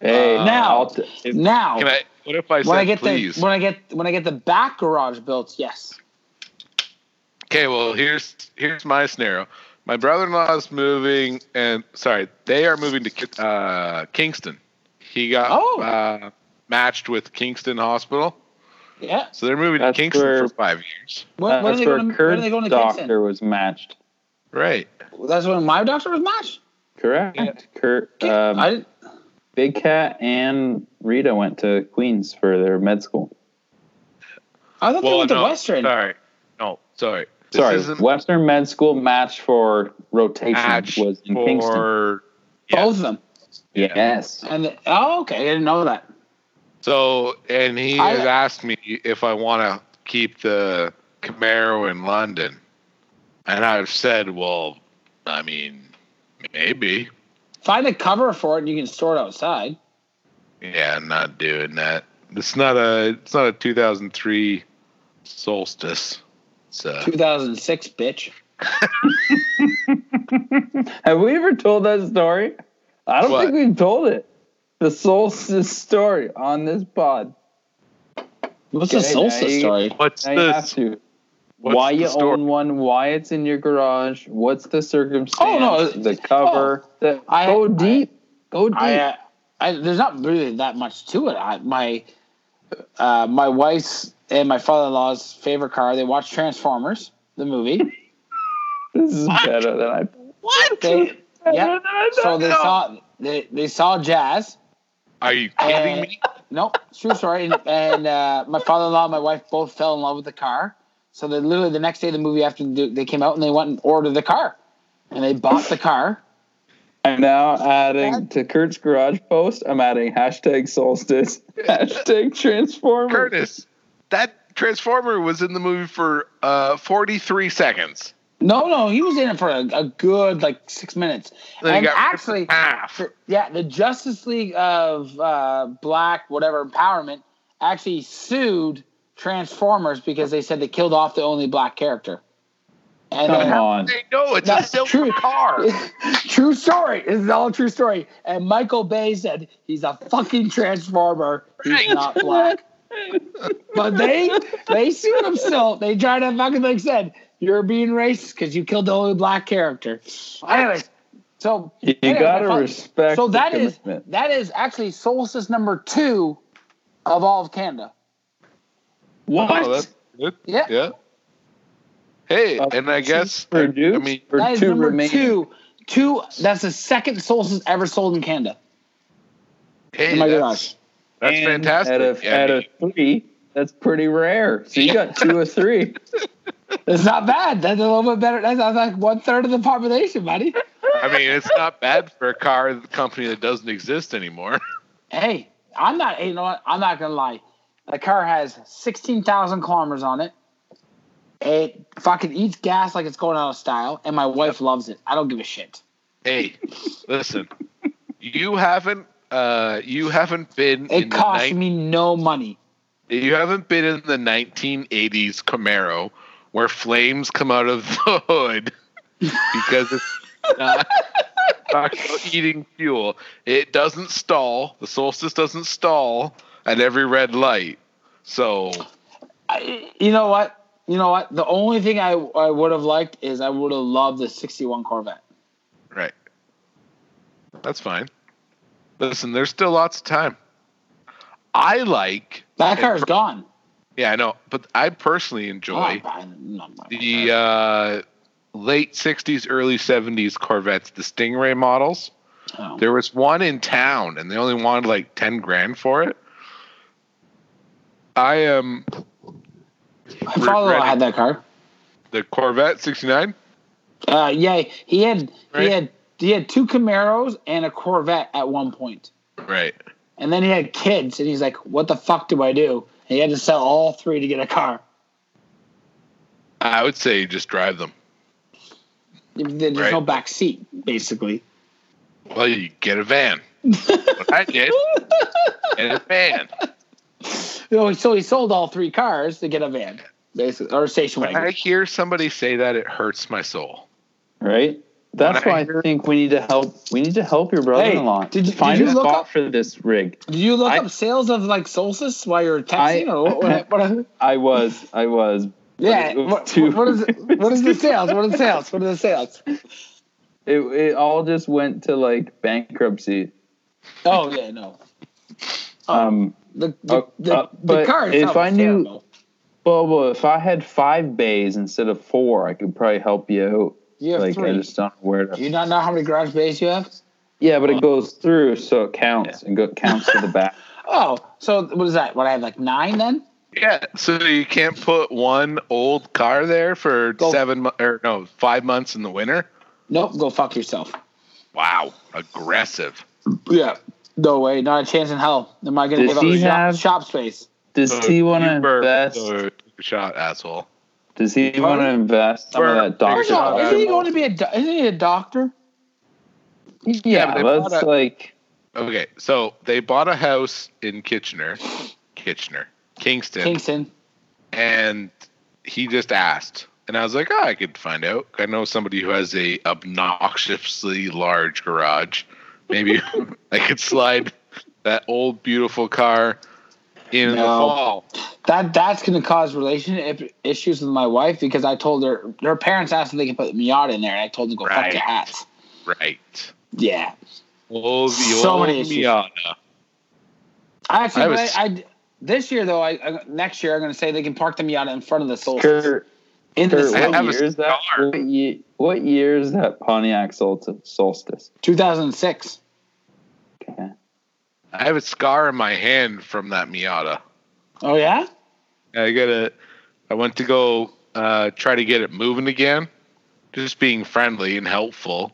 Speaker 3: Hey,
Speaker 1: Uh,
Speaker 2: Now.
Speaker 3: I'll t- if-
Speaker 2: Now,
Speaker 1: Can I? What if I
Speaker 2: when I
Speaker 1: said
Speaker 2: get
Speaker 1: please?
Speaker 2: the when I get when I get the back garage built, yes.
Speaker 1: okay, well here's here's my scenario. My brother-in-law is moving, and sorry, they are moving to Ki- uh, Kingston. He got
Speaker 2: Oh.
Speaker 1: uh, matched with Kingston Hospital,
Speaker 2: Yeah.
Speaker 1: so they're moving
Speaker 3: That's
Speaker 1: to Kingston
Speaker 3: where-
Speaker 1: for five years.
Speaker 2: When, when are
Speaker 3: that's
Speaker 2: they
Speaker 3: where
Speaker 2: going to when are
Speaker 3: Kurt's
Speaker 2: they going to Kingston?
Speaker 3: doctor was matched.
Speaker 1: Right.
Speaker 2: That's when my doctor was matched.
Speaker 3: Correct. Kurt, um,
Speaker 2: I didn't-
Speaker 3: Big Cat and Rita went to Queens for their med school.
Speaker 2: I thought they went to
Speaker 1: no,
Speaker 2: Western.
Speaker 1: Sorry. No, sorry. This
Speaker 3: Sorry,
Speaker 1: isn't
Speaker 3: Western Med School match for rotation
Speaker 1: match
Speaker 3: was in Kingston.
Speaker 1: for yeah.
Speaker 2: Both of them.
Speaker 1: yeah.
Speaker 3: Yes.
Speaker 2: And the, oh, okay, I didn't know that.
Speaker 1: So, and he
Speaker 2: I-
Speaker 1: has asked me if I want to keep the Camaro in London. And I've said, well, I mean, maybe.
Speaker 2: Find a cover for it, and you can store it outside.
Speaker 1: Yeah, I'm not doing that. It's not a it's not a 2003 solstice. So
Speaker 2: 2006, bitch.
Speaker 3: Have we ever told that story? I don't
Speaker 1: What?
Speaker 3: think we've told it. The solstice story on this pod.
Speaker 2: What's
Speaker 3: Okay,
Speaker 2: the solstice
Speaker 3: now
Speaker 2: story?
Speaker 3: you-
Speaker 1: What's
Speaker 3: Now you have
Speaker 1: the
Speaker 3: to.
Speaker 1: what's
Speaker 3: why
Speaker 1: the
Speaker 3: you
Speaker 1: story?
Speaker 3: own one? Why it's in your garage? What's the circumstance?
Speaker 2: Oh, no.
Speaker 3: the cover.
Speaker 1: oh,
Speaker 3: the,
Speaker 2: I-
Speaker 3: go
Speaker 2: I-
Speaker 3: deep. go deep.
Speaker 2: I, uh, I there's not really that much to it. I, my uh, my wife's and my father-in-law's favorite car. They watch Transformers, the
Speaker 3: <laughs>
Speaker 2: movie.
Speaker 3: this is better than I.
Speaker 2: What? They, yeah. So they saw they, they saw Jazz.
Speaker 1: Are you kidding
Speaker 2: Uh,
Speaker 1: me?
Speaker 2: <laughs> Nope, true story. And, and uh, my father-in-law and my wife both fell in love with the car. So they literally the next day of the movie after the- they came out and they went and ordered the car, and they bought the car.
Speaker 3: I'm now adding to Kurt's garage post. I'm adding hashtag solstice, <laughs> hashtag transformer.
Speaker 1: Curtis, that Transformer was in the movie for uh, 43 seconds.
Speaker 2: No, no, he was in it for a, a good like six minutes.
Speaker 1: Then he
Speaker 2: and
Speaker 1: got ripped in
Speaker 2: actually,
Speaker 1: half.
Speaker 2: the- yeah, the Justice League of uh, Black whatever empowerment actually sued Transformers because they said they killed off the only black character. And
Speaker 3: Come on.
Speaker 1: They know it's a
Speaker 2: That's
Speaker 1: silver
Speaker 2: true.
Speaker 1: car.
Speaker 2: <laughs> true story. This is all a true story. And Michael Bay said he's a fucking transformer. He's
Speaker 1: Right.
Speaker 2: not
Speaker 1: <laughs>
Speaker 2: black. but they they sued him still. They tried to fucking like said you're being racist because you killed the only black character. Anyways, so
Speaker 3: You
Speaker 2: Anyway,
Speaker 3: gotta
Speaker 2: my fa-
Speaker 3: respect.
Speaker 2: so
Speaker 3: the
Speaker 2: that is
Speaker 3: commitment.
Speaker 2: that is actually solstice number two of all of Canada.
Speaker 3: what?
Speaker 1: Oh, that's good.
Speaker 2: Yeah.
Speaker 1: Yeah. Hey,
Speaker 3: Uh,
Speaker 1: and I guess I, I
Speaker 3: produced
Speaker 1: mean
Speaker 3: or
Speaker 2: that is
Speaker 3: two
Speaker 2: number
Speaker 3: remaining?
Speaker 2: two. Two. That's the second solstice ever sold in Canada.
Speaker 1: hey,
Speaker 2: Oh my
Speaker 1: that's, that's
Speaker 3: And
Speaker 1: fantastic.
Speaker 3: Out of,
Speaker 1: Yeah, I
Speaker 3: out
Speaker 1: mean,
Speaker 3: of three, that's pretty rare. So you got two
Speaker 1: <laughs>
Speaker 3: of three.
Speaker 2: It's not bad. That's a little bit better. That's, that's like one third of the population, buddy.
Speaker 1: I mean, it's not bad for a car company that doesn't exist anymore. <laughs>
Speaker 2: Hey, I'm not. You know what? I'm not gonna lie. The car has sixteen thousand kilometers on it. It fucking eats gas like it's going out of style, and my wife loves it. I don't give a shit.
Speaker 1: hey, listen, you haven't uh, you haven't been
Speaker 2: It
Speaker 1: in the
Speaker 2: costs
Speaker 1: nine-
Speaker 2: me no
Speaker 1: <laughs>
Speaker 2: money.
Speaker 1: you haven't been in the 1980s Camaro where flames come out of the <laughs> hood because it's not, not eating fuel. It doesn't stall. The solstice doesn't stall at every red light. So
Speaker 2: I, you know what? You know what? The only thing I I would have liked is I would have loved the '61 Corvette.
Speaker 1: right, that's fine. Listen, there's still lots of time. I like.
Speaker 2: That car is gone. Oh,
Speaker 1: Yeah, I know, but I personally enjoy.
Speaker 2: I'm not buying- I'm not buying that.
Speaker 1: the uh, late 60s, early 70s Corvettes, the Stingray models.
Speaker 2: Oh.
Speaker 1: There was one in town and they only wanted like 10 grand for it. I am
Speaker 2: My father-in-law had that car.
Speaker 1: the Corvette 69.
Speaker 2: Uh, yeah, he had he
Speaker 1: Right.
Speaker 2: had he had two Camaros and a Corvette at one point,
Speaker 1: Right.
Speaker 2: and then he had kids, and he's like, "What the fuck do I do?" And he had to sell all three to get a car.
Speaker 1: I would say just drive them.
Speaker 2: There's
Speaker 1: Right.
Speaker 2: no back seat, basically.
Speaker 1: Well, you get a van. what I did. Get a van.
Speaker 2: You know, so he sold all three cars to get a van, basically, or a station
Speaker 1: When
Speaker 2: wagon.
Speaker 1: I hear somebody say that, it hurts my soul.
Speaker 3: Right? That's
Speaker 1: When I
Speaker 3: why I think we need to help. We need to help your brother-in-law.
Speaker 2: did you- did
Speaker 3: find
Speaker 2: you
Speaker 3: a
Speaker 2: look
Speaker 3: spot
Speaker 2: up-
Speaker 3: for this rig?
Speaker 2: Did you look
Speaker 3: I-
Speaker 2: up sales of like Solstice while you were texting?
Speaker 3: I-
Speaker 2: or what, what,
Speaker 3: <laughs>
Speaker 2: what-
Speaker 3: I was. I was.
Speaker 2: yeah,
Speaker 3: it was
Speaker 2: what,
Speaker 3: too-
Speaker 2: what is what is the sales? What are the sales? What are the
Speaker 3: <laughs>
Speaker 2: sales?
Speaker 3: It, it all just went to like bankruptcy.
Speaker 2: Oh yeah, no. Oh.
Speaker 3: Um,
Speaker 2: The the,
Speaker 3: Uh,
Speaker 2: the,
Speaker 3: uh,
Speaker 2: the
Speaker 3: but
Speaker 2: car is
Speaker 3: if
Speaker 2: probably
Speaker 3: I knew-
Speaker 2: terrible.
Speaker 3: Bobo, if I had five bays instead of four, I could probably help you out.
Speaker 2: you have
Speaker 3: like
Speaker 2: three.
Speaker 3: I just don't know where to.
Speaker 2: Do you not know how many garage bays you have?
Speaker 3: yeah, but it goes through, so it counts and go counts to
Speaker 1: <laughs>
Speaker 3: the back.
Speaker 2: Oh, so what is that? What I have like nine then?
Speaker 1: Yeah, so you can't put one old car there for
Speaker 2: Go-
Speaker 1: seven mo- or no five months in the winter.
Speaker 2: Nope, go fuck yourself.
Speaker 1: Wow, aggressive.
Speaker 2: Yeah. No way, not a chance in hell. Am I gonna give
Speaker 3: Does
Speaker 2: up
Speaker 3: he
Speaker 2: shop,
Speaker 3: have-
Speaker 2: shop space?
Speaker 3: Does he want to
Speaker 1: You were-
Speaker 3: invest?
Speaker 1: uh, shot, asshole.
Speaker 3: Does he want to invest some of
Speaker 1: Burn.
Speaker 3: that doctor?
Speaker 2: First of all, isn't he
Speaker 3: time?
Speaker 2: going to be a do- isn't he a doctor?
Speaker 1: Yeah,
Speaker 3: Yeah,
Speaker 1: but they
Speaker 3: let's
Speaker 1: bought a-
Speaker 3: like
Speaker 1: Okay, so they bought a house in Kitchener, Kitchener, Kingston,
Speaker 2: Kingston.
Speaker 1: and he just asked, and I was like, oh, I could find out. I know somebody who has a obnoxiously large garage Maybe <laughs> I could slide that old beautiful car in the
Speaker 2: No.
Speaker 1: fall.
Speaker 2: That that's going to cause relationship issues with my wife because I told her her parents asked if they could put Miata in there, and I told them go fuck
Speaker 1: Right.
Speaker 2: your hats.
Speaker 1: Right.
Speaker 2: Yeah,
Speaker 1: Old, the
Speaker 2: So
Speaker 1: old
Speaker 2: many issues.
Speaker 1: Miata.
Speaker 2: I actually,
Speaker 1: I
Speaker 2: I,
Speaker 1: was-
Speaker 2: I, this year though, I, I next year I'm going to say they can park the Miata in front of the Solstice.
Speaker 3: Kurt,
Speaker 2: In the
Speaker 3: Kurt,
Speaker 1: I
Speaker 3: what
Speaker 1: have
Speaker 2: Solstice.
Speaker 1: a
Speaker 3: year is that?
Speaker 1: scar.
Speaker 3: What year, what year is that Pontiac Sol- Solstice?
Speaker 2: 2006.
Speaker 3: Okay.
Speaker 1: I have a scar in my hand from that Miata.
Speaker 2: Oh yeah,
Speaker 1: I got to I went to go uh, try to get it moving again, just being friendly
Speaker 2: <laughs>
Speaker 1: and helpful.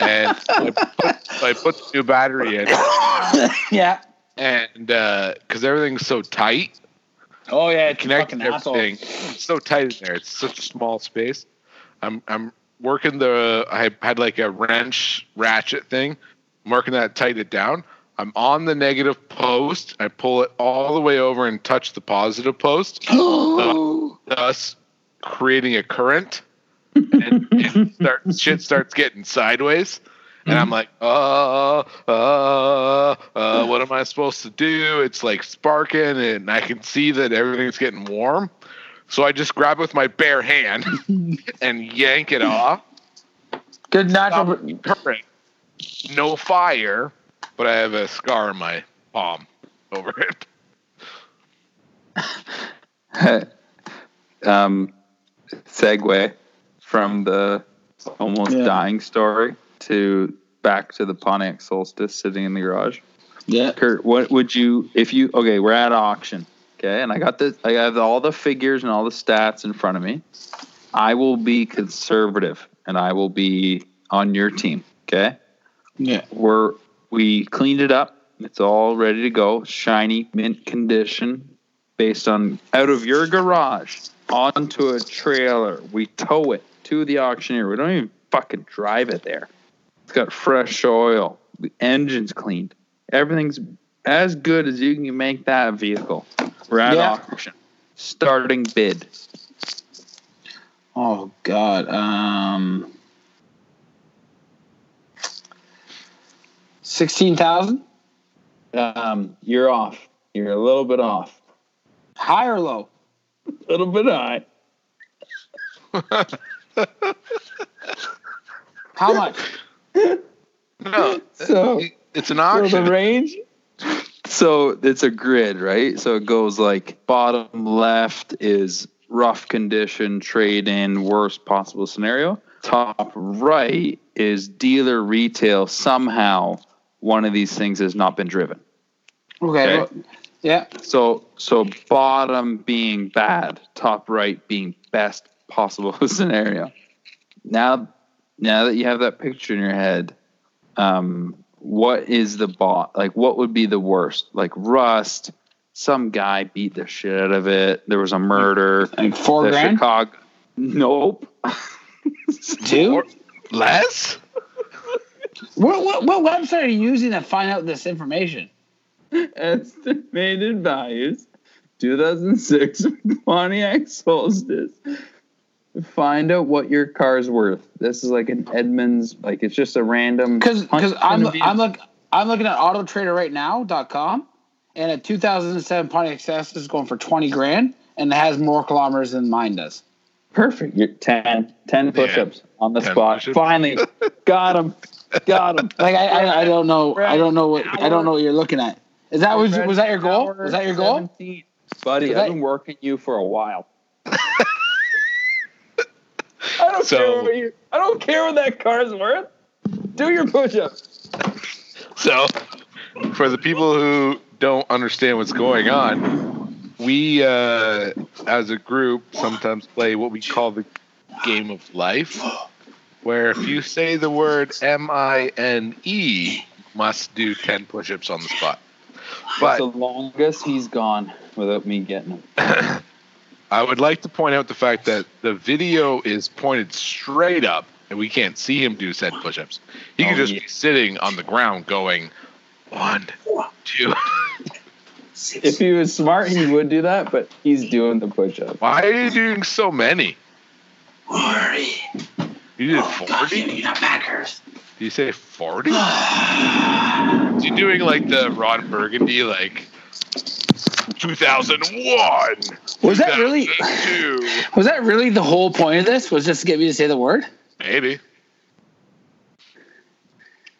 Speaker 1: and I put, I put the new battery in,
Speaker 2: yeah.
Speaker 1: and because everything's so tight,
Speaker 2: Oh yeah, it's a
Speaker 1: connecting
Speaker 2: fucking asshole.
Speaker 1: everything. It's so tight in there. It's such a small space. I'm I'm working the. I had like a wrench ratchet thing. I'm working that tight it down. I'm on the negative post. I pull it all the way over and touch the positive post,
Speaker 2: <gasps>
Speaker 1: thus creating a current. And,
Speaker 3: <laughs>
Speaker 1: and start, shit starts getting sideways. And
Speaker 3: Mm-hmm.
Speaker 1: I'm like, uh, uh, uh, what am I supposed to do? It's like sparking, and I can see that everything's getting warm. So I just grab it with my bare
Speaker 3: <laughs>
Speaker 1: hand and yank it off.
Speaker 2: Good natural.
Speaker 1: Current. No fire, but I have a scar on my palm over it.
Speaker 3: <laughs> um, segue from the almost
Speaker 2: Yeah.
Speaker 3: dying story to back to the Pontiac Solstice sitting in the garage.
Speaker 2: Yeah.
Speaker 3: Kurt, what would you if you okay? We're at auction, okay, and I got the I have all the figures and all the stats in front of me. I will be conservative, and I will be on your team, okay?
Speaker 2: Yeah.
Speaker 3: We're we cleaned it up. It's all ready to go, shiny, mint condition, based on out of your garage onto a trailer. We tow it to the auctioneer. We don't even fucking drive it there. It's got fresh oil. The engine's cleaned. Everything's as good as you can make that vehicle. We're at
Speaker 2: Yeah.
Speaker 3: auction. Starting bid.
Speaker 2: Oh God. Um. Sixteen thousand.
Speaker 3: Um, you're off. You're a little bit off.
Speaker 2: High or low?
Speaker 3: A little bit high.
Speaker 2: How much?
Speaker 1: <laughs> No,
Speaker 3: So
Speaker 1: it's an
Speaker 3: So
Speaker 1: auction.
Speaker 3: the range. So it's a grid, right? So it goes like bottom left is rough condition, trade in, worst possible scenario. Top right is dealer retail. Somehow one of these things has not been driven.
Speaker 2: Okay.
Speaker 3: Okay.
Speaker 2: well, Yeah.
Speaker 3: So so bottom being bad, top right being best possible <laughs> scenario. Now now that you have that picture in your head, um, what is the bot like what would be the worst? Like rust, some guy beat the shit out of it, there was a murder.
Speaker 2: Like four
Speaker 3: the
Speaker 2: grand.
Speaker 3: Chicago Nope. <laughs>
Speaker 2: <laughs> Two.
Speaker 1: Or- Less?
Speaker 2: What, what what website are you using to find out this information?
Speaker 3: Estimated values 2006 Pontiac Solstice. Find out what your car's worth. This is like an Edmunds, like it's just a random.
Speaker 2: Because because I'm
Speaker 3: Punch in the
Speaker 2: I'm look I'm looking at autotraderrightnow.com and a 2007 Pontiac Access is going for 20 grand and it has more kilometers than mine does.
Speaker 3: perfect. You're 10, 10 push ups on the
Speaker 1: 10
Speaker 3: spot.
Speaker 1: push-ups. <laughs>
Speaker 3: Finally, got him. Got him.
Speaker 2: Like I, I, I don't know I don't know what I don't know what you're looking at. Is that was was that your goal? Was that your goal?
Speaker 3: 17. Buddy,
Speaker 2: Was
Speaker 3: I've
Speaker 2: that-
Speaker 3: been working you for a while. I don't
Speaker 1: So-
Speaker 3: care what you, I don't care what that car's worth. Do your push ups.
Speaker 1: So, for the people who don't understand what's going on, we uh, as a group sometimes play what we call the game of life, where if you say the word M I N E, must do 10 push ups on the spot.
Speaker 3: It's
Speaker 1: But
Speaker 3: the longest he's gone without me getting him.
Speaker 1: I would like to point out the fact that the video is pointed straight up, and we can't see him do said push-ups. He could
Speaker 3: Oh,
Speaker 1: just
Speaker 3: yeah.
Speaker 1: be sitting on the ground going one, two.
Speaker 3: If he was smart, he would do that, but he's doing the push up.
Speaker 1: Why are you doing
Speaker 2: Oh,
Speaker 1: so many? You did forty.
Speaker 2: Packers.
Speaker 1: Did you say forty? you doing like the Ron Burgundy like two thousand one?
Speaker 2: Was that really-
Speaker 1: two?
Speaker 2: Was that really the whole point of this? Was just to get me to say the word?
Speaker 1: Maybe.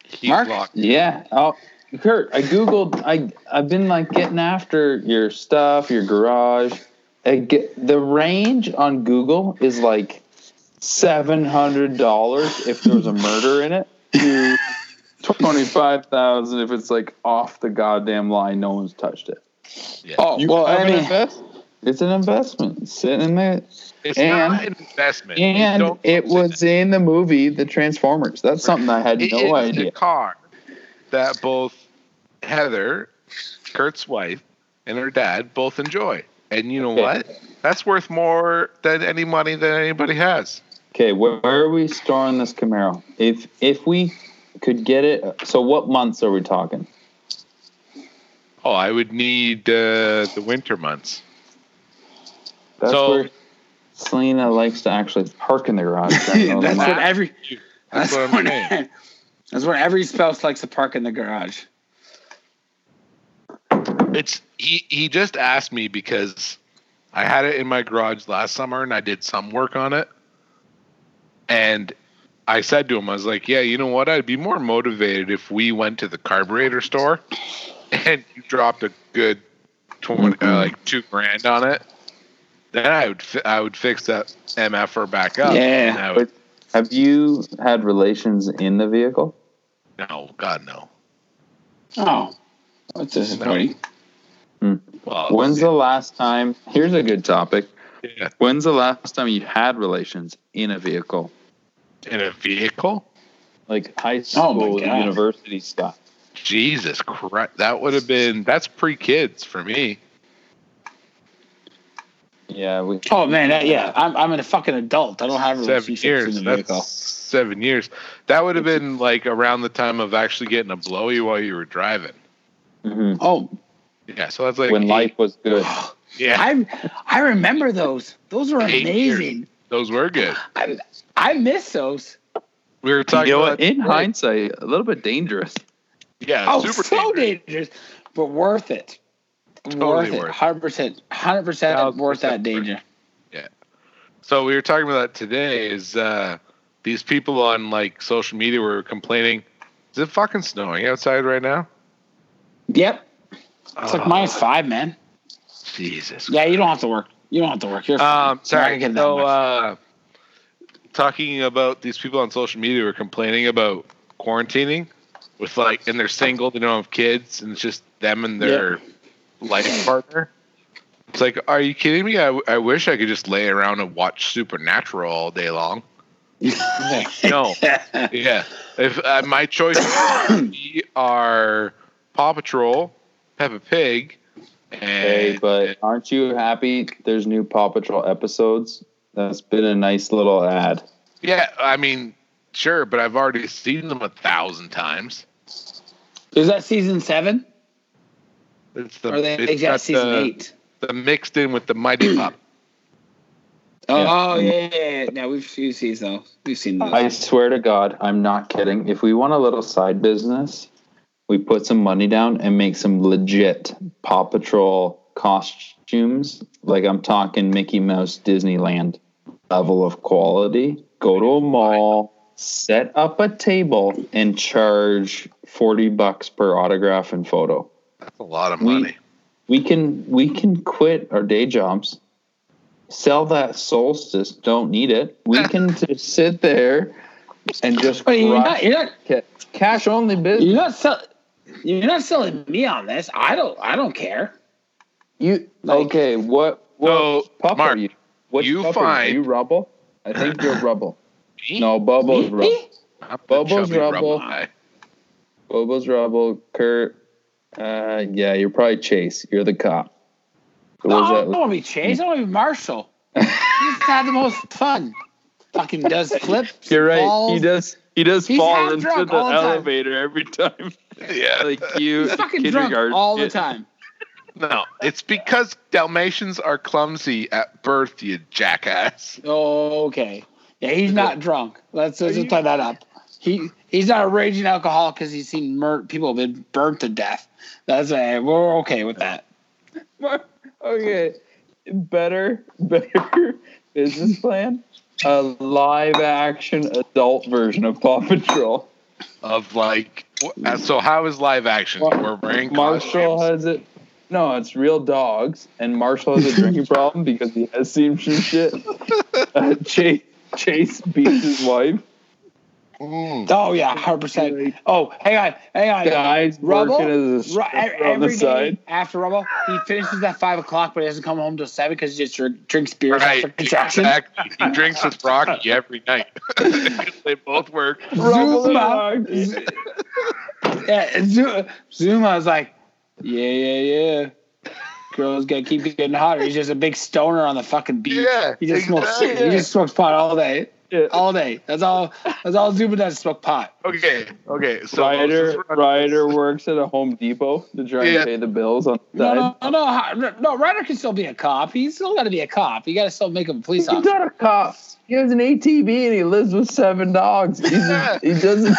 Speaker 1: He's
Speaker 2: Mark?
Speaker 1: locked.
Speaker 3: Yeah. Oh, Kurt, I googled. I I've been like getting after your stuff, your garage. I get, the range on Google is like seven hundred dollars if there's a murder in it. To Twenty five thousand if it's like off the goddamn line, no one's touched it.
Speaker 1: Yeah.
Speaker 2: Oh well, I mean,
Speaker 3: It's an investment. It's sitting in there,
Speaker 1: It's
Speaker 3: and-
Speaker 1: not an investment. You
Speaker 3: and
Speaker 1: don't-
Speaker 3: it was in the movie The Transformers. That's something I had
Speaker 1: It
Speaker 3: no
Speaker 1: is
Speaker 3: idea.
Speaker 1: the car that both Heather, Kurt's wife, and her dad both enjoy. And you know
Speaker 3: Okay.
Speaker 1: what? That's worth more than any money that anybody has.
Speaker 3: Okay, where, where are we storing this Camaro? If if we could get it, so what months are we talking?
Speaker 1: Oh, I would need uh, the winter months.
Speaker 3: That's
Speaker 1: So-
Speaker 3: where Selena likes to actually park in the garage.
Speaker 2: <laughs> <laughs> that's what every
Speaker 1: That's, what I'm saying.
Speaker 2: when- <laughs> That's when every spouse likes to park in the garage.
Speaker 1: It's he, he just asked me because I had it in my garage last summer and I did some work on it. And I said to him, I was like, Yeah, you know what? I'd be more motivated if we went to the carburetor store and you dropped a good 20 uh, like two grand on it. Then I would fi- I would fix that MFR back up.
Speaker 2: Yeah.
Speaker 1: And I would,
Speaker 3: Have you had relations in the vehicle?
Speaker 1: no, God no.
Speaker 2: Oh, that's disappointing.
Speaker 1: Well,
Speaker 3: When's the last time? Here's a good topic.
Speaker 1: yeah,
Speaker 3: When's the last time you had relations in a vehicle,
Speaker 1: in a vehicle?
Speaker 3: like high
Speaker 2: Oh my
Speaker 3: school,
Speaker 2: God.
Speaker 3: university stuff?
Speaker 1: Jesus Christ. That would have been that's pre kids for me.
Speaker 3: Yeah, we.
Speaker 2: Oh man, that, yeah, I'm I'm an fucking adult. I don't have a
Speaker 1: seven
Speaker 2: relationship
Speaker 1: years.
Speaker 2: in the
Speaker 1: That's
Speaker 2: vehicle.
Speaker 1: seven years. That would have been like around the time of actually getting a blowy while you were driving.
Speaker 3: Mhm.
Speaker 2: Oh,
Speaker 1: Yeah, so that's like
Speaker 3: When
Speaker 1: eight-
Speaker 3: life was
Speaker 1: <sighs>
Speaker 3: good.
Speaker 1: Yeah,
Speaker 2: I I remember those. Those were
Speaker 1: Eight years.
Speaker 2: amazing.
Speaker 1: those were good.
Speaker 2: I I miss those.
Speaker 1: We were talking
Speaker 3: You know
Speaker 1: about
Speaker 3: what? In hindsight, a little bit dangerous.
Speaker 1: yeah,
Speaker 2: Oh,
Speaker 1: super
Speaker 2: so
Speaker 1: dangerous.
Speaker 2: dangerous. but worth it.
Speaker 1: Totally
Speaker 2: worth it.
Speaker 1: worth it.
Speaker 2: Hundred percent. Hundred percent
Speaker 1: Thousand
Speaker 2: worth that
Speaker 1: percent worth
Speaker 2: danger.
Speaker 1: So we were talking about that today. Is uh, these people on like social media were complaining? Is it fucking snowing outside right now?
Speaker 2: Yep. It's like
Speaker 1: Oh,
Speaker 2: minus five, man.
Speaker 1: Jesus.
Speaker 2: Yeah, you don't have to work. You don't have to work. You're fine.
Speaker 1: Um, <laughs> sorry.
Speaker 2: You're not gonna get that
Speaker 1: So,
Speaker 2: much.
Speaker 1: uh, talking about these people on social media who are complaining about quarantining with like, and they're single, they don't have kids, and it's just them and their life partner. It's like, are you kidding me? I, I wish I could just lay around and watch Supernatural all day
Speaker 2: <laughs>
Speaker 1: long. No. yeah. If uh, my choices would be are Paw Patrol, Peppa Pig, and <laughs>
Speaker 3: Hey, but aren't you happy there's new Paw Patrol episodes? That's been a nice little ad.
Speaker 1: Yeah, I mean, sure, but I've already seen them a thousand times.
Speaker 2: Is that season seven?
Speaker 1: It's the
Speaker 2: or they, they
Speaker 1: it's
Speaker 2: got
Speaker 1: got
Speaker 2: season
Speaker 1: the,
Speaker 2: eight?
Speaker 1: the mixed in with the Mighty Pup.
Speaker 2: Oh, oh yeah, yeah, yeah. No, we've, we've seen those. We've seen those.
Speaker 3: I swear to God, I'm not kidding. If we want a little side business, we put some money down and make some legit Paw Patrol costumes. Like I'm talking Mickey Mouse Disneyland level of quality. Go to a mall, set up a table, and charge 40 bucks per autograph and photo.
Speaker 1: That's a lot of
Speaker 3: We-
Speaker 1: money.
Speaker 3: we can we can quit our day jobs sell that solstice don't need it we
Speaker 1: <laughs>
Speaker 3: can just sit there and just
Speaker 2: Wait, you're not,
Speaker 3: crush
Speaker 2: you're not,
Speaker 3: ca- cash only
Speaker 2: you're
Speaker 3: business
Speaker 2: not sell, You're not selling me on this. I don't. I don't care.
Speaker 3: you okay what what
Speaker 1: So,
Speaker 3: pup
Speaker 1: Mark,
Speaker 3: are you what
Speaker 1: you
Speaker 3: pup are
Speaker 1: find-
Speaker 3: you? Are you rubble i think
Speaker 1: <clears throat>
Speaker 3: you're rubble
Speaker 1: Me?
Speaker 3: no bobo's rubble
Speaker 2: Me?
Speaker 1: I'm the
Speaker 3: Bubbles
Speaker 1: chubby
Speaker 3: Rubble.
Speaker 1: guy.
Speaker 3: bobo's rubble kurt uh yeah you're probably chase you're the cop So
Speaker 2: No,
Speaker 3: what
Speaker 2: I
Speaker 3: was
Speaker 2: don't
Speaker 3: that?
Speaker 2: want to be Chase. I want to be <laughs> Marshall. He's had the most fun. Fucking <laughs> does flips.
Speaker 3: You're right. He
Speaker 2: falls.
Speaker 3: does. He does
Speaker 2: He's
Speaker 3: fall
Speaker 2: half
Speaker 3: into
Speaker 2: drunk
Speaker 3: the
Speaker 2: all the time.
Speaker 3: elevator every time.
Speaker 1: <laughs> Yeah.
Speaker 3: like <laughs> you.
Speaker 2: He's fucking drunk all the time.
Speaker 1: no, it's because Dalmatians are clumsy at birth, you jackass.
Speaker 2: Okay. Yeah, he's not drunk. Let's, let's just tie that up. He He's not a raging alcoholic because he's seen mur- people have been burnt to death. That's a, we're okay with that.
Speaker 3: <laughs> okay, better, <laughs> better business plan. A live action adult version of Paw Patrol.
Speaker 1: Of like, wh- uh, so how is live action? We're wearing
Speaker 3: Marshall
Speaker 1: costumes.
Speaker 3: has it. No, it's real dogs, and Marshall has a drinking problem because he has seen some shit. <laughs> Uh, Chase, Chase beats his wife.
Speaker 1: Mm.
Speaker 2: Oh <laughs> yeah, hundred percent. Oh, hang on, hang on.
Speaker 3: Guys
Speaker 2: Rubble?
Speaker 3: working as a
Speaker 2: Ru- e-
Speaker 3: stripper on the
Speaker 2: every day
Speaker 3: side.
Speaker 2: after Rubble, he finishes at five o'clock, but he doesn't come home till seven because he just drink, drinks beer
Speaker 1: Right,
Speaker 2: after contraction.
Speaker 1: exactly. He drinks with Rocky every night. <laughs> they both work.
Speaker 3: Rubble
Speaker 2: Zuma.
Speaker 3: and Rocky.
Speaker 2: Z- yeah, Zuma, Zuma's like, yeah, yeah, yeah. Girls gotta keep getting hotter. He's just a big stoner on the fucking beach.
Speaker 1: Yeah,
Speaker 2: he just smokes.
Speaker 1: exactly.
Speaker 2: He just smokes pot all day,
Speaker 3: Yeah.
Speaker 2: all day. That's all. That's all Zuma does. Smoke pot.
Speaker 1: Okay, okay. So
Speaker 3: Ryder, Ryder works at a Home Depot to try
Speaker 1: Yeah.
Speaker 3: and pay the bills on the
Speaker 2: No,
Speaker 3: side.
Speaker 2: no, no, no, no, no. Ryder can still be a cop. He's still got to be a cop. You got to still make him a police
Speaker 3: He's
Speaker 2: officer.
Speaker 3: not a cop. He has an ATV and he lives with seven dogs. He's,
Speaker 1: <laughs> Yeah.
Speaker 3: He <laughs> doesn't.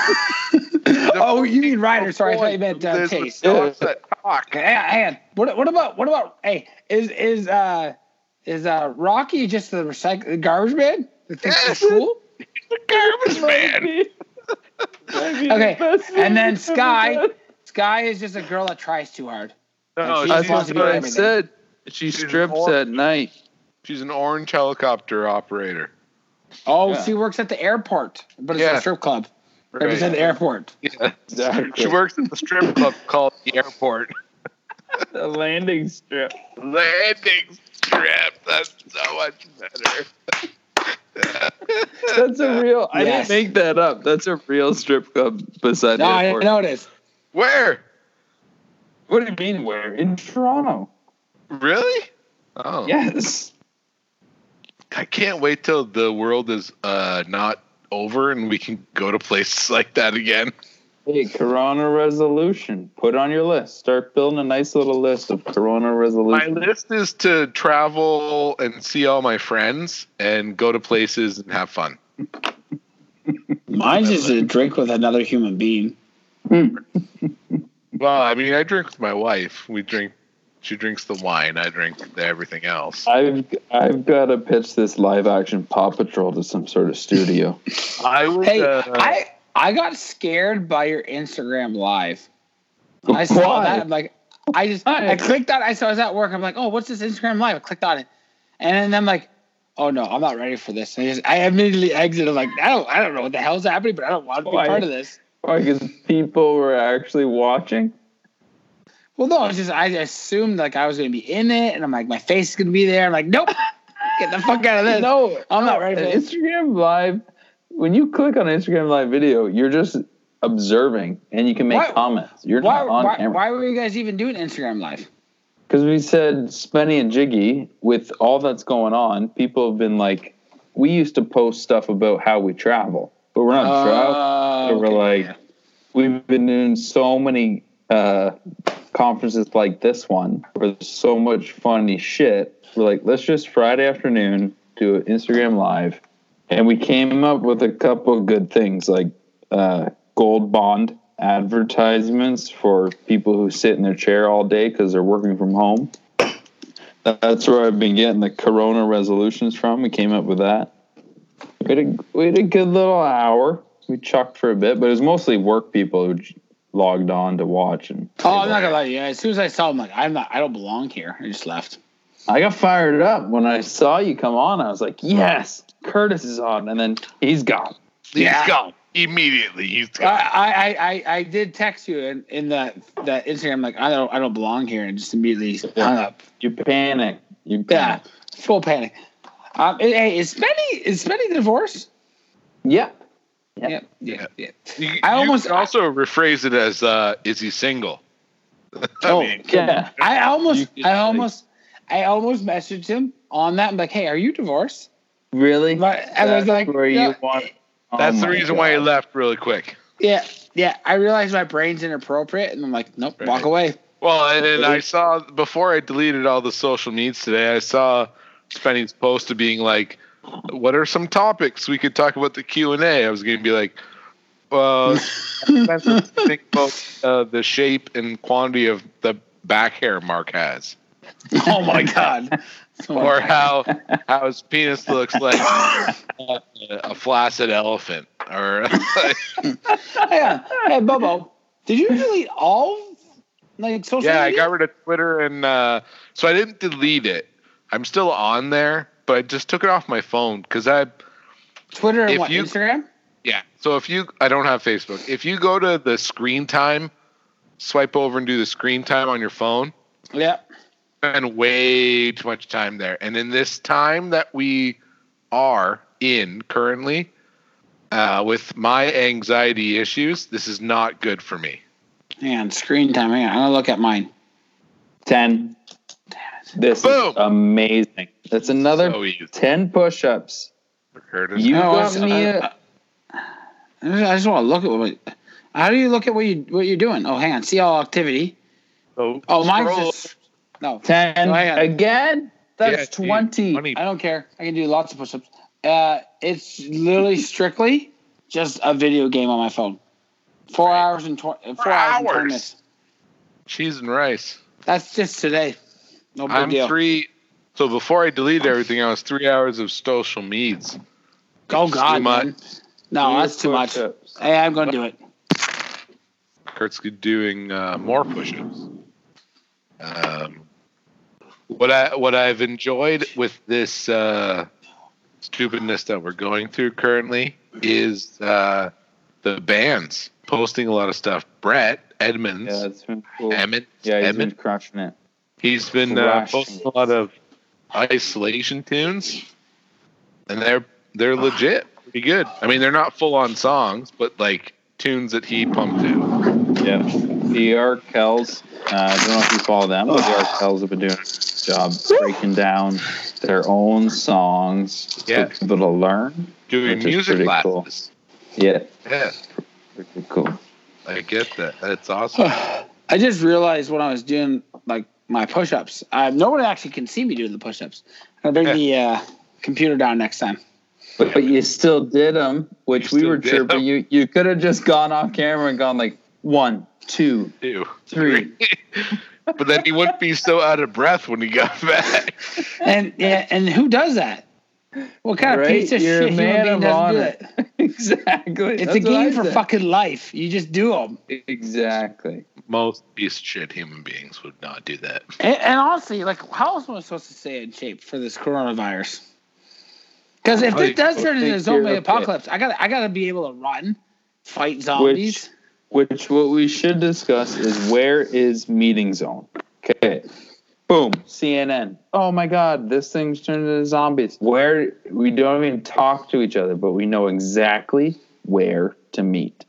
Speaker 2: Oh, you mean Ryder? Sorry, I thought you meant uh,
Speaker 1: Liz with
Speaker 2: Chase.
Speaker 1: dogs that talk.
Speaker 2: Hey, and what what about what about hey is is uh is uh Rocky just the recycle garbage man? That thinks he's
Speaker 1: Yes.
Speaker 2: cool?
Speaker 1: Garbage man.
Speaker 3: Might be- might be the
Speaker 2: Okay,
Speaker 3: best
Speaker 2: and
Speaker 3: thing
Speaker 2: then
Speaker 3: he's ever
Speaker 2: Sky-
Speaker 3: done.
Speaker 2: Sky is just a girl that tries too hard.
Speaker 1: No,
Speaker 2: I
Speaker 1: she's,
Speaker 3: That's
Speaker 2: thought-
Speaker 1: just
Speaker 3: what I
Speaker 1: a,
Speaker 2: everything.
Speaker 3: said. She
Speaker 1: She's
Speaker 3: strips
Speaker 1: more-
Speaker 3: at night.
Speaker 1: she's an orange helicopter operator.
Speaker 2: Oh,
Speaker 3: Yeah.
Speaker 2: she works at the airport, but it's
Speaker 1: Yeah.
Speaker 2: a strip club. Right. It's at
Speaker 1: Right.
Speaker 2: the airport.
Speaker 1: Yeah.
Speaker 3: Exactly.
Speaker 1: She works at the strip club called the airport.
Speaker 3: The
Speaker 1: <laughs>
Speaker 3: landing strip.
Speaker 1: Landing strip. That's so much better.
Speaker 3: That's a real. I
Speaker 2: Yes.
Speaker 3: didn't make that up. That's a real strip club beside
Speaker 2: No,
Speaker 3: the
Speaker 2: I
Speaker 3: airport.
Speaker 2: didn't know it is.
Speaker 1: Where?
Speaker 3: What do you mean? Where in Toronto?
Speaker 1: Really? Oh.
Speaker 3: Yes.
Speaker 1: I can't wait till the world is uh, not over and we can go to places <laughs> like that again.
Speaker 3: Hey, Corona resolution. Put on your list. Start building a nice little list of Corona
Speaker 1: My
Speaker 3: resolution.
Speaker 1: list is to travel and see all my friends and go to places and have fun.
Speaker 2: Mine's just a drink with another human being.
Speaker 1: Well, I mean, I drink with my wife. We drink. She drinks the wine. I drink the everything else.
Speaker 3: I've I've got to pitch this live action Paw Patrol to some sort of studio.
Speaker 1: I would. uh,
Speaker 2: Hey, I I got scared by your Instagram live. <laughs> <laughs> I saw
Speaker 3: Why?
Speaker 2: that. I'm like, I just
Speaker 3: Why?
Speaker 2: I clicked on. I saw I was at work. I'm like, oh, what's this Instagram live? I clicked on it, and then I'm like, oh no, I'm not ready for this. And I, just, I immediately exited. I'm like, I don't, I don't know what the hell's happening, but I don't want to be
Speaker 3: Why?
Speaker 2: part of this.
Speaker 3: Why? Because people were actually watching.
Speaker 2: Well, no, it's just I assumed like I was gonna be in it, and I'm like, my face is gonna be there. I'm like, <laughs> nope, get the fuck out of this.
Speaker 3: No,
Speaker 2: I'm not ready
Speaker 3: An
Speaker 2: for this.
Speaker 3: Instagram live. When you click on Instagram live video, you're just observing and you can make
Speaker 2: Why-
Speaker 3: comments. You're
Speaker 2: Why,
Speaker 3: not on
Speaker 2: why,
Speaker 3: camera.
Speaker 2: why were you guys even doing Instagram live?
Speaker 3: Because we said Spenny and Jiggy, with all that's going on, people have been like, we used to post stuff about how we travel, but we're not traveling.
Speaker 2: Uh,
Speaker 3: We're like, we've been doing so many uh, conferences like this one where there's so much funny shit. We're like, let's just Friday afternoon do an Instagram live. And we came up with a couple of good things like uh, gold bond advertisements for people who sit in their chair all day because they're working from home. That's where I've been getting the corona resolutions from. We came up with that. We had a, we had a good little hour. We chucked for a bit, but it was mostly work people who j- logged on to watch. And
Speaker 2: Oh, I'm not gonna lie to you. As soon as I saw him, like I'm not, I don't belong here. I just left.
Speaker 3: I got fired up when I saw you come on. I was like, yes, Curtis is on. And then he's gone.
Speaker 2: yeah.
Speaker 1: he's gone immediately. He's
Speaker 2: I,
Speaker 1: gone.
Speaker 2: I, I, I did text you in, in the that Instagram like I don't I don't belong here and just immediately hung up.
Speaker 3: You panic. You
Speaker 2: Yeah,
Speaker 3: panic.
Speaker 2: full panic. Um, and, hey, is Spenny is Spenny divorced?
Speaker 3: Yeah. Yeah.
Speaker 2: Yep, yeah, yeah.
Speaker 1: You-
Speaker 2: I
Speaker 1: you
Speaker 2: almost-
Speaker 1: could also rephrase it as, uh, "Is he single?" <laughs> I
Speaker 2: Oh,
Speaker 1: mean,
Speaker 3: Yeah.
Speaker 2: I almost,
Speaker 3: You-
Speaker 2: I almost, I almost messaged him on that. I'm like, hey, are you divorced?
Speaker 3: Really?
Speaker 2: And I was
Speaker 3: That's
Speaker 2: like,
Speaker 3: where
Speaker 2: yeah,
Speaker 3: you want. Oh
Speaker 1: that's the
Speaker 3: my
Speaker 1: reason why he
Speaker 3: God.
Speaker 1: left really quick.
Speaker 2: yeah, yeah. I realized my brain's inappropriate, and I'm like, nope, walk
Speaker 1: Right. <laughs>
Speaker 2: away.
Speaker 1: Well, and, and I saw before I deleted all the social needs today, I saw Spenny's post of being like, "What are some topics we could talk about the Q and A?" I was going to be like, Uh, think about uh, the shape and quantity of the back hair Mark has,
Speaker 2: Oh my <laughs> god.
Speaker 1: or how how his penis looks like a, a flaccid elephant, or
Speaker 2: Hey, uh, hey, Bobo, did you delete all like
Speaker 3: <laughs>
Speaker 2: social
Speaker 1: yeah, I
Speaker 2: media?
Speaker 1: got rid of Twitter and uh, so I didn't delete it. I'm still on there, but I just took it off my phone because I
Speaker 2: Twitter and
Speaker 1: if
Speaker 2: what,
Speaker 1: you-
Speaker 2: Instagram?
Speaker 1: yeah. So if you I don't have Facebook. If you go to the screen time, swipe over and do the screen time on your phone.
Speaker 2: Yeah.
Speaker 1: spend way too much time there. And in this time that we are in currently, uh, with my anxiety issues, this is not good for me.
Speaker 2: Hang on, screen time. Hang on. I'm gonna look at mine.
Speaker 3: Ten. This
Speaker 1: Boom.
Speaker 3: is amazing. That's another
Speaker 1: So you
Speaker 3: ten push-ups.
Speaker 1: heard it.
Speaker 3: You
Speaker 2: No,
Speaker 3: got
Speaker 2: I-
Speaker 3: me.
Speaker 2: I-
Speaker 3: a-
Speaker 2: Oh, uh, I just- I just want to look at what. How do you look at what you what you're doing? Oh, hang on. See all activity.
Speaker 1: So
Speaker 2: Oh, mine's
Speaker 1: scroll-
Speaker 2: just no.
Speaker 3: Ten
Speaker 2: Oh, hang on.
Speaker 3: again.
Speaker 1: Yeah,
Speaker 3: That's
Speaker 1: dude,
Speaker 3: twenty.
Speaker 1: funny.
Speaker 2: I don't care. I can do lots of push-ups. Uh, it's literally strictly just a video game on my phone. Four
Speaker 1: Right.
Speaker 2: hours and twenty. Four,
Speaker 1: Four
Speaker 2: hours. and 20
Speaker 1: hours.
Speaker 2: minutes.
Speaker 1: cheese and rice.
Speaker 2: That's just today. No big
Speaker 1: I'm
Speaker 2: deal.
Speaker 1: three. So before I deleted everything, I was three hours of social meds.
Speaker 2: oh
Speaker 1: Too
Speaker 2: God,
Speaker 1: much.
Speaker 2: man. No, that's too much. Hey,
Speaker 3: push-ups.
Speaker 2: I'm gonna do it.
Speaker 1: Kurt's doing uh, more push-ups. Um, what I what I've enjoyed with this uh, stupidness that we're going through currently is uh, the bands posting a lot of stuff. Brett Edmonds,
Speaker 3: Yeah, that's been cool.
Speaker 1: Emmett,
Speaker 3: Yeah, he's been
Speaker 1: Emmett,
Speaker 3: crushing it.
Speaker 1: he's been uh,
Speaker 3: crushing
Speaker 1: posting a lot of isolation tunes, and they're they're
Speaker 3: Ah.
Speaker 1: legit, pretty good. I mean, they're not full on songs, but like tunes that he pumped out.
Speaker 3: Yeah. The Arkells, uh, I don't know if you follow them, but the Arkells have been doing a good job breaking down their own songs
Speaker 1: Yeah.
Speaker 3: for people to learn.
Speaker 1: doing
Speaker 3: Which is
Speaker 1: music
Speaker 3: pretty
Speaker 1: classes.
Speaker 3: cool. Yeah,
Speaker 1: Yeah,
Speaker 3: pretty cool.
Speaker 1: I get that. That's awesome.
Speaker 2: <sighs> I just realized when I was doing like my push-ups, I, no one actually can see me doing the push-ups. I'll bring the uh, computer down next time.
Speaker 3: But, but you still did them,
Speaker 1: You
Speaker 3: which we
Speaker 1: still
Speaker 3: were
Speaker 1: did
Speaker 3: chirping.
Speaker 1: 'em.
Speaker 3: You you could have just gone off camera and gone like one, two, <laughs>
Speaker 1: Ew.
Speaker 3: three.
Speaker 1: <laughs> But then he wouldn't be so out of breath when he got <laughs> back.
Speaker 2: And yeah, and who does that? What kind
Speaker 3: Right?
Speaker 2: of piece of
Speaker 3: You're a
Speaker 2: shit human
Speaker 3: man
Speaker 2: being
Speaker 3: of
Speaker 2: doesn't do
Speaker 3: honor.
Speaker 2: that?
Speaker 3: <laughs> exactly.
Speaker 2: It's
Speaker 3: That's
Speaker 2: a
Speaker 3: what I
Speaker 2: game for
Speaker 3: said.
Speaker 2: fucking life. You just do them.
Speaker 3: Exactly.
Speaker 1: Most piece of shit human beings would not do that.
Speaker 2: And, and honestly, like, how else am I supposed to stay in shape for this coronavirus? Because if this
Speaker 1: Like,
Speaker 2: does turn into
Speaker 3: think
Speaker 2: a zombie
Speaker 3: you're okay.
Speaker 2: apocalypse, I got I gotta be able to run, fight zombies.
Speaker 3: Which what we should discuss is where is meeting zone? Okay. Boom. CNN. Oh my God, this thing's turned into zombies. Where we don't even talk to each other, but we know exactly where to meet.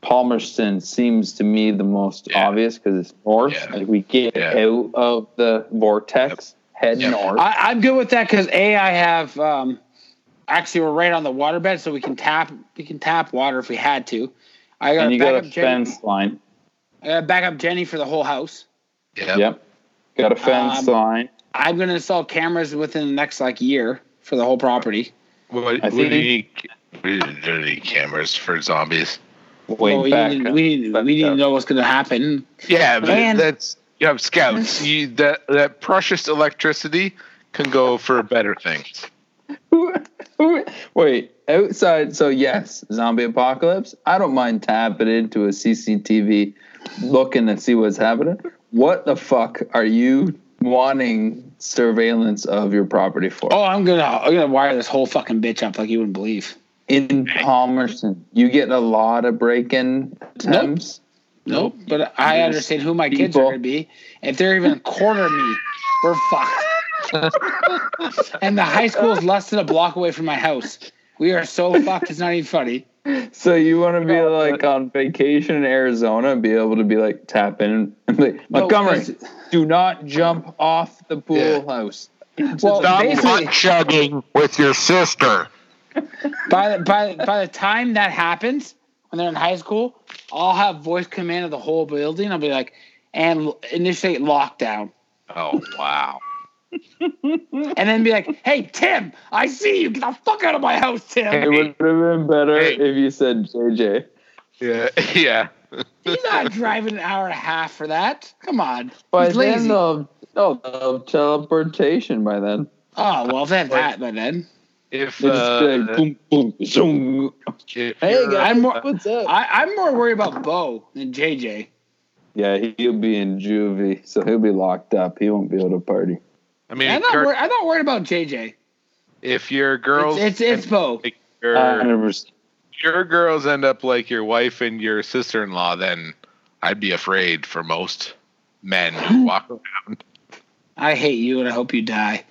Speaker 3: Palmerston seems to me the most
Speaker 1: Yeah.
Speaker 3: obvious because it's north.
Speaker 1: Yeah.
Speaker 3: Like we get
Speaker 1: Yeah.
Speaker 3: out of the vortex, head
Speaker 1: Yep.
Speaker 3: north.
Speaker 2: I, I'm good with that because a I have um, actually we're right on the waterbed, so we can tap we can tap water if we had to. I got
Speaker 3: and
Speaker 2: to
Speaker 3: you got
Speaker 2: back
Speaker 3: a
Speaker 2: up Jenny.
Speaker 3: fence line.
Speaker 2: I got to back up Jenny for the whole house.
Speaker 1: Yeah.
Speaker 3: Yep. Got a fence
Speaker 2: Um,
Speaker 3: line.
Speaker 2: I'm gonna install cameras within the next like year for the whole property.
Speaker 1: What,
Speaker 3: I
Speaker 1: what do you
Speaker 3: think-
Speaker 1: need? We don't need cameras for zombies.
Speaker 3: Way
Speaker 2: Well, we,
Speaker 3: back.
Speaker 2: need,
Speaker 3: up.
Speaker 2: we, need,
Speaker 3: back
Speaker 2: we need to
Speaker 3: up.
Speaker 2: know what's gonna happen.
Speaker 1: Yeah, but
Speaker 2: And-
Speaker 1: that's you have scouts.
Speaker 2: <laughs>
Speaker 1: You that that precious electricity can go for better things.
Speaker 3: Who- who- Wait, outside. So yes, zombie apocalypse. I don't mind tapping into a CCTV, looking and see what's happening. What the fuck are you wanting surveillance of your property for?
Speaker 2: Oh, I'm gonna I'm gonna wire this whole fucking bitch up like you wouldn't believe.
Speaker 3: In Palmerston, you get a lot of break-in attempts.
Speaker 2: Nope. But I
Speaker 3: There's
Speaker 2: understand who my kids are
Speaker 3: people.
Speaker 2: gonna be. If they're even a quarter of me, we're fucked. and the high school is less than a block away from my house. We are so fucked. It's not even funny.
Speaker 3: So you want to be like on vacation in Arizona and be able to be like tap in <laughs> and be like
Speaker 2: No,
Speaker 3: Montgomery,
Speaker 2: 'cause-
Speaker 3: do not jump off the pool
Speaker 1: Yeah.
Speaker 3: house.
Speaker 2: Well,
Speaker 1: Stop
Speaker 2: basically,
Speaker 1: butt chugging with your sister.
Speaker 2: by the, by by the time that happens, when they're in high school, I'll have voice command of the whole building. I'll be like, and l- initiate lockdown,
Speaker 1: Oh wow.
Speaker 2: and then be like, "Hey Tim, I see you. Get the fuck out of my house, Tim."
Speaker 3: It would have been better
Speaker 1: Hey.
Speaker 3: if you said JJ.
Speaker 1: <laughs> Yeah, <laughs> yeah.
Speaker 2: He's not driving an hour and a half for that. Come on.
Speaker 3: By
Speaker 2: He's
Speaker 3: then,
Speaker 2: lazy.
Speaker 3: they'll, oh, they'll teleportation by then.
Speaker 2: Oh well, if they have that by then.
Speaker 1: If
Speaker 3: They just be
Speaker 1: uh,
Speaker 3: like, boom, boom, zoom.
Speaker 1: if
Speaker 3: Hey,
Speaker 1: you're-
Speaker 3: guys.
Speaker 2: I'm more
Speaker 3: What's up?
Speaker 2: I, I'm more worried about Bo than JJ.
Speaker 3: Yeah, he- he'll be in juvie, so he'll be locked up. He won't be able to party.
Speaker 1: I mean,
Speaker 2: I'm not,
Speaker 1: Kirk,
Speaker 2: wor- I'm not worried about JJ.
Speaker 1: if your girls,
Speaker 2: It's it's, it's uh, Bo.
Speaker 1: your,
Speaker 3: 100%.
Speaker 1: your girls end up like your wife and your sister-in-law, then I'd be afraid for most
Speaker 2: <laughs>
Speaker 1: men who walk around.
Speaker 2: I hate you and I hope you die.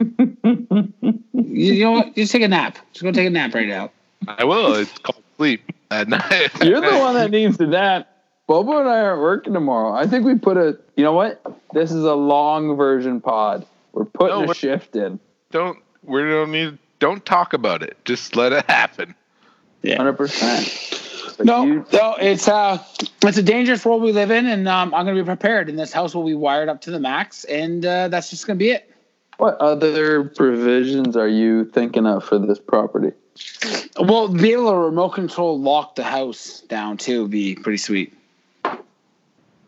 Speaker 2: you, you know what? Just take a nap. Just go take a nap right now.
Speaker 1: I will. It's called sleep at <laughs> night.
Speaker 3: You're the one that needs to that. Bobo and I aren't working tomorrow. I think we put a. You know what? This is a long version pod. We're
Speaker 1: No,
Speaker 3: putting a
Speaker 1: we're-
Speaker 3: shift in.
Speaker 1: don't. We don't need. Don't talk about it. Just let it happen.
Speaker 3: Hundred percent.
Speaker 2: No, no, it's uh, it's a dangerous world we live in, and um, I'm gonna be prepared. And this house will be wired up to the max, and uh, that's just gonna be it.
Speaker 3: What other provisions are you thinking of for this property?
Speaker 2: Well, be able to remote control lock the house down too would be pretty sweet.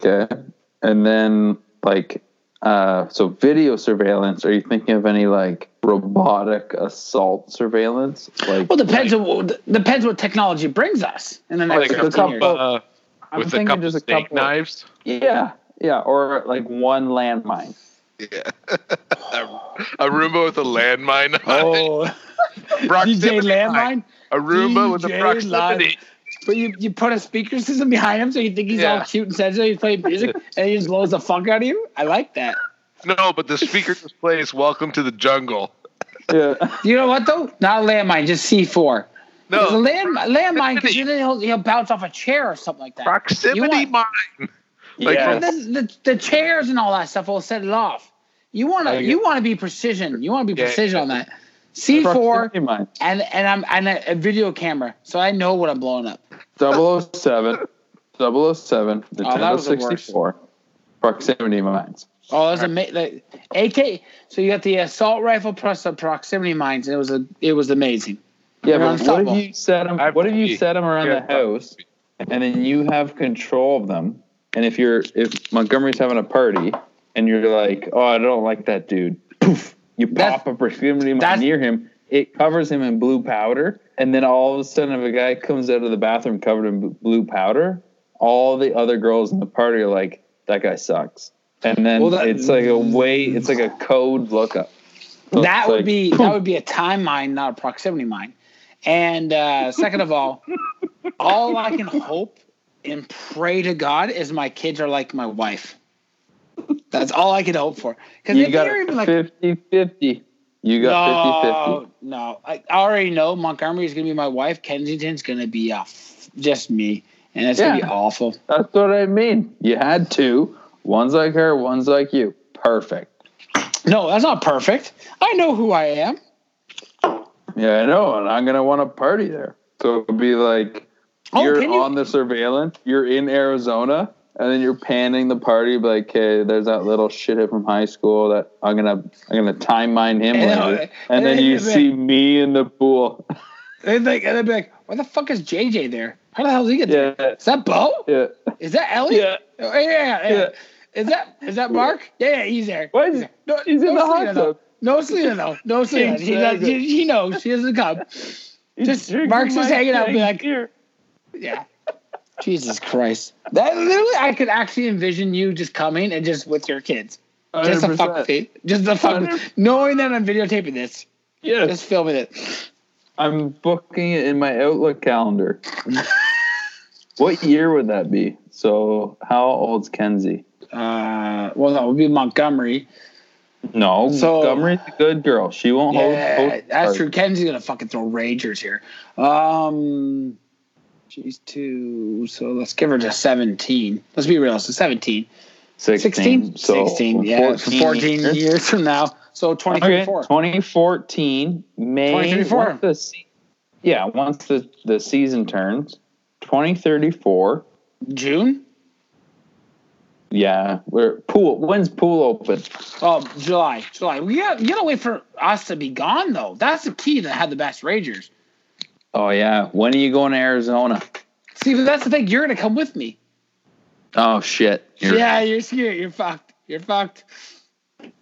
Speaker 3: Okay, and then like, uh, so video surveillance. Are you thinking of any like robotic assault surveillance? Like,
Speaker 2: Well, depends on depends what technology brings us in the
Speaker 1: Like
Speaker 2: next
Speaker 3: a
Speaker 1: a
Speaker 2: 15
Speaker 1: couple,
Speaker 2: years.
Speaker 1: uh,
Speaker 3: I'm
Speaker 1: with a
Speaker 3: thinking
Speaker 1: couple
Speaker 3: just a
Speaker 1: steak
Speaker 3: couple-
Speaker 1: knives.
Speaker 3: yeah, yeah, or like one landmine.
Speaker 1: Yeah. a, a Roomba with a landmine. <laughs> on it.
Speaker 2: Oh, <laughs> DJ
Speaker 1: Proximity line.
Speaker 2: landmine.
Speaker 1: A Roomba with a
Speaker 2: DJ
Speaker 1: proximity.
Speaker 2: But you, you put a speaker system behind him so you think he's
Speaker 1: Yeah.
Speaker 2: all cute and sensitive. He's playing
Speaker 1: <laughs>
Speaker 2: music and he just blows the funk out of you. I like that.
Speaker 1: No, but the speaker just plays "Welcome to the Jungle."
Speaker 3: <laughs> Yeah,
Speaker 2: You know what though? Not a landmine, just C four. No, a
Speaker 1: No,
Speaker 2: land, landmine because then he'll, he'll bounce off a chair or something like that. You
Speaker 1: proximity
Speaker 2: want-
Speaker 1: mine. Like
Speaker 3: Yeah.
Speaker 2: And then the, the chairs and all that stuff will set it off. You want
Speaker 3: I
Speaker 2: to
Speaker 3: get-
Speaker 2: you want to be precision. You want to be
Speaker 1: Yeah.
Speaker 2: precision on that. C four
Speaker 3: Proximity mine.
Speaker 2: and and I'm and a, a video camera, so I know what I'm blowing up.
Speaker 3: 007,
Speaker 2: Oh,
Speaker 3: 007,
Speaker 2: that
Speaker 3: Nintendo
Speaker 2: was the worst.
Speaker 3: 64, proximity mines.
Speaker 2: Oh, that's amazing. AK. So you got the assault rifle plus the proximity mines, and it was a it was amazing. They're
Speaker 3: Yeah, but what
Speaker 2: unstoppable.
Speaker 3: if you set them?
Speaker 1: I-
Speaker 3: What if you set 'em around
Speaker 1: Yeah.
Speaker 3: the house, and then you have control of them? And if you're if Montgomery's having a party, and you're like, oh, I don't like that dude, <clears throat> poof, you
Speaker 2: That's-
Speaker 3: pop a proximity mine
Speaker 2: that's-
Speaker 3: near him. It covers him in blue powder, and then all of a sudden, if a guy comes out of the bathroom covered in b- blue powder, all the other girls in the party are like, "That guy sucks." And then
Speaker 2: Well, that-
Speaker 3: it's like a way, it's like a code lookup. So
Speaker 2: that
Speaker 3: it's
Speaker 2: would
Speaker 3: like, <laughs>
Speaker 2: be that would be a time mine, not a proximity mine. And uh, second of all, all I can hope and pray to God is my kids are like my wife. That's all I can hope for. Because
Speaker 3: you
Speaker 2: if
Speaker 3: got
Speaker 2: they're even like
Speaker 3: 50 50. You got 50 50.
Speaker 2: no, no, I already know Montgomery is gonna be my wife. Kensington's gonna be uh, f- just me, and it's gonna be
Speaker 3: Yeah.
Speaker 2: awful.
Speaker 3: That's what I mean. You had two. One's like her, one's like you. Perfect.
Speaker 2: No, that's not perfect. I know who I am.
Speaker 3: Yeah, I know, and I'm gonna want to party there. So it would be like
Speaker 2: Oh,
Speaker 3: you're
Speaker 2: can you-
Speaker 3: on the surveillance. You're in Arizona, and then you're panning the party. be Like, hey, there's that little shithead from high school that I'm gonna I'm gonna time mine <laughs> him
Speaker 2: And then-
Speaker 3: later. And then
Speaker 2: and
Speaker 3: you
Speaker 2: then-
Speaker 3: see me in the pool. <laughs>
Speaker 2: They'd like, and they'd be like, "Why the fuck is JJ there? How the hell did he get there?
Speaker 3: Yeah,
Speaker 2: Is that Bo?
Speaker 3: yeah.
Speaker 2: Is that Ellie?
Speaker 3: Yeah.
Speaker 2: Oh, yeah, yeah, yeah.
Speaker 3: Yeah.
Speaker 2: Is that is that
Speaker 3: <laughs>
Speaker 2: Mark? Yeah, yeah he's there.
Speaker 3: Why is-
Speaker 2: no,
Speaker 3: he's in the hot
Speaker 2: Selena, though.
Speaker 3: tub.
Speaker 2: No Selena though. No Selena. She, does,
Speaker 3: Exactly.
Speaker 2: she, she knows she doesn't come. Just
Speaker 3: drinking
Speaker 2: Mark's just
Speaker 3: my
Speaker 2: hanging out, be like,
Speaker 3: beer.
Speaker 2: yeah. Jesus Christ. That literally, I could actually envision you just coming and just with your kids, just the fuck,
Speaker 3: 100%.
Speaker 2: face. just the fuck,
Speaker 3: Hundred-
Speaker 2: knowing that I'm videotaping this,
Speaker 3: Yes.
Speaker 2: just filming it.
Speaker 3: I'm booking it in my
Speaker 2: <laughs>
Speaker 3: Outlook calendar. what year would that be? So, how old's Kenzie?
Speaker 2: Uh, well, that would be Montgomery.
Speaker 3: No,
Speaker 2: So-
Speaker 3: Montgomery's a good girl. She won't hold.
Speaker 2: Yeah,
Speaker 3: hold
Speaker 2: that's true.
Speaker 3: hard.
Speaker 2: Kenzie's gonna fucking throw ragers here. Um, she's two, so let's give her to seventeen. Let's be real, so seventeen. 16?
Speaker 3: 16. So
Speaker 2: 16, yeah, 14, years. from now. So
Speaker 3: Okay,
Speaker 2: 2034.
Speaker 3: 2014 May.
Speaker 2: 2034.
Speaker 3: once the se- yeah, once the, the season turns, 2034.
Speaker 2: June?
Speaker 3: Yeah, we're pool. When's pool open?
Speaker 2: Oh, July. July. We got, you gotta wait for us to be gone, though. That's the key to have the best ragers.
Speaker 3: Oh yeah, when are you going to Arizona?
Speaker 2: See, but that's the thing. You're gonna come with me.
Speaker 3: Oh shit! You're-
Speaker 2: yeah, you're scared. You're fucked. You're fucked.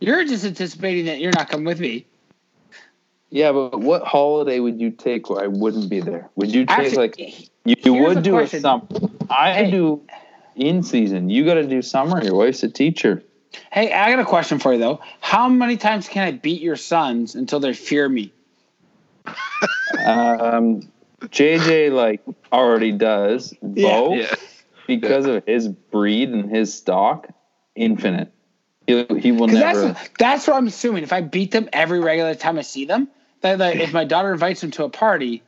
Speaker 2: You're just anticipating that you're not coming with me.
Speaker 3: Yeah, but what holiday would you take where I wouldn't be there? Would you take like
Speaker 2: Actually,
Speaker 3: you, you
Speaker 2: here's a
Speaker 3: would do
Speaker 2: question.
Speaker 3: a summer? I
Speaker 2: Hey.
Speaker 3: do in season. You got to do summer. Your wife's a teacher.
Speaker 2: hey, I got a question for you though. How many times can I beat your sons until they fear me?
Speaker 3: Um, JJ like already does. Bo
Speaker 1: Yeah.
Speaker 3: because of his breed and his stock, infinite. He, he will
Speaker 2: 'Cause
Speaker 3: never.
Speaker 2: that's that's what I'm assuming. If I beat them every regular time I see them, that like if my daughter invites them to a party,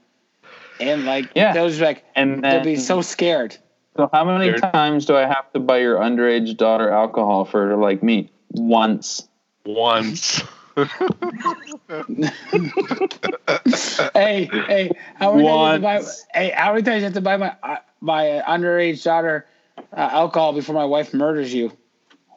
Speaker 2: and like
Speaker 3: Yeah.
Speaker 2: they'll just be like
Speaker 3: and
Speaker 2: they'll
Speaker 3: then,
Speaker 2: be so scared.
Speaker 3: so how many
Speaker 1: They're-
Speaker 3: times do I have to buy your underage daughter alcohol for her to like me? Once.
Speaker 1: Once.
Speaker 2: hey, hey, how many times you have to
Speaker 3: Once.
Speaker 2: buy? Hey, how many times you have to buy my uh, my underage daughter uh, alcohol before my wife murders you?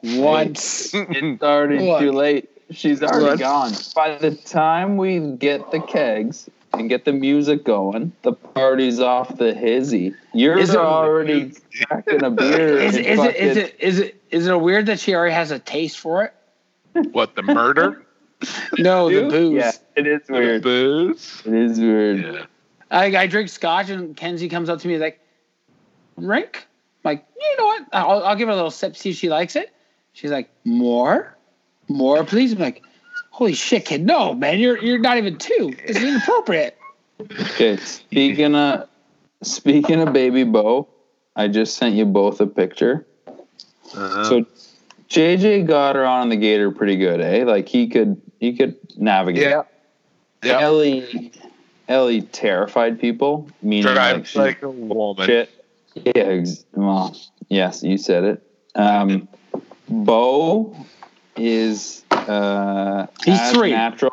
Speaker 2: Once.
Speaker 3: It's already
Speaker 2: What?
Speaker 3: too late. She's already
Speaker 1: What?
Speaker 3: gone. By the time we get the kegs and get the music going, the party's off the hizzy. You're
Speaker 2: Is it-
Speaker 3: already
Speaker 2: <laughs>
Speaker 3: cracking a beer.
Speaker 2: Is, is, it,
Speaker 3: and
Speaker 2: is
Speaker 3: fucking-
Speaker 2: it is it is it weird that she already has a taste for it?
Speaker 1: what
Speaker 2: <laughs>
Speaker 1: the murder?
Speaker 2: No, the
Speaker 3: Dude,
Speaker 2: booze.
Speaker 3: Yeah, it is
Speaker 1: the
Speaker 3: weird.
Speaker 1: booze?
Speaker 3: It is weird.
Speaker 1: Yeah.
Speaker 2: I, I drink scotch, and Kenzie comes up to me like, "Rink," I'm like you know what? I'll, I'll give her a little sip, see if she likes it. She's like, "More, more, please." I'm like, "Holy shit, kid! No, man, you're you're not even two. This is inappropriate."
Speaker 3: Okay, speaking of speaking of baby Bo, I just sent you both a picture.
Speaker 2: Oh.
Speaker 1: Uh-huh.
Speaker 3: So JJ got her on the gator pretty good, eh? Like he could he could navigate.
Speaker 1: yeah. Yeah.
Speaker 3: Ellie Ellie E, terrified people, meaning like,
Speaker 1: Drives
Speaker 3: she
Speaker 1: like a woman.
Speaker 3: shit. Yeah, ex- well, yes, you said it. Um, Bo is uh,
Speaker 2: He's
Speaker 3: as
Speaker 2: three.
Speaker 3: Natural.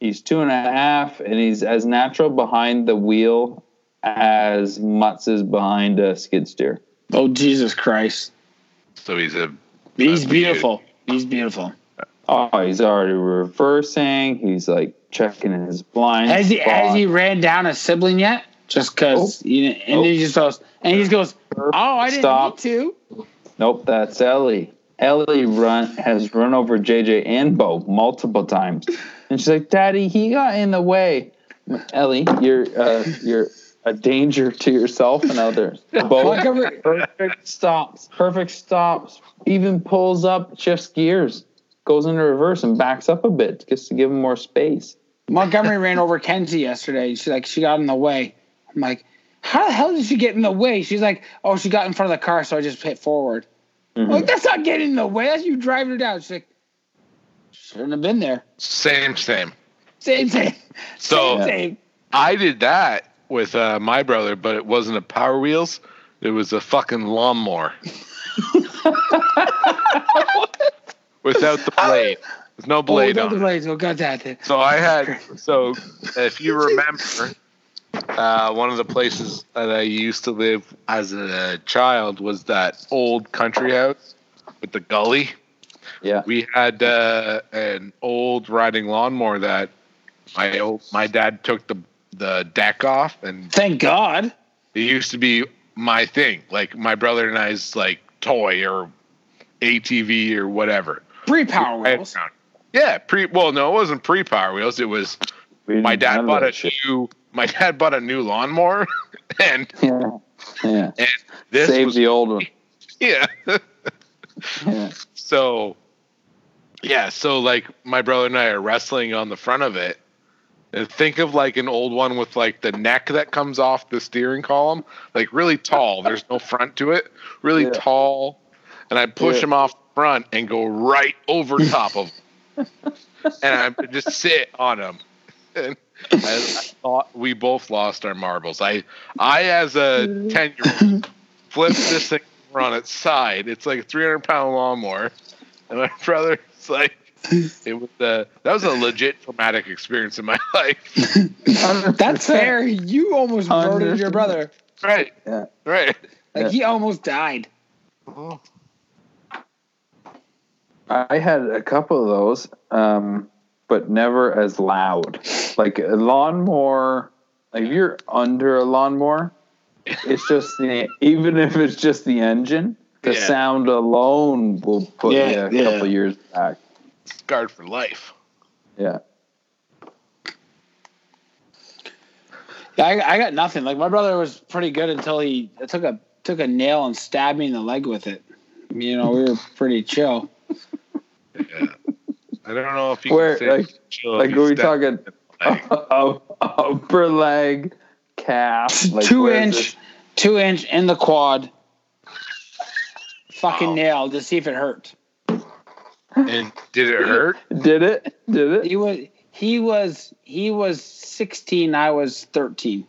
Speaker 3: He's two and a half, and he's as natural behind the wheel as Mutz is behind a skid steer.
Speaker 2: <laughs> Oh Jesus Christ!
Speaker 1: So he's a
Speaker 2: He's
Speaker 1: That's
Speaker 2: beautiful. He's beautiful.
Speaker 3: Oh, he's already reversing. He's like checking his blind.
Speaker 2: Has he
Speaker 3: spot.
Speaker 2: has he ran down a sibling yet? Just because you know, and then he just goes and he just goes, "Oh, I didn't
Speaker 3: Stop.
Speaker 2: need to."
Speaker 3: Nope, that's Ellie. Ellie run has run over JJ and Bo multiple times, and she's like, "Daddy, he got in the way." Ellie, you're uh, you're a danger to yourself and others.
Speaker 2: Fuck
Speaker 3: Bo
Speaker 2: over-
Speaker 3: perfect stops, perfect stops, even pulls up, shifts gears, goes into reverse and backs up a bit just to give him more space.
Speaker 2: Montgomery ran over Kenzie yesterday. She like she got in the way. I'm like, how the hell did she get in the way? She's like, oh, she got in front of the car, so I just hit forward.
Speaker 1: Mm-hmm.
Speaker 2: I'm like that's not getting in the way. That's you driving her down. She's like, shouldn't have been there.
Speaker 1: same, same.
Speaker 2: Same, same,
Speaker 1: So
Speaker 2: same, same.
Speaker 1: I did that with uh, my brother, but it wasn't a Power Wheels. It was a fucking lawnmower. Without the blade. There's no blade
Speaker 2: oh,
Speaker 1: on it.
Speaker 2: blades. Oh, god damn it.
Speaker 1: So
Speaker 2: <laughs>
Speaker 1: I had. So if you remember, uh, one of the places that I used to live as a child was that old country house with the gully.
Speaker 3: Yeah.
Speaker 1: We had uh, an old riding lawnmower that my old, my dad took the the deck off, and
Speaker 2: Thank God.
Speaker 1: it used to be my thing, like my brother and I's like toy or ATV or whatever.
Speaker 2: Pre Power Wheels.
Speaker 1: Yeah, pre. Well, no, it wasn't pre Power Wheels. It was
Speaker 3: We
Speaker 1: my
Speaker 3: didn't
Speaker 1: dad
Speaker 3: have
Speaker 1: bought
Speaker 3: that
Speaker 1: a new my dad bought a new lawnmower <laughs> and
Speaker 3: <laughs> Yeah, yeah.
Speaker 1: and this
Speaker 3: Save
Speaker 1: was
Speaker 3: the old one.
Speaker 1: yeah
Speaker 3: Yeah.
Speaker 1: so yeah so like my brother and i are wrestling on the front of it and think of like an old one with like the neck that comes off the steering column like really tall there's no front to it really
Speaker 3: Yeah.
Speaker 1: tall and i push
Speaker 3: Yeah.
Speaker 1: him off front and go right
Speaker 3: <laughs>
Speaker 1: over top of him and i just sit on him <laughs> and I, I thought we both lost our marbles i i as a
Speaker 3: Mm-hmm.
Speaker 1: 10 year old flipped this thing over on its side it's like a 300 pound lawnmower and my brother's like it was uh that was a legit traumatic experience in my <laughs> life.
Speaker 2: That's fair. You almost murdered your brother.
Speaker 1: Right.
Speaker 3: Yeah.
Speaker 1: Right.
Speaker 2: Like he almost died.
Speaker 3: I had a couple of those, um, but never as loud. Like a lawnmower, like if you're under a lawnmower, it's just the even if it's just the engine, the
Speaker 1: Yeah.
Speaker 3: sound alone will put
Speaker 2: Yeah,
Speaker 3: me a
Speaker 2: yeah.
Speaker 3: couple years back.
Speaker 1: Scarred for life.
Speaker 3: Yeah.
Speaker 2: Yeah, I, I got nothing. Like my brother was pretty good until he took a took a nail and stabbed me in the leg with it. You know, we were pretty chill.
Speaker 1: I don't know if you
Speaker 3: Where,
Speaker 1: can say
Speaker 3: like-
Speaker 1: chill if
Speaker 3: Like
Speaker 1: you
Speaker 3: are we
Speaker 1: step-
Speaker 3: talking
Speaker 1: like,
Speaker 3: <laughs> upper leg, calf, <laughs>
Speaker 2: <laughs>
Speaker 3: like
Speaker 2: two
Speaker 3: where is
Speaker 2: inch,
Speaker 3: this?
Speaker 2: two inch in the quad. Fucking
Speaker 1: Wow.
Speaker 2: nail to see if it hurt.
Speaker 1: and did it hurt?
Speaker 3: Did it? Did it?
Speaker 2: He was he was he was sixteen. I was thirteen.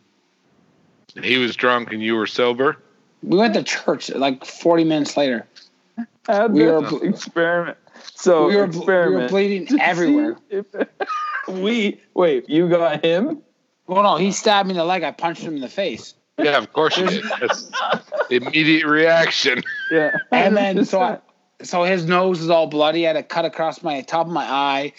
Speaker 1: He was drunk and you were sober.
Speaker 2: We went to church like forty minutes later.
Speaker 3: Had
Speaker 2: we
Speaker 3: this
Speaker 1: were-
Speaker 3: experiment. So
Speaker 2: We were, we were
Speaker 3: Oh, experiment. <laughs>
Speaker 2: bleeding everywhere.
Speaker 3: we wait. You got him.
Speaker 2: Well, no, he stabbed me in the leg. I punched him in the face.
Speaker 1: Yeah, of course you did. That's immediate reaction.
Speaker 3: Yeah.
Speaker 2: and then so I, so his nose is all bloody. I had a cut across my top of my eye.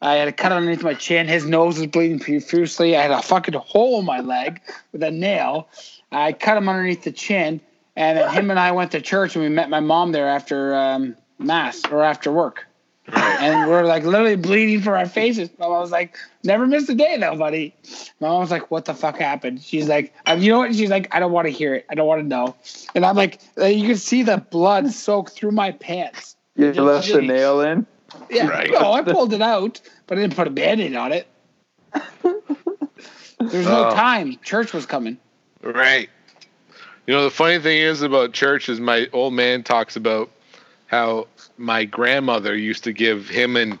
Speaker 2: I had a cut underneath my chin. His nose was bleeding profusely. I had a fucking hole in my leg with a nail. I cut him underneath the chin, and then him and I went to church, and we met my mom there after um, mass or after work. And we're like literally bleeding from our faces. My mom was like, "Never missed a day, though, buddy." My mom was like, "What the fuck happened?" She's like, um, "You know what?" She's like, "I don't want to hear it. I don't want to know." And I'm like, uh, you can see the blood soak through my pants.
Speaker 3: you left the nail in.
Speaker 2: Yeah,
Speaker 1: Right.
Speaker 2: no, I pulled it out, but I didn't put a band-aid on
Speaker 1: <laughs>
Speaker 2: it. There was no
Speaker 1: Oh.
Speaker 2: time. Church was coming.
Speaker 1: Right. You know, the funny thing is about church is my old man talks about how my grandmother used to give him and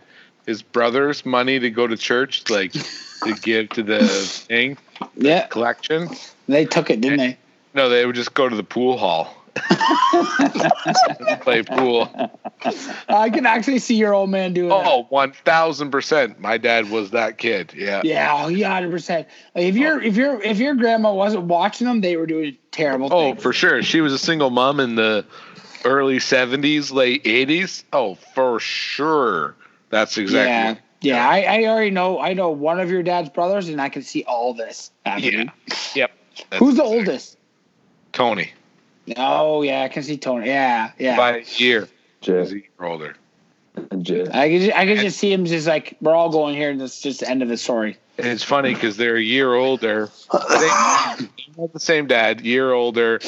Speaker 1: his brothers money to go to church, like to give to the thing
Speaker 2: Yeah,
Speaker 1: collection.
Speaker 2: they took it, didn't they?
Speaker 1: No, they would just go to the pool hall. play pool.
Speaker 2: Uh, I can actually see your old man doing that.
Speaker 1: Oh, 1000%. My dad was that kid. Yeah.
Speaker 2: Yeah, oh, yeah, hundred percent. Like if your if your if your grandma wasn't watching them, they were doing terrible
Speaker 1: Oh,
Speaker 2: things.
Speaker 1: for sure. She was a single mom in the early 70s, late 80s. Oh, for sure. That's exactly.
Speaker 2: Yeah, yeah. I, I already know. I know one of your dad's brothers, and I can see all this happening.
Speaker 1: Yep. That's
Speaker 2: Who's the
Speaker 1: exact-
Speaker 2: oldest?
Speaker 1: Tony.
Speaker 2: Oh yeah, I can see Tony. Yeah, yeah.
Speaker 1: By a year. He's
Speaker 3: Just,
Speaker 1: a year older.
Speaker 3: just.
Speaker 2: I could, ju- I could just see him just like we're all going here, and that's just the end of the story.
Speaker 1: And it's funny because they're a year older.
Speaker 2: <coughs>
Speaker 1: They have the same dad, year older.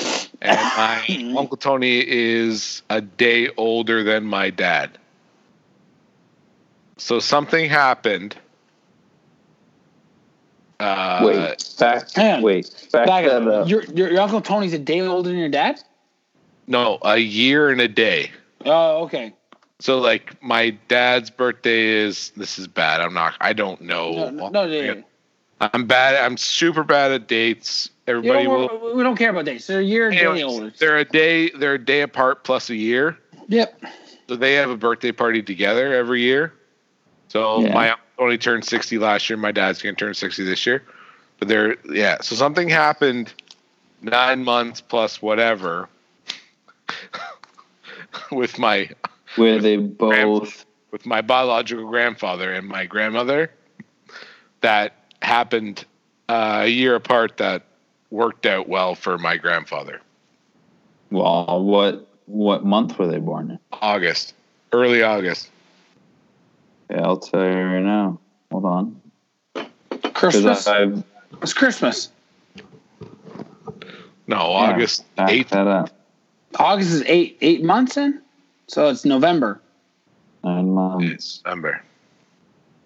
Speaker 1: And
Speaker 2: <coughs>
Speaker 1: my Uncle Tony is a day older than my dad. So something happened. Uh,
Speaker 3: Wait, back,
Speaker 2: Man.
Speaker 3: wait, back, uh,
Speaker 2: Back
Speaker 3: that up.
Speaker 2: your, your your uncle Tony's a day older than your dad.
Speaker 1: No, a year and a day.
Speaker 2: Oh, okay.
Speaker 1: So like my dad's birthday is this is bad. I'm not I don't
Speaker 2: No,
Speaker 1: know.
Speaker 2: no, no, no, no.
Speaker 1: I'm bad I'm super bad at dates.
Speaker 2: You
Speaker 1: Everybody
Speaker 2: don't,
Speaker 1: will
Speaker 2: worry- we don't care about dates. They're a year, a day older.
Speaker 1: Anyways, they're a day they're a day apart plus a year.
Speaker 2: Yep.
Speaker 1: So they have a birthday party together every year. So
Speaker 3: Yeah.
Speaker 1: my uncle only turned sixty last year, my dad's gonna turn sixty this year. But they're yeah, so something happened nine months plus whatever <laughs> with my
Speaker 3: Where they both.
Speaker 1: with my biological grandfather and my grandmother that happened uh, a year apart that worked out well for my grandfather.
Speaker 3: Well, what what month were they born in?
Speaker 1: August, early August.
Speaker 3: Yeah, I'll tell you right now. Hold on,
Speaker 2: Christmas.
Speaker 3: because I've
Speaker 2: it's Christmas.
Speaker 1: No, August
Speaker 3: backed
Speaker 1: 8th.
Speaker 3: that up.
Speaker 2: August is eight eight months in, so it's November.
Speaker 3: Nine months.
Speaker 1: December.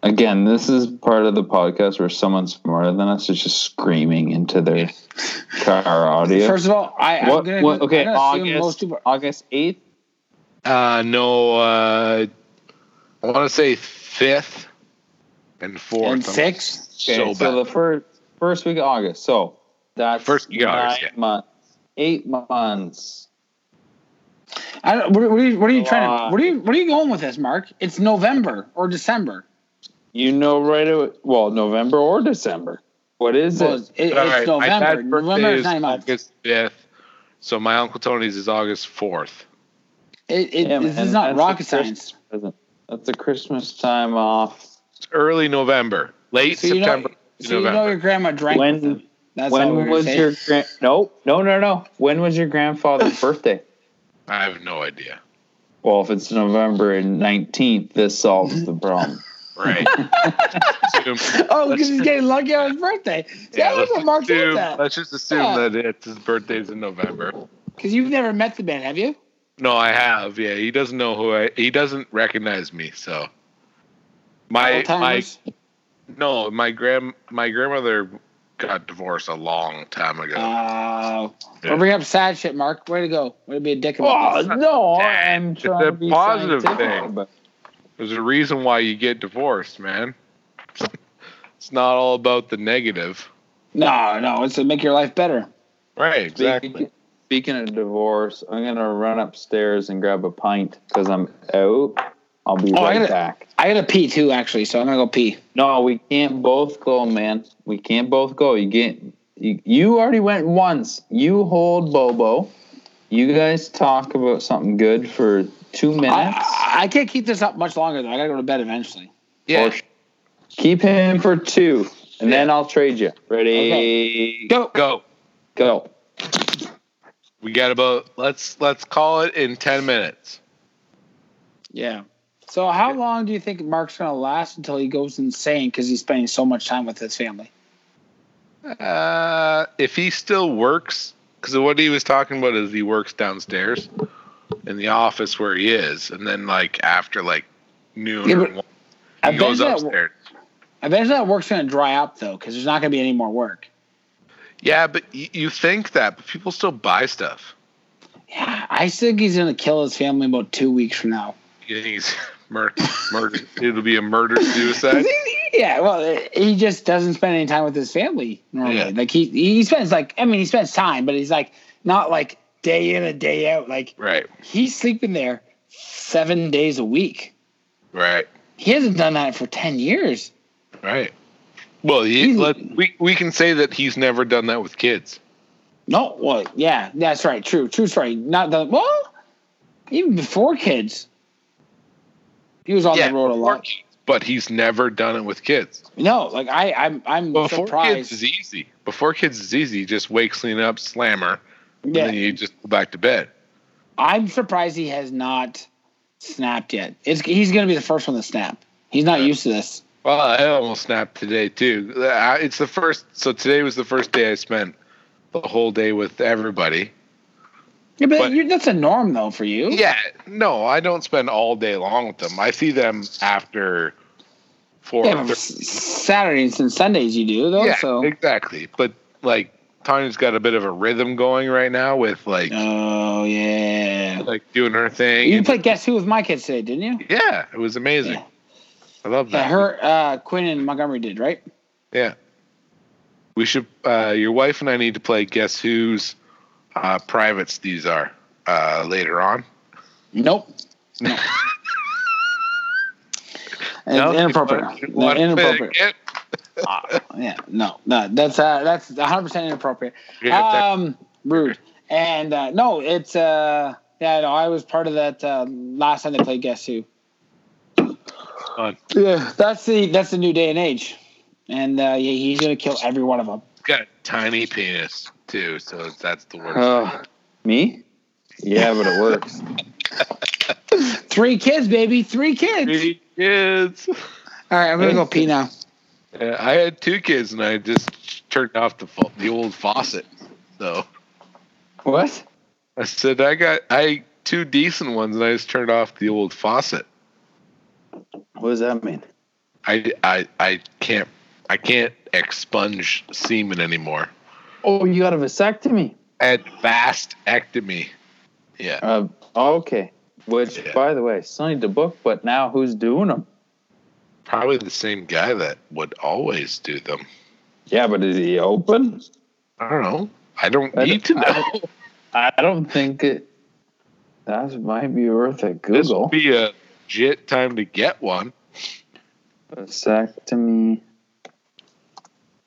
Speaker 3: Again, this is part of the podcast where someone smarter than us is just screaming into their car audio.
Speaker 2: First of all, I I'm
Speaker 3: what,
Speaker 2: gonna,
Speaker 3: what, okay,
Speaker 2: I'm gonna assume
Speaker 3: August,
Speaker 2: most people.
Speaker 3: August 8th?
Speaker 1: Uh, no, uh, I want to say 5th and 4th.
Speaker 2: And six.
Speaker 1: So
Speaker 3: Okay, so,
Speaker 1: bad.
Speaker 3: the first first week of August. So that's
Speaker 1: First week of
Speaker 3: nine
Speaker 1: August, yeah.
Speaker 3: months, eight months.
Speaker 2: I don't, what, are- what are you, what are you trying
Speaker 3: July.
Speaker 2: to? What are you what are you going with this, Mark? It's November or December.
Speaker 3: You know, right away. Well, November or December. What is
Speaker 2: Well,
Speaker 3: it?
Speaker 2: it's, it, it's
Speaker 1: All right, my
Speaker 2: November.
Speaker 1: dad's birthday
Speaker 2: November is
Speaker 1: is
Speaker 2: nine months.
Speaker 1: August 5th. So my Uncle Tony's is August 4th.
Speaker 2: It, it,
Speaker 3: Yeah,
Speaker 2: this
Speaker 3: man,
Speaker 2: is not
Speaker 3: that's
Speaker 2: rocket
Speaker 3: the Christmas
Speaker 2: science.
Speaker 3: present. That's a Christmas time off.
Speaker 1: It's early November, late
Speaker 2: So you know,
Speaker 1: September.
Speaker 2: so you know
Speaker 1: November.
Speaker 2: your grandma drank. with
Speaker 3: When
Speaker 2: them. That's all we
Speaker 3: when
Speaker 2: were
Speaker 3: was
Speaker 2: saying.
Speaker 3: your grand? No, no, no, no. When was your grandfather's birthday?
Speaker 1: I have no idea.
Speaker 3: Well, if it's November nineteenth, this solves
Speaker 1: <laughs>
Speaker 3: the problem.
Speaker 1: Right. Assume-
Speaker 2: Oh,
Speaker 1: let's
Speaker 2: because he's
Speaker 1: just-
Speaker 2: getting lucky on his birthday. that
Speaker 1: yeah,
Speaker 2: was
Speaker 1: let's
Speaker 2: what Mark
Speaker 1: assume-
Speaker 2: did that.
Speaker 1: Let's just assume
Speaker 2: Yeah.
Speaker 1: that it's his birthday's in November.
Speaker 2: Because you've never met the man, have you?
Speaker 1: No, I have. Yeah, he doesn't know who I. He doesn't recognize me. So my my
Speaker 2: Alzheimer's?
Speaker 1: no my grand my grandmother got divorced a long time ago.
Speaker 2: Oh.
Speaker 1: Yeah. Oh,
Speaker 2: We'll bring up sad shit, Mark. Way to go. Way to be a dick about this.
Speaker 3: Oh, no, I'm
Speaker 1: It's a positive thing.
Speaker 3: about
Speaker 1: There's a reason why you get divorced, man. It's not all about the negative.
Speaker 2: No, no, it's to make your life better.
Speaker 1: Right,
Speaker 3: Speaking, speaking of divorce, I'm gonna run upstairs and grab a pint because I'm out. I'll be
Speaker 2: Oh, I
Speaker 3: right
Speaker 2: gotta-
Speaker 3: back.
Speaker 2: I gotta pee too, actually, so I'm gonna go pee.
Speaker 3: No, we can't both go, man. We can't both go. You get you, you already went once. You hold Bobo. You guys talk about something good for two minutes.
Speaker 2: I, I can't keep this up much longer though. I gotta go to bed eventually.
Speaker 1: Yeah.
Speaker 3: Or- keep him for two, and then I'll trade you. Ready?
Speaker 2: Go.
Speaker 1: Go.
Speaker 3: Go.
Speaker 1: We got about let's let's call it in ten minutes.
Speaker 2: Yeah. So how long do you think Mark's gonna last until he goes insane because he's spending so much time with his family?
Speaker 1: Uh, if he still works, because what he was talking about is he works downstairs in the office where he is, and then like after like noon,
Speaker 2: Yeah,
Speaker 1: or
Speaker 2: but
Speaker 1: one,
Speaker 2: I
Speaker 1: he goes
Speaker 2: bet that-
Speaker 1: upstairs.
Speaker 2: Eventually, that work's gonna dry up though because there's not gonna be any more work.
Speaker 1: Yeah, but y- you think that, but people still buy stuff.
Speaker 2: Yeah, I think he's gonna kill his family about two weeks from now.
Speaker 1: You think he's <laughs> mur- murder? It'll be a murder
Speaker 2: 'Cause <laughs>
Speaker 1: suicide.
Speaker 2: he- yeah, well, he just doesn't spend any time with his family normally.
Speaker 1: Yeah.
Speaker 2: Like he he spends like I mean he spends time, but he's like not like day in and day out. Like
Speaker 1: Right,
Speaker 2: he's sleeping there seven days a week.
Speaker 1: right,
Speaker 2: He hasn't done that for ten years.
Speaker 1: right. Well, he,
Speaker 2: He's-
Speaker 1: let, we we can say that he's never done that with kids.
Speaker 2: No, well, yeah, that's right. True, true story. Not the well, even before kids, he was on
Speaker 1: Yeah,
Speaker 2: the road a
Speaker 1: before
Speaker 2: lot.
Speaker 1: kids, but he's never done it with kids.
Speaker 2: No, like I, I'm, I'm
Speaker 1: Before
Speaker 2: surprised.
Speaker 1: kids is easy. Before kids is easy. You just wake, clean up, slammer,
Speaker 2: yeah,
Speaker 1: and then you just go back to bed.
Speaker 2: I'm surprised he has not snapped yet. It's he's gonna be the first one to snap. He's not used to this.
Speaker 1: Well, I almost snapped today too. Uh, It's the first. So today was the first day I spent the whole day with everybody.
Speaker 2: Yeah, but,
Speaker 1: But-
Speaker 2: you that's a norm though for you.
Speaker 1: Yeah, no, I don't spend all day long with them. I see them after four.
Speaker 2: Yeah,
Speaker 1: or
Speaker 2: but
Speaker 1: thir-
Speaker 2: s- Saturdays and Sundays you do though.
Speaker 1: yeah
Speaker 2: so
Speaker 1: exactly. But like, Tanya's got a bit of a rhythm going right now with like
Speaker 2: oh yeah.
Speaker 1: like doing her thing.
Speaker 2: You
Speaker 1: and-
Speaker 2: played Guess Who with my kids today, didn't you?
Speaker 1: yeah, it was amazing.
Speaker 2: Yeah.
Speaker 1: I love that.
Speaker 2: Yeah, her uh, Quinn and Montgomery did right.
Speaker 1: Yeah. We should. Uh, your wife and I need to play Guess Who's uh, privates these are uh, later on.
Speaker 2: Nope. <laughs> No. It's
Speaker 1: You
Speaker 2: inappropriate.
Speaker 1: wanna- you wanna play that
Speaker 2: inappropriate.
Speaker 1: game?
Speaker 2: Yeah, no, no. That's uh, that's 100 percent inappropriate.
Speaker 1: Yeah, that-
Speaker 2: um, rude. And uh, no, it's uh, yeah. No, I was part of that uh, last time they played Guess Who.
Speaker 1: Fun.
Speaker 2: Yeah, that's the that's the new day and age, and uh, yeah, he's gonna kill every one of them.
Speaker 1: it's got a tiny penis too, so that's the worst.
Speaker 2: Oh.
Speaker 3: Uh, me? Yeah, but it works.
Speaker 2: Three kids, baby, three kids.
Speaker 1: Three kids.
Speaker 2: All right, I'm gonna go pee now.
Speaker 1: Yeah, I had two kids, and I just turned off the fau- the old faucet. So
Speaker 3: What?
Speaker 1: I said I got I two decent ones, and I just turned off the old faucet.
Speaker 3: What does that mean?
Speaker 1: I I I can't I can't expunge semen anymore.
Speaker 3: Oh, you got a vasectomy.
Speaker 1: Advanced ectomy. Yeah.
Speaker 3: Uh, okay. Which,
Speaker 1: Yeah.
Speaker 3: by the way, signed the book, but now who's doing them?
Speaker 1: Probably the same guy that would always do them.
Speaker 3: Yeah, but is he open?
Speaker 1: I don't know. I don't
Speaker 3: I
Speaker 1: need to
Speaker 3: don't-
Speaker 1: know.
Speaker 3: I don't think it. That might be worth a
Speaker 1: This would
Speaker 3: Google.
Speaker 1: be a jit time to get one.
Speaker 3: Vasectomy.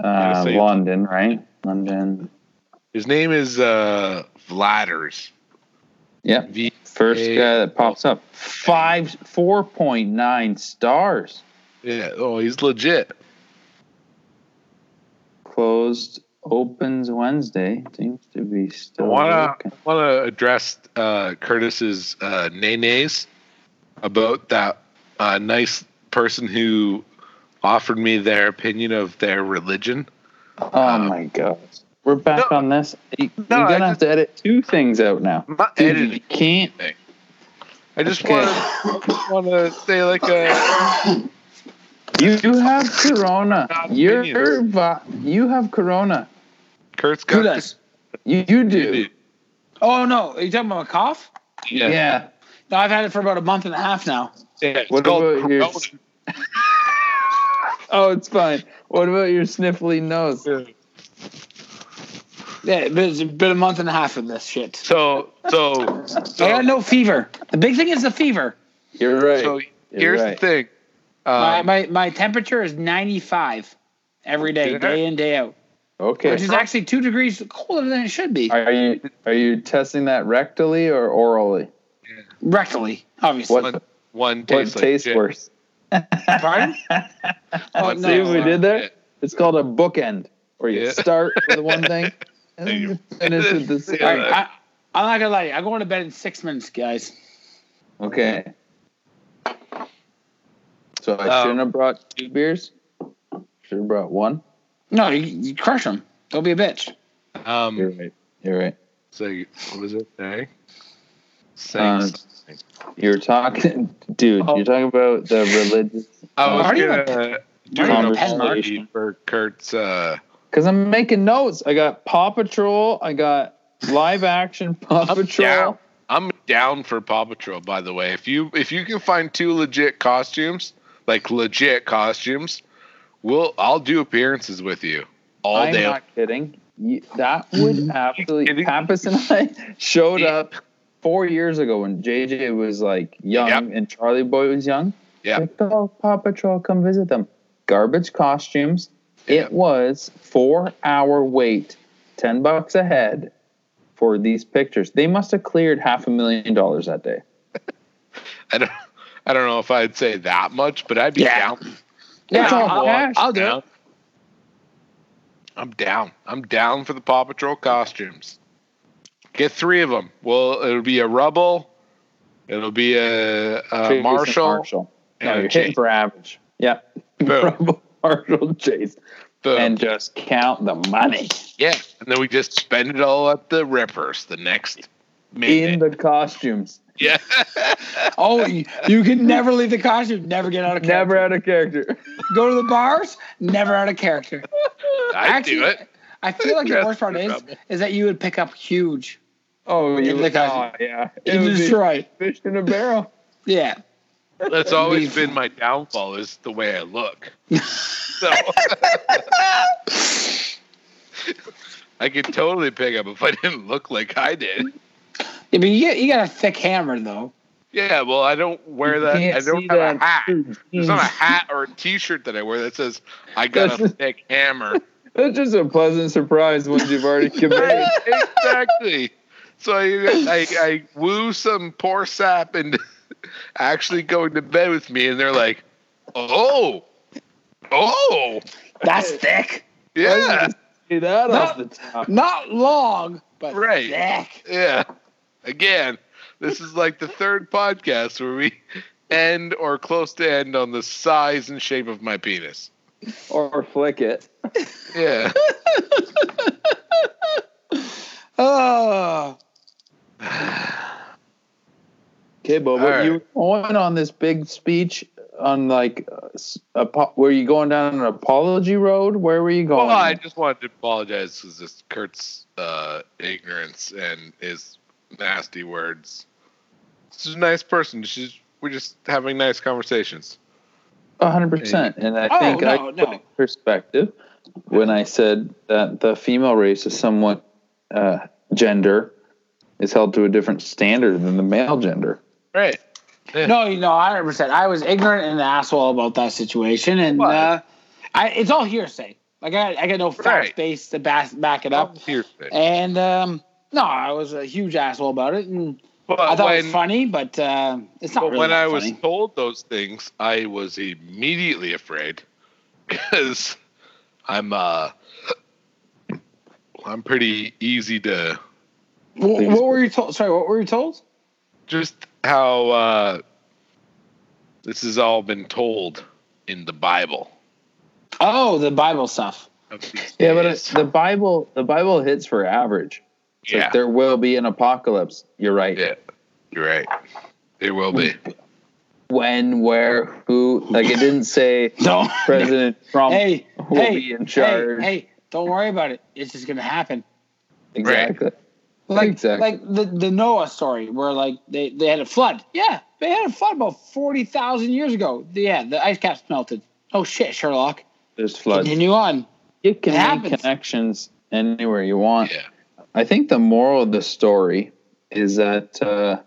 Speaker 1: Yeah,
Speaker 3: Uh,
Speaker 1: so you-
Speaker 3: London, right? London.
Speaker 1: His name is uh Vladders.
Speaker 3: Yep.
Speaker 1: V
Speaker 3: First
Speaker 1: Hey.
Speaker 3: guy that pops up. Five, four point nine stars.
Speaker 1: yeah, oh he's legit.
Speaker 3: Closed opens Wednesday. Seems to be still.
Speaker 1: want
Speaker 3: working.
Speaker 1: to want to address uh, Curtis's uh, nay-nays about that uh, nice person who offered me their opinion of their religion.
Speaker 3: Oh my god. We're back
Speaker 1: Um, No.
Speaker 3: on this. You- You're
Speaker 1: No, I
Speaker 3: gonna have to edit two things out now.
Speaker 1: I'm not
Speaker 3: Dude, you
Speaker 1: editing.
Speaker 3: can't.
Speaker 1: I just
Speaker 3: Okay.
Speaker 1: want to want to say like uh, a
Speaker 3: You, you
Speaker 1: <laughs>
Speaker 3: have corona.
Speaker 1: Not
Speaker 3: You're
Speaker 1: opinions.
Speaker 3: vi- you have corona.
Speaker 1: Kurt's got
Speaker 2: Who does?
Speaker 3: You you do.
Speaker 1: dude.
Speaker 2: Oh no, are you talking about a cough?
Speaker 3: Yeah.
Speaker 2: No, I've had it for about a month and a half now.
Speaker 1: Yeah, it's
Speaker 3: What
Speaker 1: called
Speaker 3: about your-
Speaker 1: corona.
Speaker 3: <laughs> Oh, it's fine. What about your sniffly nose?
Speaker 2: Yeah, it's been a month and a half of this shit.
Speaker 1: So so
Speaker 2: I
Speaker 1: so,
Speaker 2: got no fever. The big thing is the fever.
Speaker 3: You're right.
Speaker 1: so
Speaker 3: You're
Speaker 1: here's
Speaker 3: right.
Speaker 1: the thing.
Speaker 3: Uh,
Speaker 2: My,
Speaker 1: Um,
Speaker 2: my my temperature is 95 every day,
Speaker 1: Did I-
Speaker 2: day in day out,
Speaker 3: okay.
Speaker 2: which is actually two degrees colder than it should be
Speaker 3: Are you are you testing that rectally or orally?
Speaker 2: rectally, obviously.
Speaker 3: What
Speaker 1: one
Speaker 3: what
Speaker 1: tastes like
Speaker 3: tastes
Speaker 1: shit.
Speaker 3: worse? <laughs>
Speaker 2: Pardon? Oh,
Speaker 1: One
Speaker 3: See
Speaker 2: no.
Speaker 3: what we did there?
Speaker 1: Yeah.
Speaker 3: It's called a bookend, where you
Speaker 1: Yeah.
Speaker 3: start with one thing and then you finish with the
Speaker 1: Yeah.
Speaker 2: All
Speaker 3: other.
Speaker 2: right, I, I'm not gonna lie. to you. I'm going to bed in six minutes, guys.
Speaker 3: Okay. So I
Speaker 1: Um,
Speaker 3: shouldn't have brought two beers. Should have brought one.
Speaker 2: No, you, you crush them. Don't be a bitch.
Speaker 3: You're
Speaker 1: Um,
Speaker 3: right. You're right.
Speaker 1: so what was it? Hey?
Speaker 2: Uh,
Speaker 1: Saying
Speaker 3: Um,
Speaker 1: something.
Speaker 3: You're talking, <laughs> dude.
Speaker 2: Oh.
Speaker 3: You're talking about the religious
Speaker 1: I was
Speaker 2: Marty
Speaker 1: gonna
Speaker 2: went-
Speaker 1: do
Speaker 2: Marty
Speaker 1: an
Speaker 2: went pen
Speaker 1: apology for Kurt's. Uh,
Speaker 3: Because I'm making notes. I got Paw Patrol. I got live action Paw Patrol.
Speaker 1: down. I'm down for Paw Patrol. By the way, if you if you can find two legit costumes, like legit costumes, we'll I'll do appearances with you all
Speaker 3: I'm
Speaker 1: day.
Speaker 3: not kidding. You- That would absolutely. Pappas and I <laughs> showed up four years ago when JJ was like young
Speaker 1: Yep.
Speaker 3: and Charlie Boy was young.
Speaker 1: Yep.
Speaker 3: Like, oh, Paw Patrol, come visit them. Garbage costumes.
Speaker 1: Yep.
Speaker 3: It was four hour wait, ten bucks a head for these pictures. They must have cleared half a million dollars that day.
Speaker 1: <laughs> I don't I don't know if I'd say that much, but I'd be
Speaker 2: Yeah.
Speaker 1: down.
Speaker 2: Yeah,
Speaker 3: It's all
Speaker 2: I'll,
Speaker 3: cash.
Speaker 2: I'll do
Speaker 1: Down.
Speaker 2: it.
Speaker 1: I'm down. I'm down for the Paw Patrol costumes. Get three of them. Well, it'll be a Rubble. It'll be a, a
Speaker 3: Jason
Speaker 1: Uh, Marshall.
Speaker 3: Marshall.
Speaker 1: and
Speaker 3: No,
Speaker 1: a
Speaker 3: you're
Speaker 1: Jake.
Speaker 3: hitting for average. Yeah.
Speaker 1: Boom.
Speaker 3: <laughs> Marshall Chase.
Speaker 1: Boom.
Speaker 3: And just count the money
Speaker 1: Yeah, and then we just spend it all at the Rippers the next minute.
Speaker 3: in the costumes.
Speaker 1: yeah, <laughs>
Speaker 2: Oh, you, you can never leave the costume. Never get out of character.
Speaker 3: Never out of character.
Speaker 2: Go to the bars. Never out of
Speaker 1: <laughs>
Speaker 2: character.
Speaker 1: I do it.
Speaker 2: I feel like the
Speaker 1: Dress
Speaker 2: worst part is
Speaker 1: trouble.
Speaker 2: is that you would pick up huge.
Speaker 3: Oh, you
Speaker 2: In the
Speaker 3: oh,
Speaker 2: costume.
Speaker 3: yeah. It
Speaker 2: You
Speaker 3: would be
Speaker 2: destroy.
Speaker 3: fish in a barrel.
Speaker 2: Yeah.
Speaker 1: That's always been my downfall is the way I
Speaker 3: <laughs>
Speaker 1: look. so <laughs> I could totally pick up if I didn't look like I did.
Speaker 2: yeah. But you get you got a thick hammer though.
Speaker 1: Yeah, well, I don't wear that.
Speaker 3: Can't
Speaker 1: I don't
Speaker 3: see
Speaker 1: have
Speaker 3: that
Speaker 1: a hat.
Speaker 3: <laughs> through
Speaker 1: There's not a
Speaker 3: jeans.
Speaker 1: hat or a T-shirt that I wear that says "I got a
Speaker 3: That's-
Speaker 1: thick
Speaker 3: <laughs>
Speaker 1: hammer."
Speaker 3: That's just a pleasant surprise once
Speaker 2: <laughs>
Speaker 3: you've already committed.
Speaker 1: Right, <laughs> exactly. So I, I, I woo some poor sap into <laughs> actually going to bed with me, and they're like, "Oh, oh, <laughs>
Speaker 2: That's thick.
Speaker 1: yeah,
Speaker 3: See that
Speaker 2: No.
Speaker 3: off the top.
Speaker 2: Not long, but
Speaker 1: Right.
Speaker 2: thick.
Speaker 1: yeah." Again, this is like the third podcast where we <laughs> end or close to end on the size and shape of my penis.
Speaker 3: Or flick it.
Speaker 1: Yeah,
Speaker 2: Oh.
Speaker 3: Okay, but
Speaker 1: All
Speaker 3: what
Speaker 1: right.
Speaker 3: you were going on this big speech on like, uh, s- apo- were you going down an apology road? Where were you going?
Speaker 1: well, I just wanted to apologize because this Kurt's uh, ignorance and his nasty words. She's a nice person. She's we're just having nice conversations.
Speaker 3: A hundred percent, and I
Speaker 2: Oh,
Speaker 3: think I
Speaker 2: no,
Speaker 3: put
Speaker 2: no.
Speaker 3: in perspective when I said that the female race is somewhat uh, gender is held to a different standard than the male gender.
Speaker 1: Right.
Speaker 2: No, you know, hundred percent. I was ignorant and an asshole about that situation, and
Speaker 1: What?
Speaker 2: uh, I, it's all hearsay. Like I, I got no facts
Speaker 1: Right. Oh.
Speaker 2: base to back, back it up. And um, no, I was a huge asshole about it, and
Speaker 1: But
Speaker 2: I thought it was
Speaker 1: when,
Speaker 2: funny, but uh, it's not
Speaker 1: but
Speaker 2: really
Speaker 1: when
Speaker 2: that
Speaker 1: I was
Speaker 2: funny.
Speaker 1: told those things, I was <laughs> immediately afraid because I'm uh I'm pretty easy to
Speaker 2: What, what were you told? Sorry, what were you told?
Speaker 1: just how uh, this has all been told in the Bible.
Speaker 2: Oh, the Bible stuff.
Speaker 1: of these
Speaker 3: Yeah, but
Speaker 1: days.
Speaker 3: it's, the Bible the Bible hits for average. It's
Speaker 1: yeah,
Speaker 3: like there will be an apocalypse. You're right.
Speaker 1: yeah, you're right. There will be.
Speaker 3: When, where, who? Like it didn't
Speaker 1: <laughs>
Speaker 3: say
Speaker 2: No.
Speaker 3: President
Speaker 1: Um,
Speaker 3: Trump
Speaker 2: hey,
Speaker 3: will
Speaker 2: hey,
Speaker 3: be in charge.
Speaker 2: Hey, hey, don't worry about it. It's just gonna happen.
Speaker 3: Exactly.
Speaker 2: Like
Speaker 3: Exactly.
Speaker 2: like the, the Noah story where like they, they had a flood. Yeah, they had a flood about forty thousand years ago. Yeah, the ice caps melted. Oh shit, Sherlock.
Speaker 3: There's floods.
Speaker 2: Continue on.
Speaker 3: You can
Speaker 2: It
Speaker 3: make
Speaker 2: happens.
Speaker 3: connections anywhere you want.
Speaker 1: Yeah,
Speaker 3: I think the moral of the story is that uh,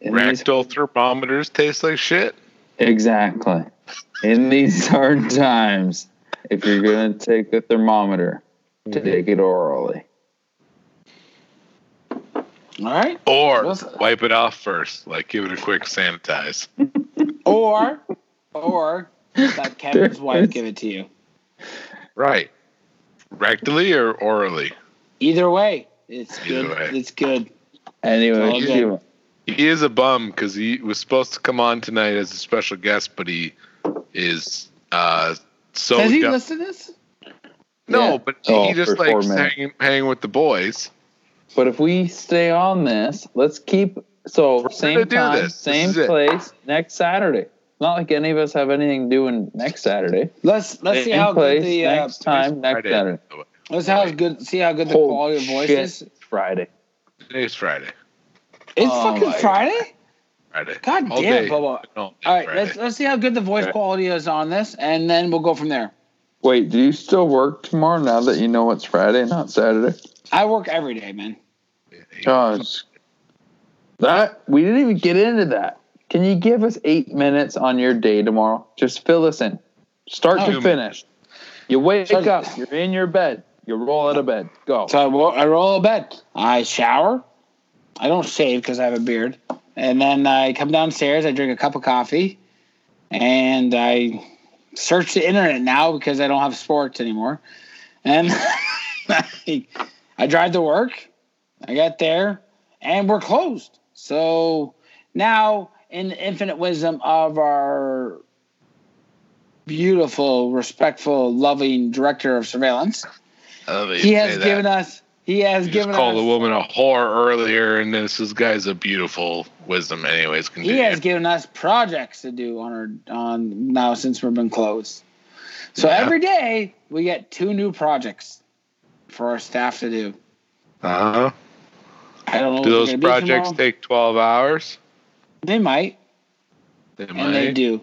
Speaker 3: in these-
Speaker 1: rectal thermometers taste like shit.
Speaker 3: exactly in these <laughs> hard times, if you're going to take the thermometer, take it orally.
Speaker 2: All right.
Speaker 1: Or
Speaker 2: What's-
Speaker 1: wipe it off first, like give it a quick sanitize.
Speaker 2: Or or
Speaker 3: <laughs>
Speaker 2: let Kevin's wife give it to you.
Speaker 1: Right, rectally or orally.
Speaker 2: Either way, it's
Speaker 1: Either
Speaker 2: good.
Speaker 1: way.
Speaker 2: It's good.
Speaker 3: Anyway,
Speaker 2: All
Speaker 3: she-
Speaker 2: good.
Speaker 1: He is a bum because he was supposed to come on tonight as a special guest, but he is uh so
Speaker 2: Does he
Speaker 1: dumb-
Speaker 2: listen to this?
Speaker 1: no,
Speaker 3: Yeah.
Speaker 1: but
Speaker 3: Oh,
Speaker 1: he just
Speaker 3: for four
Speaker 1: likes
Speaker 3: minutes.
Speaker 1: hanging, hanging with the boys.
Speaker 3: But if we stay on this, let's keep so
Speaker 1: gonna
Speaker 3: same
Speaker 1: do
Speaker 3: time,
Speaker 1: this.
Speaker 3: same
Speaker 1: This is it.
Speaker 3: place next Saturday. Not like any of us have anything doing next Saturday.
Speaker 2: Let's let's see
Speaker 3: Same
Speaker 2: how
Speaker 3: place
Speaker 2: good the uh,
Speaker 3: next time next
Speaker 1: Friday.
Speaker 3: Saturday.
Speaker 2: let's how good see how good the
Speaker 3: Holy
Speaker 2: quality of voice
Speaker 3: shit,
Speaker 2: is.
Speaker 3: it's Friday.
Speaker 1: Today's Friday.
Speaker 2: It's
Speaker 3: Oh
Speaker 2: fucking
Speaker 3: my
Speaker 2: Friday.
Speaker 1: Friday.
Speaker 2: God
Speaker 1: All
Speaker 2: damn,
Speaker 1: day.
Speaker 2: Bobo.
Speaker 1: No,
Speaker 2: All right,
Speaker 1: Friday.
Speaker 2: let's let's see how good the voice
Speaker 3: Right.
Speaker 2: quality is on this, and then we'll go from there.
Speaker 3: Wait, do you still work tomorrow now that you know it's Friday, not Saturday?
Speaker 2: I work every day, man.
Speaker 3: Oh, it's- that we didn't even get into that. Can you give us eight minutes on your day tomorrow? Just fill us in, start
Speaker 1: Oh.
Speaker 3: to finish. You wake
Speaker 2: Sorry.
Speaker 3: up, you're in your bed, you roll out of bed, go.
Speaker 2: So I, wo- I roll a bed. I shower. I don't shave because I have a beard, and then I come downstairs. I drink a cup of coffee, and I search the internet now because I don't have sports anymore. And <laughs> I, I drive to work. I get there, and we're closed. So now, in the infinite wisdom of our beautiful, respectful, loving director of surveillance, he has given us. He has
Speaker 1: He just
Speaker 2: given
Speaker 1: called
Speaker 2: us.
Speaker 1: a woman a whore earlier, and this, this guy's a beautiful wisdom. Anyways,
Speaker 2: he
Speaker 1: continue.
Speaker 2: has given us projects to do on our on now since we've been closed. So
Speaker 1: Yeah.
Speaker 2: every day we get two new projects for our staff to do.
Speaker 1: uh-huh.
Speaker 2: I don't know.
Speaker 1: Do
Speaker 2: what
Speaker 1: those
Speaker 2: they're gonna be
Speaker 1: projects
Speaker 2: tomorrow.
Speaker 1: take twelve hours?
Speaker 2: They might,
Speaker 1: They might.
Speaker 2: and they do.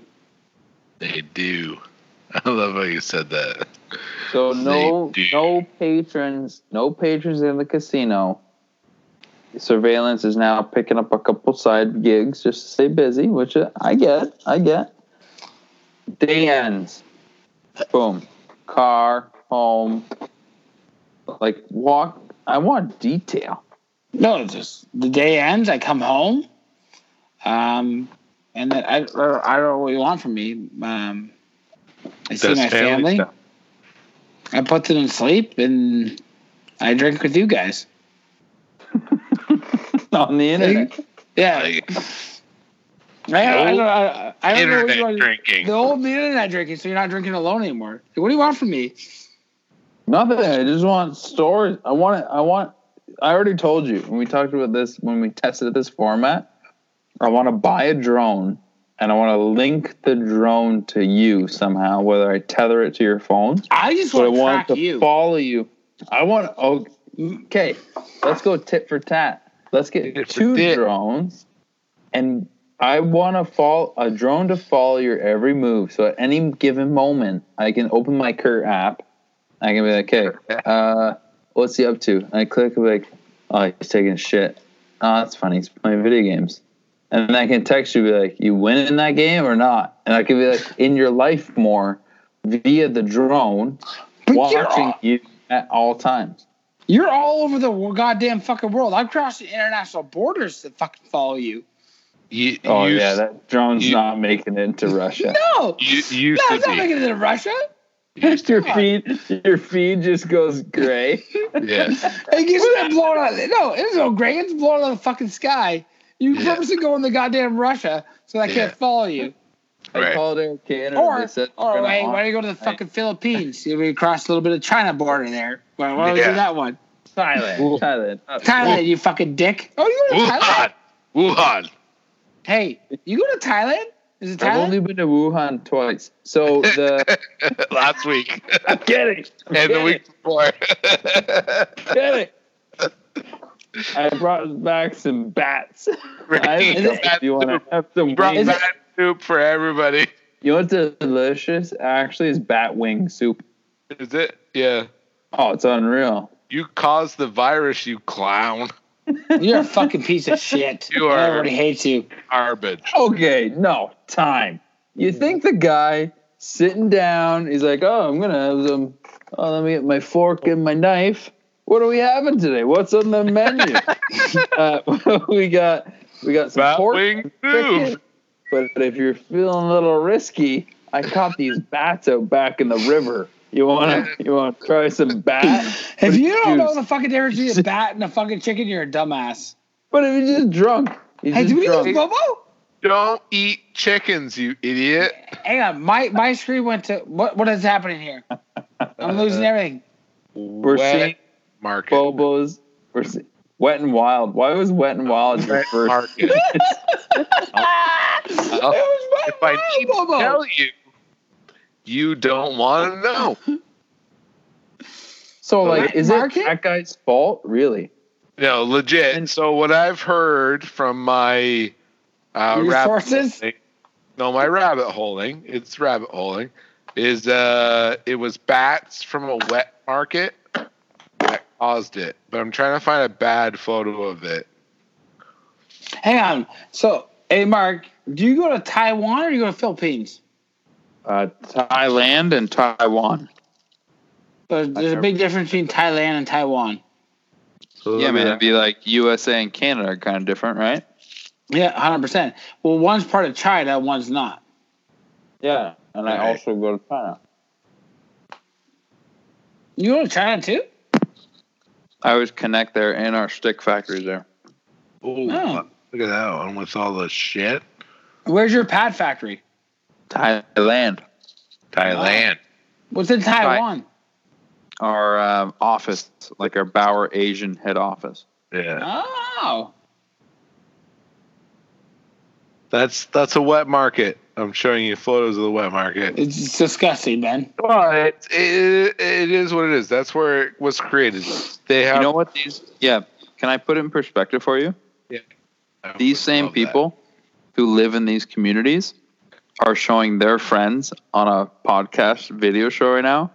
Speaker 1: They do. <laughs> I love how you said that.
Speaker 3: So no,
Speaker 1: They do.
Speaker 3: no patrons, no patrons in the casino. Surveillance is now picking up a couple side gigs just to stay busy, which I get, I get. Day ends, boom, car home, like walk. I want detail. <laughs>
Speaker 2: No, it's just the day ends. I come home, um, and then I, I don't know what you want from me. Um, I see
Speaker 1: That's
Speaker 2: my
Speaker 1: family
Speaker 2: family.
Speaker 1: stuff.
Speaker 2: I put them to sleep, and I drink with you guys.
Speaker 3: On the internet,
Speaker 2: Yeah,
Speaker 1: Like,
Speaker 2: I, I,
Speaker 1: No
Speaker 2: don't, I, I don't know what you
Speaker 1: internet
Speaker 2: want.
Speaker 1: drinking.
Speaker 2: The old internet drinking, so you're not drinking alone anymore. Like, what do you want from me?
Speaker 3: nothing. I just want stories. I want. I want. I already told you when we talked about this when we tested this format. I want to buy a drone and I want to link the drone to you somehow, whether I tether it to your phone,
Speaker 2: I just
Speaker 3: but I
Speaker 2: want to
Speaker 3: want
Speaker 2: track
Speaker 3: it to
Speaker 2: you.
Speaker 3: follow you. I want oh, okay. Let's go tit for tat. Let's
Speaker 1: Tit
Speaker 3: get
Speaker 1: for
Speaker 3: two
Speaker 1: tit.
Speaker 3: drones, and I want to follow a drone to follow your every move. So at any given moment, I can open my Cur app. I can be like,
Speaker 2: <laughs>
Speaker 3: okay, uh, what's he up to? And I click like, oh, he's taking a shit. Oh, that's funny. He's playing video games. And then I can text you, be like, you win in that game or not? And I can be like, in your life more via the drone,
Speaker 2: but you're
Speaker 3: watching
Speaker 2: all,
Speaker 3: you at all times.
Speaker 2: you're all over the wo- goddamn fucking world. I've crossed the international borders to fucking follow you.
Speaker 1: You,
Speaker 3: Oh
Speaker 1: used,
Speaker 3: yeah, that drone's
Speaker 1: you-
Speaker 3: not making it into Russia.
Speaker 2: <laughs> No,
Speaker 1: you used
Speaker 2: no,
Speaker 1: to
Speaker 2: it's not
Speaker 1: be.
Speaker 2: making it to Russia.
Speaker 3: <laughs> your feed, your feed just goes gray.
Speaker 2: <laughs>
Speaker 1: Yes.
Speaker 2: It gets that blown out. No, it's no great. It's blown out of the fucking sky. You
Speaker 1: Yeah.
Speaker 2: purposely go in the goddamn Russia so I
Speaker 1: Yeah.
Speaker 2: can't follow
Speaker 1: <laughs>
Speaker 2: you.
Speaker 3: I
Speaker 1: Right.
Speaker 3: called Air Canada.
Speaker 2: Or,
Speaker 3: they said they're
Speaker 2: or
Speaker 3: gonna
Speaker 2: hey,
Speaker 3: honor-
Speaker 2: why don't you go to the fucking Philippines? You- We cross a little bit of China border there. Why, why don't we
Speaker 1: Yeah.
Speaker 2: do that one?
Speaker 3: Thailand. Thailand.
Speaker 2: Oh,
Speaker 3: Uh,
Speaker 2: Thailand, you fucking dick. Oh, you go to Thailand?
Speaker 1: Wuhan. Wuhan.
Speaker 2: Hey, you go to Thailand? Is it
Speaker 3: I've
Speaker 2: Thailand?
Speaker 3: only been to Wuhan twice.
Speaker 2: <laughs>
Speaker 3: So the
Speaker 1: <laughs> Last week
Speaker 3: get it,
Speaker 1: and the week
Speaker 2: <laughs>
Speaker 1: before.
Speaker 3: get it. I brought back some bats. I have a
Speaker 2: Is it-
Speaker 3: couple if you want to have
Speaker 1: <laughs>
Speaker 3: some
Speaker 1: Brought
Speaker 3: wings.
Speaker 2: Is it-
Speaker 1: bad soup for everybody.
Speaker 3: You know what's delicious? Actually, is bat wing soup.
Speaker 1: Is it? Yeah.
Speaker 3: Oh, it's unreal.
Speaker 1: You caused the virus, you clown.
Speaker 2: You're a fucking piece of shit.
Speaker 1: <laughs> You are.
Speaker 2: Everybody hates you.
Speaker 1: Garbage.
Speaker 3: Okay, no time. You think the guy sitting down is like, oh, I'm gonna have some. Oh, let me get my fork and my knife. What are we having today? What's on the menu? uh, <laughs> we got we got some
Speaker 1: Bat
Speaker 3: pork,
Speaker 1: wing
Speaker 3: chicken.
Speaker 1: soup.
Speaker 3: But if you're feeling a little risky, I caught these bats out back in the river. You wanna you wanna try
Speaker 2: <laughs>
Speaker 3: some bat?
Speaker 2: If you don't know
Speaker 3: Juice.
Speaker 2: the fucking difference between
Speaker 1: <laughs>
Speaker 2: a bat and a fucking chicken, you're a dumbass.
Speaker 3: But if you're just drunk, you're
Speaker 2: Hey,
Speaker 3: just
Speaker 2: do we lose
Speaker 3: drunk.
Speaker 2: Bobo?
Speaker 1: Don't eat chickens, you idiot.
Speaker 2: Hang on, my my screen went to what? What is happening here? I'm losing everything.
Speaker 3: We're seeing
Speaker 1: market.
Speaker 3: Bobos versus Wet and Wild. Why was Wet and Wild your
Speaker 1: Wet
Speaker 3: first? <laughs>
Speaker 1: market.
Speaker 2: <laughs> it was
Speaker 1: if
Speaker 2: my
Speaker 1: I
Speaker 2: wild
Speaker 1: need to
Speaker 3: Oh.
Speaker 2: Bobo.
Speaker 1: tell you, you don't want to know.
Speaker 3: So like, is
Speaker 2: Market?
Speaker 3: it that guy's fault? Really?
Speaker 1: No, legit.
Speaker 3: And-
Speaker 1: so what I've heard from my uh, rabbit
Speaker 2: Resources?
Speaker 1: holing- no, my rabbit holing, it's rabbit holing, is uh, it was bats from a wet market that caused it. But I'm trying to find a bad photo of it.
Speaker 2: Hang on. So, hey, Mark, do you go to Taiwan or do you go to Philippines?
Speaker 3: Uh, Thailand and Taiwan.
Speaker 2: There's, there's a big difference between Thailand and Taiwan.
Speaker 1: So
Speaker 3: Yeah,
Speaker 1: let
Speaker 3: man,
Speaker 1: me-
Speaker 3: it'd be like USA and Canada are kind of different, right?
Speaker 2: Yeah, hundred percent. Well, one's part of China, one's not.
Speaker 3: Yeah, and
Speaker 1: Right.
Speaker 3: I also go to China.
Speaker 2: You go to China too?
Speaker 3: I always connect there and our stick factories there.
Speaker 1: Ooh,
Speaker 2: No.
Speaker 1: Look at that one with all the shit.
Speaker 2: Where's your pad factory?
Speaker 3: Thailand,
Speaker 1: Thailand.
Speaker 2: What's in Taiwan?
Speaker 3: our um, office, like our Bauer Asian head office.
Speaker 1: Yeah,
Speaker 2: Oh,
Speaker 1: that's that's a wet market. I'm showing you photos of the wet market.
Speaker 2: it's disgusting, man.
Speaker 1: But it, it is what it is. That's where it was created. They have
Speaker 3: You know what? These, yeah. Can I put it in perspective for you?
Speaker 1: I
Speaker 3: these
Speaker 1: would
Speaker 3: same
Speaker 1: love that.
Speaker 3: people who live in these communities are showing their friends on a podcast video show right now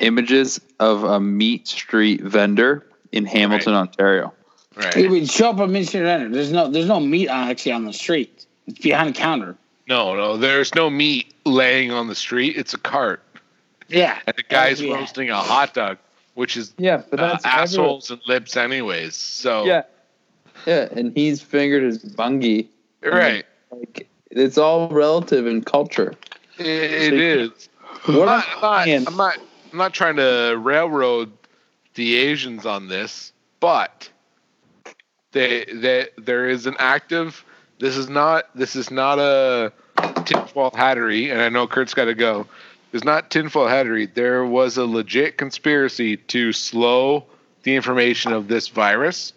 Speaker 3: images of a meat street vendor in Hamilton, Ontario.
Speaker 2: It
Speaker 1: Right.
Speaker 2: would show up on Minster Center. There's no, there's no meat on, actually on the street. It's behind the counter.
Speaker 1: No, no, there's no meat laying on the street. It's a cart.
Speaker 2: Yeah,
Speaker 1: And the guy's
Speaker 2: Yeah.
Speaker 1: roasting a hot dog, which is
Speaker 3: Yeah, Oh, but
Speaker 1: uh, assholes and lips, anyways. So,
Speaker 3: Yeah. Yeah, and he's fingered his bungie.
Speaker 1: right.
Speaker 3: Like it's all relative in culture.
Speaker 1: It, it is. <laughs>
Speaker 3: What
Speaker 1: I'm
Speaker 3: I'm
Speaker 1: not,
Speaker 3: saying-
Speaker 1: I'm, not, I'm not trying to railroad the Asians on this, but they, they, there is an active. This is not. This is not a tinfoil hattery, and I know Kurt's got to go. It's not tinfoil hattery. There was a legit conspiracy to slow the information of this virus.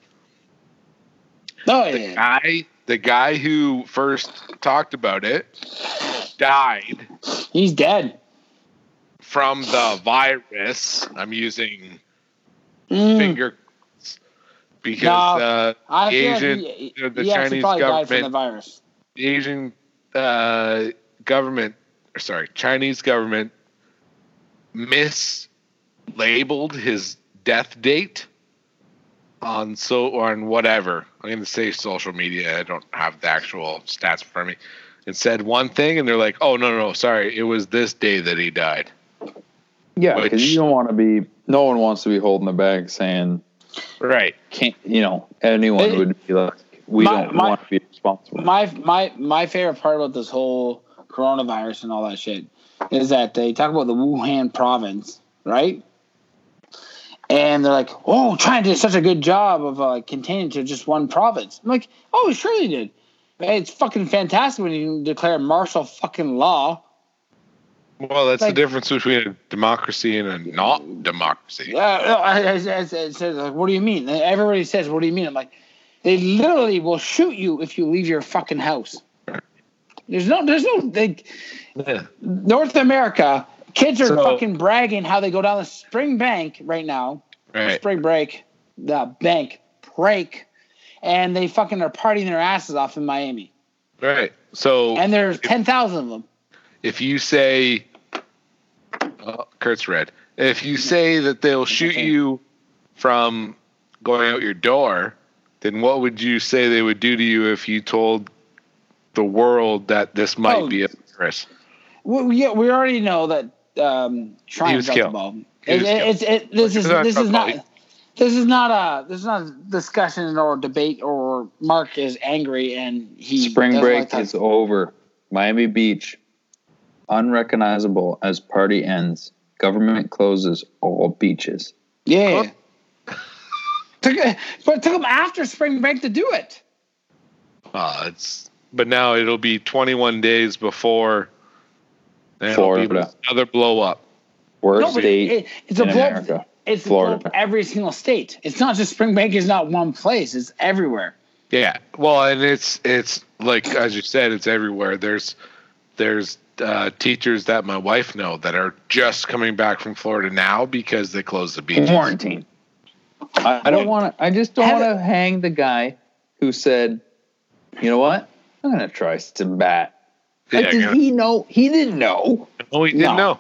Speaker 2: oh yeah.
Speaker 1: Guy, the guy who first talked about it, died.
Speaker 2: He's dead.
Speaker 1: from the virus. I'm using
Speaker 2: Mm.
Speaker 1: finger quotes, because
Speaker 2: No,
Speaker 1: uh,
Speaker 2: I feel
Speaker 1: Asian-
Speaker 2: like he,
Speaker 1: you know, the
Speaker 2: he actually
Speaker 1: Chinese
Speaker 2: probably died from
Speaker 1: government-
Speaker 2: the virus.
Speaker 1: the Asian uh, government, or sorry, Chinese government mislabeled his death date on so on whatever. I'm going to say social media. I don't have the actual stats for me. It said one thing, and they're like, "Oh no, no, no, sorry, it was this day that he died."
Speaker 3: Yeah,
Speaker 1: Which-
Speaker 3: because you don't want to be. No one wants to be holding the bag saying,
Speaker 1: Right.
Speaker 3: "Can't." You know, anyone
Speaker 2: It-
Speaker 3: would be like, "We
Speaker 2: My-
Speaker 3: don't
Speaker 2: my-
Speaker 3: want to be responsible."
Speaker 2: My my my favorite part about this whole coronavirus and all that shit is that they talk about the Wuhan province, right? And they're like, "Oh, China did such a good job of uh, containing to just one province." I'm like, "Oh, sure they did. Man, it's fucking fantastic when you declare martial fucking law."
Speaker 1: Well, that's
Speaker 2: Like-
Speaker 1: the difference between a democracy and a not democracy.
Speaker 2: Yeah, no, I, I, I, I said, like, what do you mean? And everybody says, what do you mean? I'm like, they literally will shoot you if you leave your fucking house. There's no, there's no, they,
Speaker 1: Yeah.
Speaker 2: North America, kids are
Speaker 5: So-
Speaker 2: fucking bragging how they go down the spring bank right now,
Speaker 1: Right.
Speaker 2: spring break, the bank break, and they fucking are partying their asses off in Miami.
Speaker 1: Right. So
Speaker 2: And there's 10,000 of them.
Speaker 1: if you say, oh, Kurt's red. If you say that they'll shoot you from going out your door, then what would you say they would do to you if you told the world that this might
Speaker 2: Oh.
Speaker 1: be a virus?
Speaker 2: Well, we, we already know that um, Triumph
Speaker 1: He was
Speaker 2: dropped
Speaker 1: killed.
Speaker 2: the ball.
Speaker 1: He
Speaker 2: It,
Speaker 1: was
Speaker 2: it,
Speaker 1: killed.
Speaker 2: it's, it, this
Speaker 1: He
Speaker 2: is
Speaker 1: was on
Speaker 2: this is
Speaker 1: top
Speaker 2: not
Speaker 1: ball.
Speaker 2: this is not a this is not a discussion or debate or Mark is angry and he
Speaker 3: Spring
Speaker 2: doesn't
Speaker 3: break
Speaker 2: like
Speaker 3: is over. Miami Beach, unrecognizable as party ends. Government closes all beaches.
Speaker 2: yeah. Took, but it took him after spring break to do it.
Speaker 1: Uh, it's but now it'll be 21 days before and it'll be
Speaker 3: Florida.
Speaker 1: another blow up.
Speaker 3: Worst
Speaker 2: No, but
Speaker 3: state
Speaker 2: it, it's a
Speaker 3: in
Speaker 2: blow.
Speaker 3: America.
Speaker 2: It's a
Speaker 3: Florida.
Speaker 2: blow up every single state. It's not just spring break. It's not one place. It's everywhere.
Speaker 1: Yeah. Well, and it's it's like as you said, it's everywhere. There's there's uh, teachers that my wife know that are just coming back from Florida now because they closed the beaches.
Speaker 3: quarantine. I, I don't want to. I just don't
Speaker 2: Have
Speaker 3: want to hang the guy who said, "You know what? I'm gonna try some bat."
Speaker 1: Yeah,
Speaker 3: Like, did
Speaker 1: yeah.
Speaker 3: he know? He didn't know.
Speaker 1: Oh, you
Speaker 2: No.
Speaker 1: didn't know.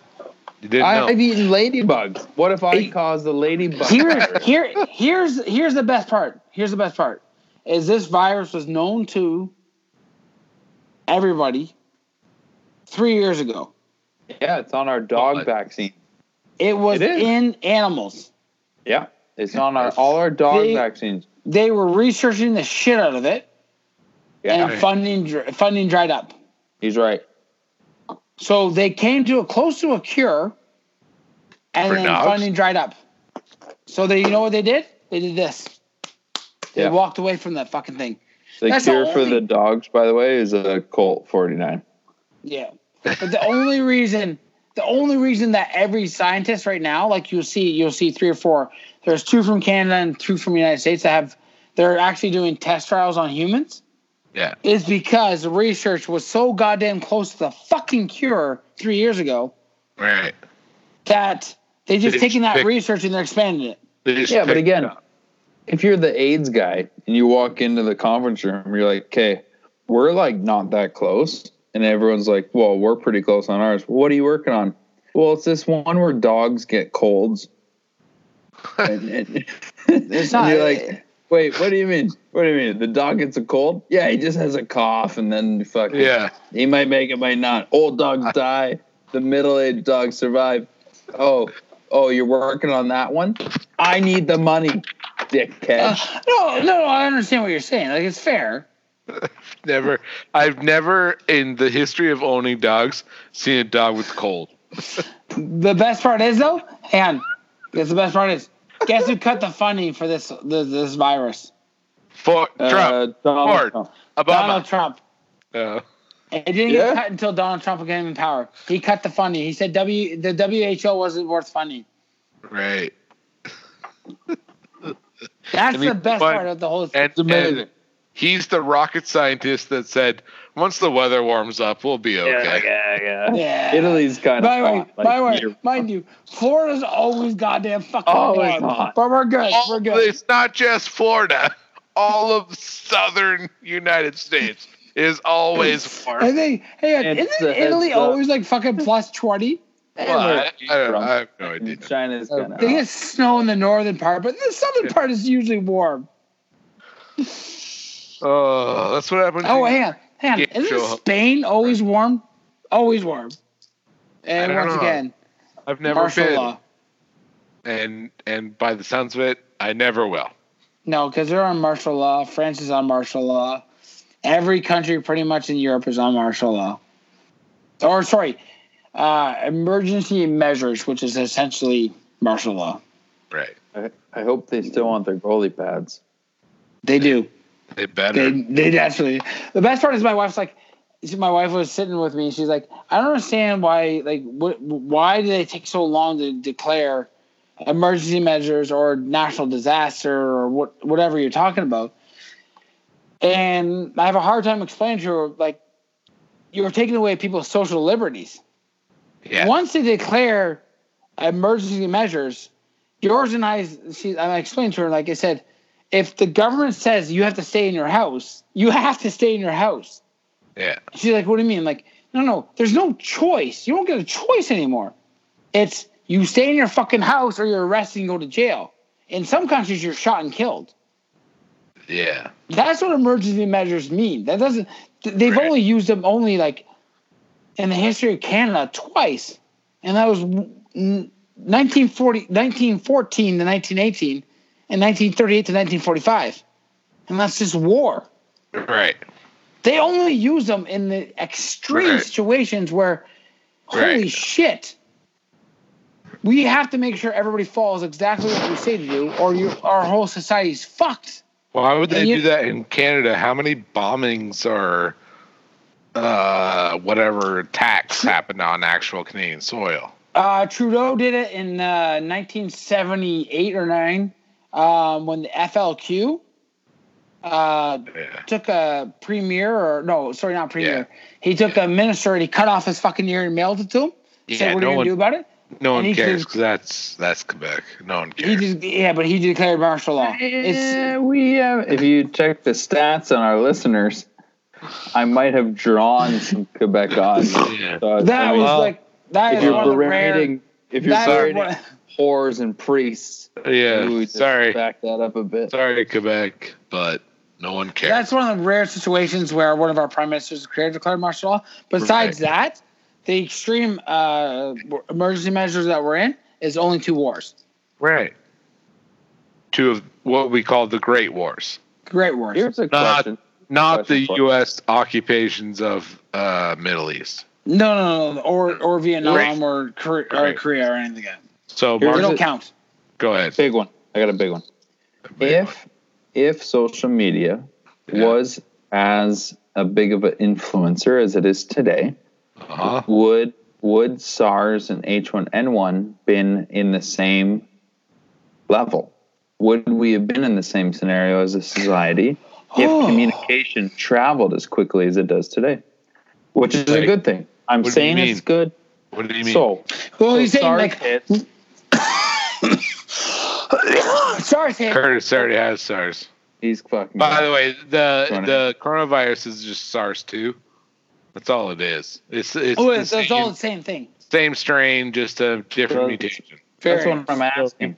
Speaker 1: You didn't
Speaker 3: I,
Speaker 1: know.
Speaker 3: I've eaten ladybugs. What if I
Speaker 2: Hey.
Speaker 3: cause the ladybug?
Speaker 2: here,
Speaker 3: <laughs> virus?
Speaker 2: here, here's here's the best part. Here's the best part is this virus was known to everybody three years ago.
Speaker 3: Yeah, it's on our dog
Speaker 1: What?
Speaker 3: vaccine.
Speaker 2: It was
Speaker 3: It is.
Speaker 2: in animals.
Speaker 3: Yeah, it's on our all our dog
Speaker 2: They-
Speaker 3: vaccines.
Speaker 2: They were researching the shit out of it,
Speaker 3: Yeah,
Speaker 2: and funding dr- funding dried up.
Speaker 3: he's right.
Speaker 2: So they came to a close to a cure, and
Speaker 1: For
Speaker 2: then
Speaker 1: dogs?
Speaker 2: funding dried up. So they, you know what they did? They did this. They
Speaker 3: Yeah.
Speaker 2: walked away from that fucking thing.
Speaker 3: The
Speaker 2: That's the
Speaker 3: cure for
Speaker 2: only-
Speaker 3: the dogs, by the way, is a Colt 49.
Speaker 2: Yeah. But the only reason the only reason that every scientist right now, like you'll see you'll see three or four, there's two from Canada and two from the United States that have they're actually doing test trials on humans,
Speaker 1: yeah.
Speaker 2: is because the research was so goddamn close to the fucking cure three years ago
Speaker 1: Right.
Speaker 2: that they just
Speaker 1: They
Speaker 2: taking that
Speaker 1: pick-
Speaker 2: research and they're expanding it.
Speaker 1: They just
Speaker 3: Yeah, but
Speaker 1: picked
Speaker 3: again,
Speaker 1: up.
Speaker 3: if you're the AIDS guy and you walk into the conference room, you're like, okay, we're like not that close. And everyone's like, well, we're pretty close on ours. What are you working on? Well, it's this one where dogs get colds. and, and- <laughs> and
Speaker 2: not-
Speaker 3: you're like, wait, what do you mean? What do you mean? The dog gets a cold? Yeah, he just has a cough and then fucking,
Speaker 1: yeah.
Speaker 3: he might make it, might not. Old dogs die. The middle aged dogs survive. Oh, oh, you're working on that one? I need the money, dickhead.
Speaker 2: Uh, No, no, I understand what you're saying. Like it's fair.
Speaker 1: Never. I've never in the history of owning dogs seen a dog with cold.
Speaker 2: The best part is though, and that's the best part is guess who cut the funding for this this, this virus?
Speaker 1: For Trump.
Speaker 3: Uh, Donald
Speaker 1: Ford.
Speaker 3: Trump.
Speaker 2: Donald
Speaker 1: Obama.
Speaker 2: Trump.
Speaker 1: Uh,
Speaker 2: It didn't
Speaker 3: Yeah.
Speaker 2: get cut until Donald Trump came in power. He cut the funding. He said W the WHO wasn't worth funding.
Speaker 1: Oh, right.
Speaker 2: That's
Speaker 1: And he-
Speaker 2: the best
Speaker 1: but-
Speaker 2: part of the whole
Speaker 1: And,
Speaker 2: thing.
Speaker 1: it's amazing. he's the rocket scientist that said, once the weather warms up, we'll be okay.
Speaker 2: <laughs> Yeah.
Speaker 3: Italy's kind
Speaker 2: By the
Speaker 3: of
Speaker 2: way,
Speaker 3: hot.
Speaker 2: by the way,
Speaker 3: you're-
Speaker 2: mind you, Florida's always goddamn fucking
Speaker 3: Always
Speaker 2: warm.
Speaker 3: hot.
Speaker 2: But we're good.
Speaker 1: All-
Speaker 2: We're good.
Speaker 1: It's not just Florida. <laughs> All of southern United States is
Speaker 2: <laughs>
Speaker 1: always
Speaker 2: I
Speaker 1: warm.
Speaker 2: think hey
Speaker 3: It's,
Speaker 2: isn't
Speaker 3: uh, it's,
Speaker 2: Italy
Speaker 3: uh,
Speaker 2: always like fucking plus twenty?
Speaker 1: Well, I, I don't know.
Speaker 3: Trump.
Speaker 1: I have no idea.
Speaker 3: China's kind of
Speaker 2: They
Speaker 3: hot.
Speaker 2: get snow in the northern part, but the southern part is usually warm.
Speaker 1: Oh, that's what happened.
Speaker 2: Oh, hang on, hang on.
Speaker 1: Yeah, sure.
Speaker 2: Isn't Spain always warm? Always warm. And
Speaker 1: I don't
Speaker 2: once
Speaker 1: know.
Speaker 2: again,
Speaker 1: I've never
Speaker 2: martial
Speaker 1: been,
Speaker 2: law.
Speaker 1: and and by the sounds of it, I never will.
Speaker 2: No, because they're on martial law. France is on martial law. Every country, pretty much in Europe, is on martial law. Or sorry, uh, emergency measures, which is essentially martial law.
Speaker 1: Right.
Speaker 3: I, I hope they still want their goalie pads.
Speaker 2: They do.
Speaker 1: They better.
Speaker 2: They they definitely. The best part is my wife's like, see, my wife was sitting with me. and She's like, I don't understand why like what why do they take so long to declare emergency measures or national disaster or what whatever you're talking about. And I have a hard time explaining to her like, you're taking away people's social liberties.
Speaker 1: yeah.
Speaker 2: Once they declare emergency measures, yours and I, she, I explained to her, like I said, if the government says you have to stay in your house, you have to stay in your house.
Speaker 1: Yeah.
Speaker 2: She's like, what do you mean? Like, no, no, there's no choice. You don't get a choice anymore. It's you stay in your fucking house or you're arrested and go to jail. In some countries, you're shot and killed.
Speaker 1: Yeah.
Speaker 2: That's what emergency measures mean. That doesn't. th- They've
Speaker 1: Right.
Speaker 2: only used them only like in the history of Canada twice, and that was n- 1940, 1914 to 1918, and 1938 to 1945, and that's just war.
Speaker 1: Right.
Speaker 2: They only use them in the extreme
Speaker 1: Right.
Speaker 2: situations where, holy
Speaker 1: Right.
Speaker 2: shit, we have to make sure everybody follows exactly what we say to do, or you, our whole society's fucked.
Speaker 1: Why would they
Speaker 2: And you-
Speaker 1: do that in Canada? How many bombings or uh, whatever attacks happened on actual Canadian soil?
Speaker 2: Uh, Trudeau did it in uh, 1978 or 9 um, when the FLQ uh,
Speaker 1: Yeah.
Speaker 2: took a premier, or no, sorry, not premier. He took a minister and he cut off his fucking ear and mailed it to him.
Speaker 1: Yeah,
Speaker 2: said, What
Speaker 1: no
Speaker 2: are you going
Speaker 1: one-
Speaker 2: to do about it?
Speaker 1: No one
Speaker 2: And he
Speaker 1: cares
Speaker 2: just-
Speaker 1: because that's that's Quebec. No one
Speaker 2: He
Speaker 1: cares.
Speaker 2: just, yeah, but he declared martial law. It's,
Speaker 3: Yeah, we have. If you check the stats on our listeners, I might have drawn some
Speaker 1: <laughs>
Speaker 3: Quebec odds.
Speaker 1: yeah.
Speaker 3: So, I
Speaker 2: that
Speaker 3: mean,
Speaker 2: was
Speaker 3: well,
Speaker 2: like, that
Speaker 3: if
Speaker 2: is
Speaker 3: you're
Speaker 2: one of the rare.
Speaker 3: berating, if you're
Speaker 2: that is
Speaker 3: berating
Speaker 2: one-
Speaker 3: whores and priests, we
Speaker 1: Yeah.
Speaker 3: would just
Speaker 1: Sorry.
Speaker 3: back that up a bit.
Speaker 1: Sorry, Quebec, but no one cares.
Speaker 2: That's one of the rare situations where one of our prime ministers declared, declared martial law. Besides that, the extreme uh, emergency measures that we're in is only two wars,
Speaker 1: right. Two of what we call the Great Wars,
Speaker 2: great wars.
Speaker 3: Here's a
Speaker 1: Not-
Speaker 3: question.
Speaker 1: not
Speaker 3: Question
Speaker 1: the
Speaker 3: for-
Speaker 1: U.S. occupations of uh, Middle East.
Speaker 2: No, no, no, no, or or Vietnam
Speaker 1: Great.
Speaker 2: or, Korea, or
Speaker 1: Great.
Speaker 2: Korea or anything like that.
Speaker 1: So,
Speaker 3: Here's
Speaker 2: They
Speaker 1: Mark,
Speaker 2: don't
Speaker 3: it-
Speaker 2: count.
Speaker 1: go ahead.
Speaker 3: Big one. I got a big one. if if social media
Speaker 1: Yeah.
Speaker 3: was as a big of an influencer as it is today,
Speaker 1: uh-huh.
Speaker 3: would would SARS and H1N1 been in the same level? Would we have been in the same scenario as a society
Speaker 2: Oh.
Speaker 3: if communication traveled as quickly as it does today? Which is
Speaker 1: Like,
Speaker 3: a good thing. I'm
Speaker 1: what do you
Speaker 3: saying it's
Speaker 1: mean?
Speaker 3: good.
Speaker 1: what do you mean?
Speaker 3: So,
Speaker 2: Well,
Speaker 3: so
Speaker 2: he's saying
Speaker 3: SARS
Speaker 2: like
Speaker 3: hits,
Speaker 2: <gasps> SARS hit.
Speaker 1: Curtis already has SARS.
Speaker 3: he's fucking.
Speaker 1: By the way, the
Speaker 3: Running.
Speaker 1: the coronavirus is just SARS two. That's all it is. It's it's,
Speaker 2: Oh,
Speaker 1: the
Speaker 2: it's, it's
Speaker 1: same,
Speaker 2: all the same thing.
Speaker 1: same strain, just a different
Speaker 3: So-
Speaker 1: mutation.
Speaker 3: that's
Speaker 2: Very-
Speaker 3: what I'm asking.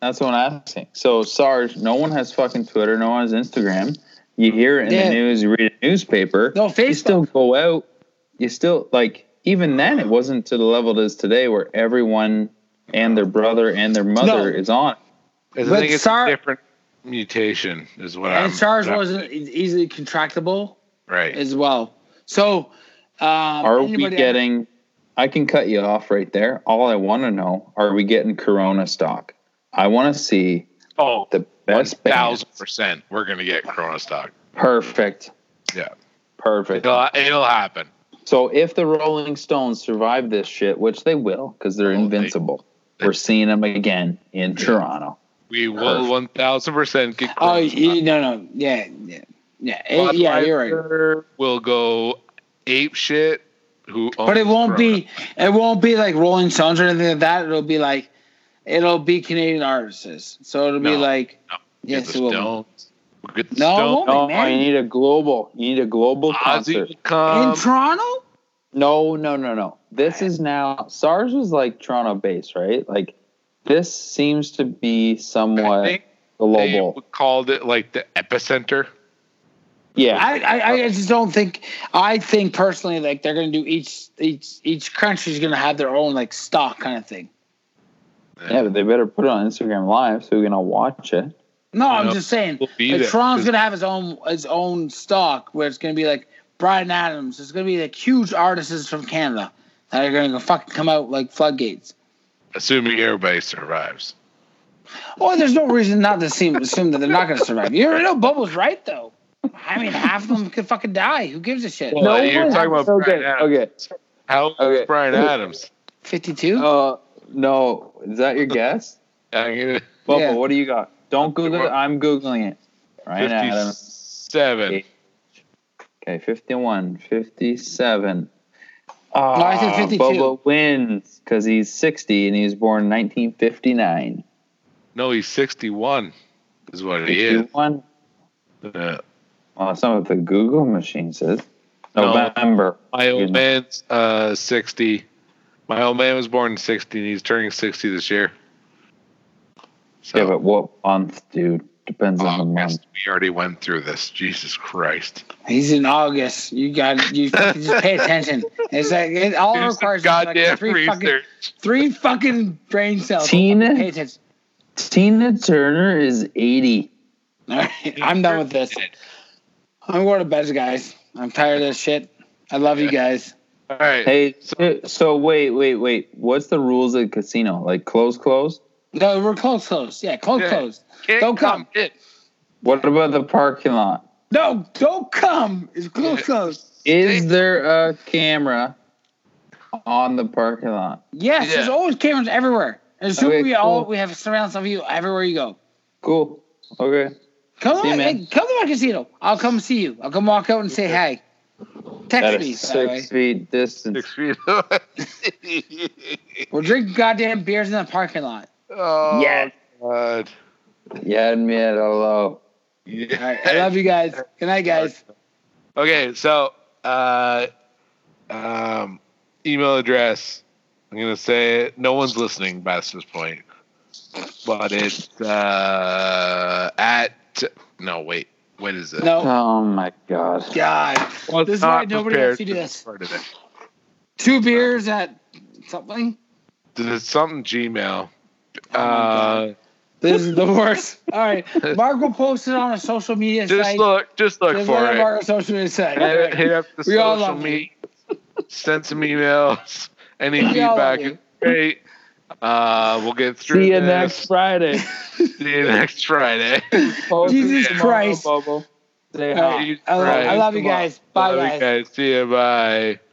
Speaker 3: That's what I'm asking. So SARS, no one has fucking Twitter, no one has Instagram. You hear it in
Speaker 2: Yeah.
Speaker 3: the news, you read a newspaper.
Speaker 2: No,
Speaker 3: you
Speaker 2: Facebook.
Speaker 3: still go out. You still like even then it wasn't to the level it is today where everyone and their brother and their mother
Speaker 2: No.
Speaker 3: is on.
Speaker 1: I
Speaker 2: But
Speaker 1: think it's
Speaker 2: SAR-
Speaker 1: a different mutation, is what I'm.
Speaker 2: and SARS
Speaker 1: what I'm-
Speaker 2: wasn't e- easily contractable
Speaker 1: right.
Speaker 2: as well. So, um,
Speaker 3: Are we
Speaker 2: anybody-
Speaker 3: getting I can cut you off right there. All I want to know, are we getting corona stock? I want to see
Speaker 1: Oh,
Speaker 3: the
Speaker 1: one
Speaker 3: best
Speaker 1: thousand
Speaker 3: bands.
Speaker 1: percent. We're gonna get Corona stock.
Speaker 3: Perfect.
Speaker 1: Yeah.
Speaker 3: Perfect.
Speaker 1: It'll, it'll happen.
Speaker 3: So if the Rolling Stones survive this shit, which they will, because they're
Speaker 1: Oh, they-
Speaker 3: invincible,
Speaker 1: they-
Speaker 3: we're seeing them again in Toronto.
Speaker 1: We will
Speaker 3: Perfect.
Speaker 1: one thousand percent get.
Speaker 2: Oh,
Speaker 1: Corona
Speaker 2: you, no, no, yeah, yeah, yeah, Eh, yeah. You're right,
Speaker 1: We'll go ape shit. Who?
Speaker 2: but it
Speaker 1: owns
Speaker 2: won't
Speaker 1: Corona?
Speaker 2: be. It won't be like Rolling Stones or anything like that. It'll be like, it'll be Canadian artists. So it'll be
Speaker 1: No.
Speaker 2: like,
Speaker 1: No. Get
Speaker 2: yes,
Speaker 1: the
Speaker 2: it will. be.
Speaker 1: Stones. We'll get the
Speaker 2: No, it
Speaker 1: Stones.
Speaker 2: won't.
Speaker 3: No,
Speaker 2: man.
Speaker 3: you need a global. You need a global
Speaker 1: Ozzy
Speaker 3: concert.
Speaker 1: will come.
Speaker 2: In Toronto,
Speaker 3: No, no, no, no. This is now SARS was like Toronto based, right? Like this seems to be
Speaker 1: I
Speaker 3: somewhat
Speaker 1: think they
Speaker 3: global.
Speaker 1: called it like the epicenter.
Speaker 3: Yeah.
Speaker 2: I, I, I just don't think. I think personally, like they're gonna do each each each country's gonna have their own like stock kind of thing.
Speaker 3: yeah, but they better put it on Instagram Live so we can all watch it.
Speaker 2: No,
Speaker 1: I
Speaker 2: I'm
Speaker 1: know.
Speaker 2: just saying.
Speaker 1: We'll be
Speaker 2: Like,
Speaker 1: there.
Speaker 2: Toronto's gonna have his own his own stock where it's gonna be like Brian Adams. It's gonna be like huge artists from Canada. They're going to fucking come out like floodgates.
Speaker 1: Assuming everybody survives.
Speaker 2: Well, there's no reason not to seem, assume that they're not going to survive. You already know Bobo's right, though. I mean, half of them could fucking die. Who gives a shit?
Speaker 1: Well,
Speaker 6: No
Speaker 1: you're
Speaker 6: one-
Speaker 1: talking about Brian
Speaker 6: okay,
Speaker 1: Adams.
Speaker 6: okay.
Speaker 1: How old
Speaker 6: Okay.
Speaker 1: is Brian Adams?
Speaker 2: 52?
Speaker 3: Uh, no, is that your guess?
Speaker 1: I'm gonna-
Speaker 3: Bubba,
Speaker 2: Yeah.
Speaker 3: what do you got? Don't Google it. I'm Googling it. Right now.
Speaker 1: 57.
Speaker 3: Okay, 51, 57. Oh,
Speaker 2: I
Speaker 1: Ah,
Speaker 2: said 52.
Speaker 3: Bubba wins because he's 60 and he was born 1959.
Speaker 1: No, he's 61, is what he is.
Speaker 3: 51?
Speaker 1: Uh,
Speaker 3: Well, some of the Google machine says
Speaker 1: No.
Speaker 3: November.
Speaker 1: my
Speaker 3: Good.
Speaker 1: old man's uh, 60. My old man was born in 60, and he's turning 60 this year. So,
Speaker 3: Yeah, but what month, dude? Depends on the month.
Speaker 1: August, we already went through this. Jesus Christ.
Speaker 2: He's in August. You got you fucking just pay attention. It's like it all
Speaker 1: Do some
Speaker 2: requires is like
Speaker 1: goddamn
Speaker 2: three fucking
Speaker 1: research.
Speaker 2: three fucking brain cells.
Speaker 3: Tina?
Speaker 2: Pay attention.
Speaker 3: Tina Turner is 80.
Speaker 2: All right, I'm done with this. I'm going to bed, guys. I'm tired of this shit. I love you guys.
Speaker 1: All right.
Speaker 3: Hey,
Speaker 1: So-
Speaker 3: so, wait, wait, wait. What's the rules of casino? Like close, close?
Speaker 2: No, we're close, close. Yeah, close,
Speaker 1: Yeah.
Speaker 2: close.
Speaker 1: Can't
Speaker 2: don't come.
Speaker 1: in.
Speaker 3: What about the parking lot?
Speaker 2: No, don't come. It's close,
Speaker 1: Yeah.
Speaker 2: close.
Speaker 3: Is there a camera on the parking lot?
Speaker 2: Yes,
Speaker 1: Yeah.
Speaker 2: there's always cameras everywhere. And soon
Speaker 3: Okay,
Speaker 2: we all
Speaker 3: cool.
Speaker 2: we have surveillance of you everywhere you go.
Speaker 3: Cool. Okay.
Speaker 2: Come
Speaker 3: See you,
Speaker 2: on,
Speaker 3: man.
Speaker 2: hey, come to my casino. I'll come see you. I'll come walk out and say hi.
Speaker 3: At
Speaker 2: Text me. by
Speaker 3: a
Speaker 2: the way.
Speaker 3: six feet distance.
Speaker 1: Six feet <laughs> away.
Speaker 2: We're drinking goddamn beers in the parking lot.
Speaker 1: oh,
Speaker 3: Yeah.
Speaker 1: God.
Speaker 3: You had me at hello.
Speaker 1: Yeah.
Speaker 2: All right, I love you guys. Good night, guys.
Speaker 1: Okay, so uh, um, email address. I'm gonna say it. No one's listening past this point, but it's uh, at. No, wait. What is it?
Speaker 2: No,
Speaker 3: Oh my god.
Speaker 2: God,
Speaker 1: Well,
Speaker 2: this is why nobody lets you do this.
Speaker 1: Part of it.
Speaker 2: Two beers at something.
Speaker 1: Did it something Gmail?
Speaker 2: Oh my
Speaker 1: uh,
Speaker 2: God. This is the worst. All
Speaker 1: <laughs>
Speaker 2: right, Mark will post it on a social media
Speaker 1: just
Speaker 2: site.
Speaker 1: look. Just look
Speaker 2: Just
Speaker 1: for
Speaker 2: look
Speaker 1: it.
Speaker 2: at our social media site. All <laughs>
Speaker 1: hit,
Speaker 2: right.
Speaker 1: hit up the
Speaker 2: We all
Speaker 1: social
Speaker 2: love
Speaker 1: media. Send some emails. <laughs> Any
Speaker 2: We all love
Speaker 1: feedback
Speaker 2: you.
Speaker 1: is great. Uh, we'll get through
Speaker 3: See you
Speaker 1: this.
Speaker 3: next Friday.
Speaker 1: <laughs> See you next Friday.
Speaker 2: Jesus
Speaker 1: Yeah.
Speaker 2: Christ.
Speaker 3: Bubble. Say
Speaker 2: All
Speaker 3: hi.
Speaker 2: right. I love, I love you guys. Bye,
Speaker 1: Love you
Speaker 2: guys.
Speaker 1: guys. See you. Bye.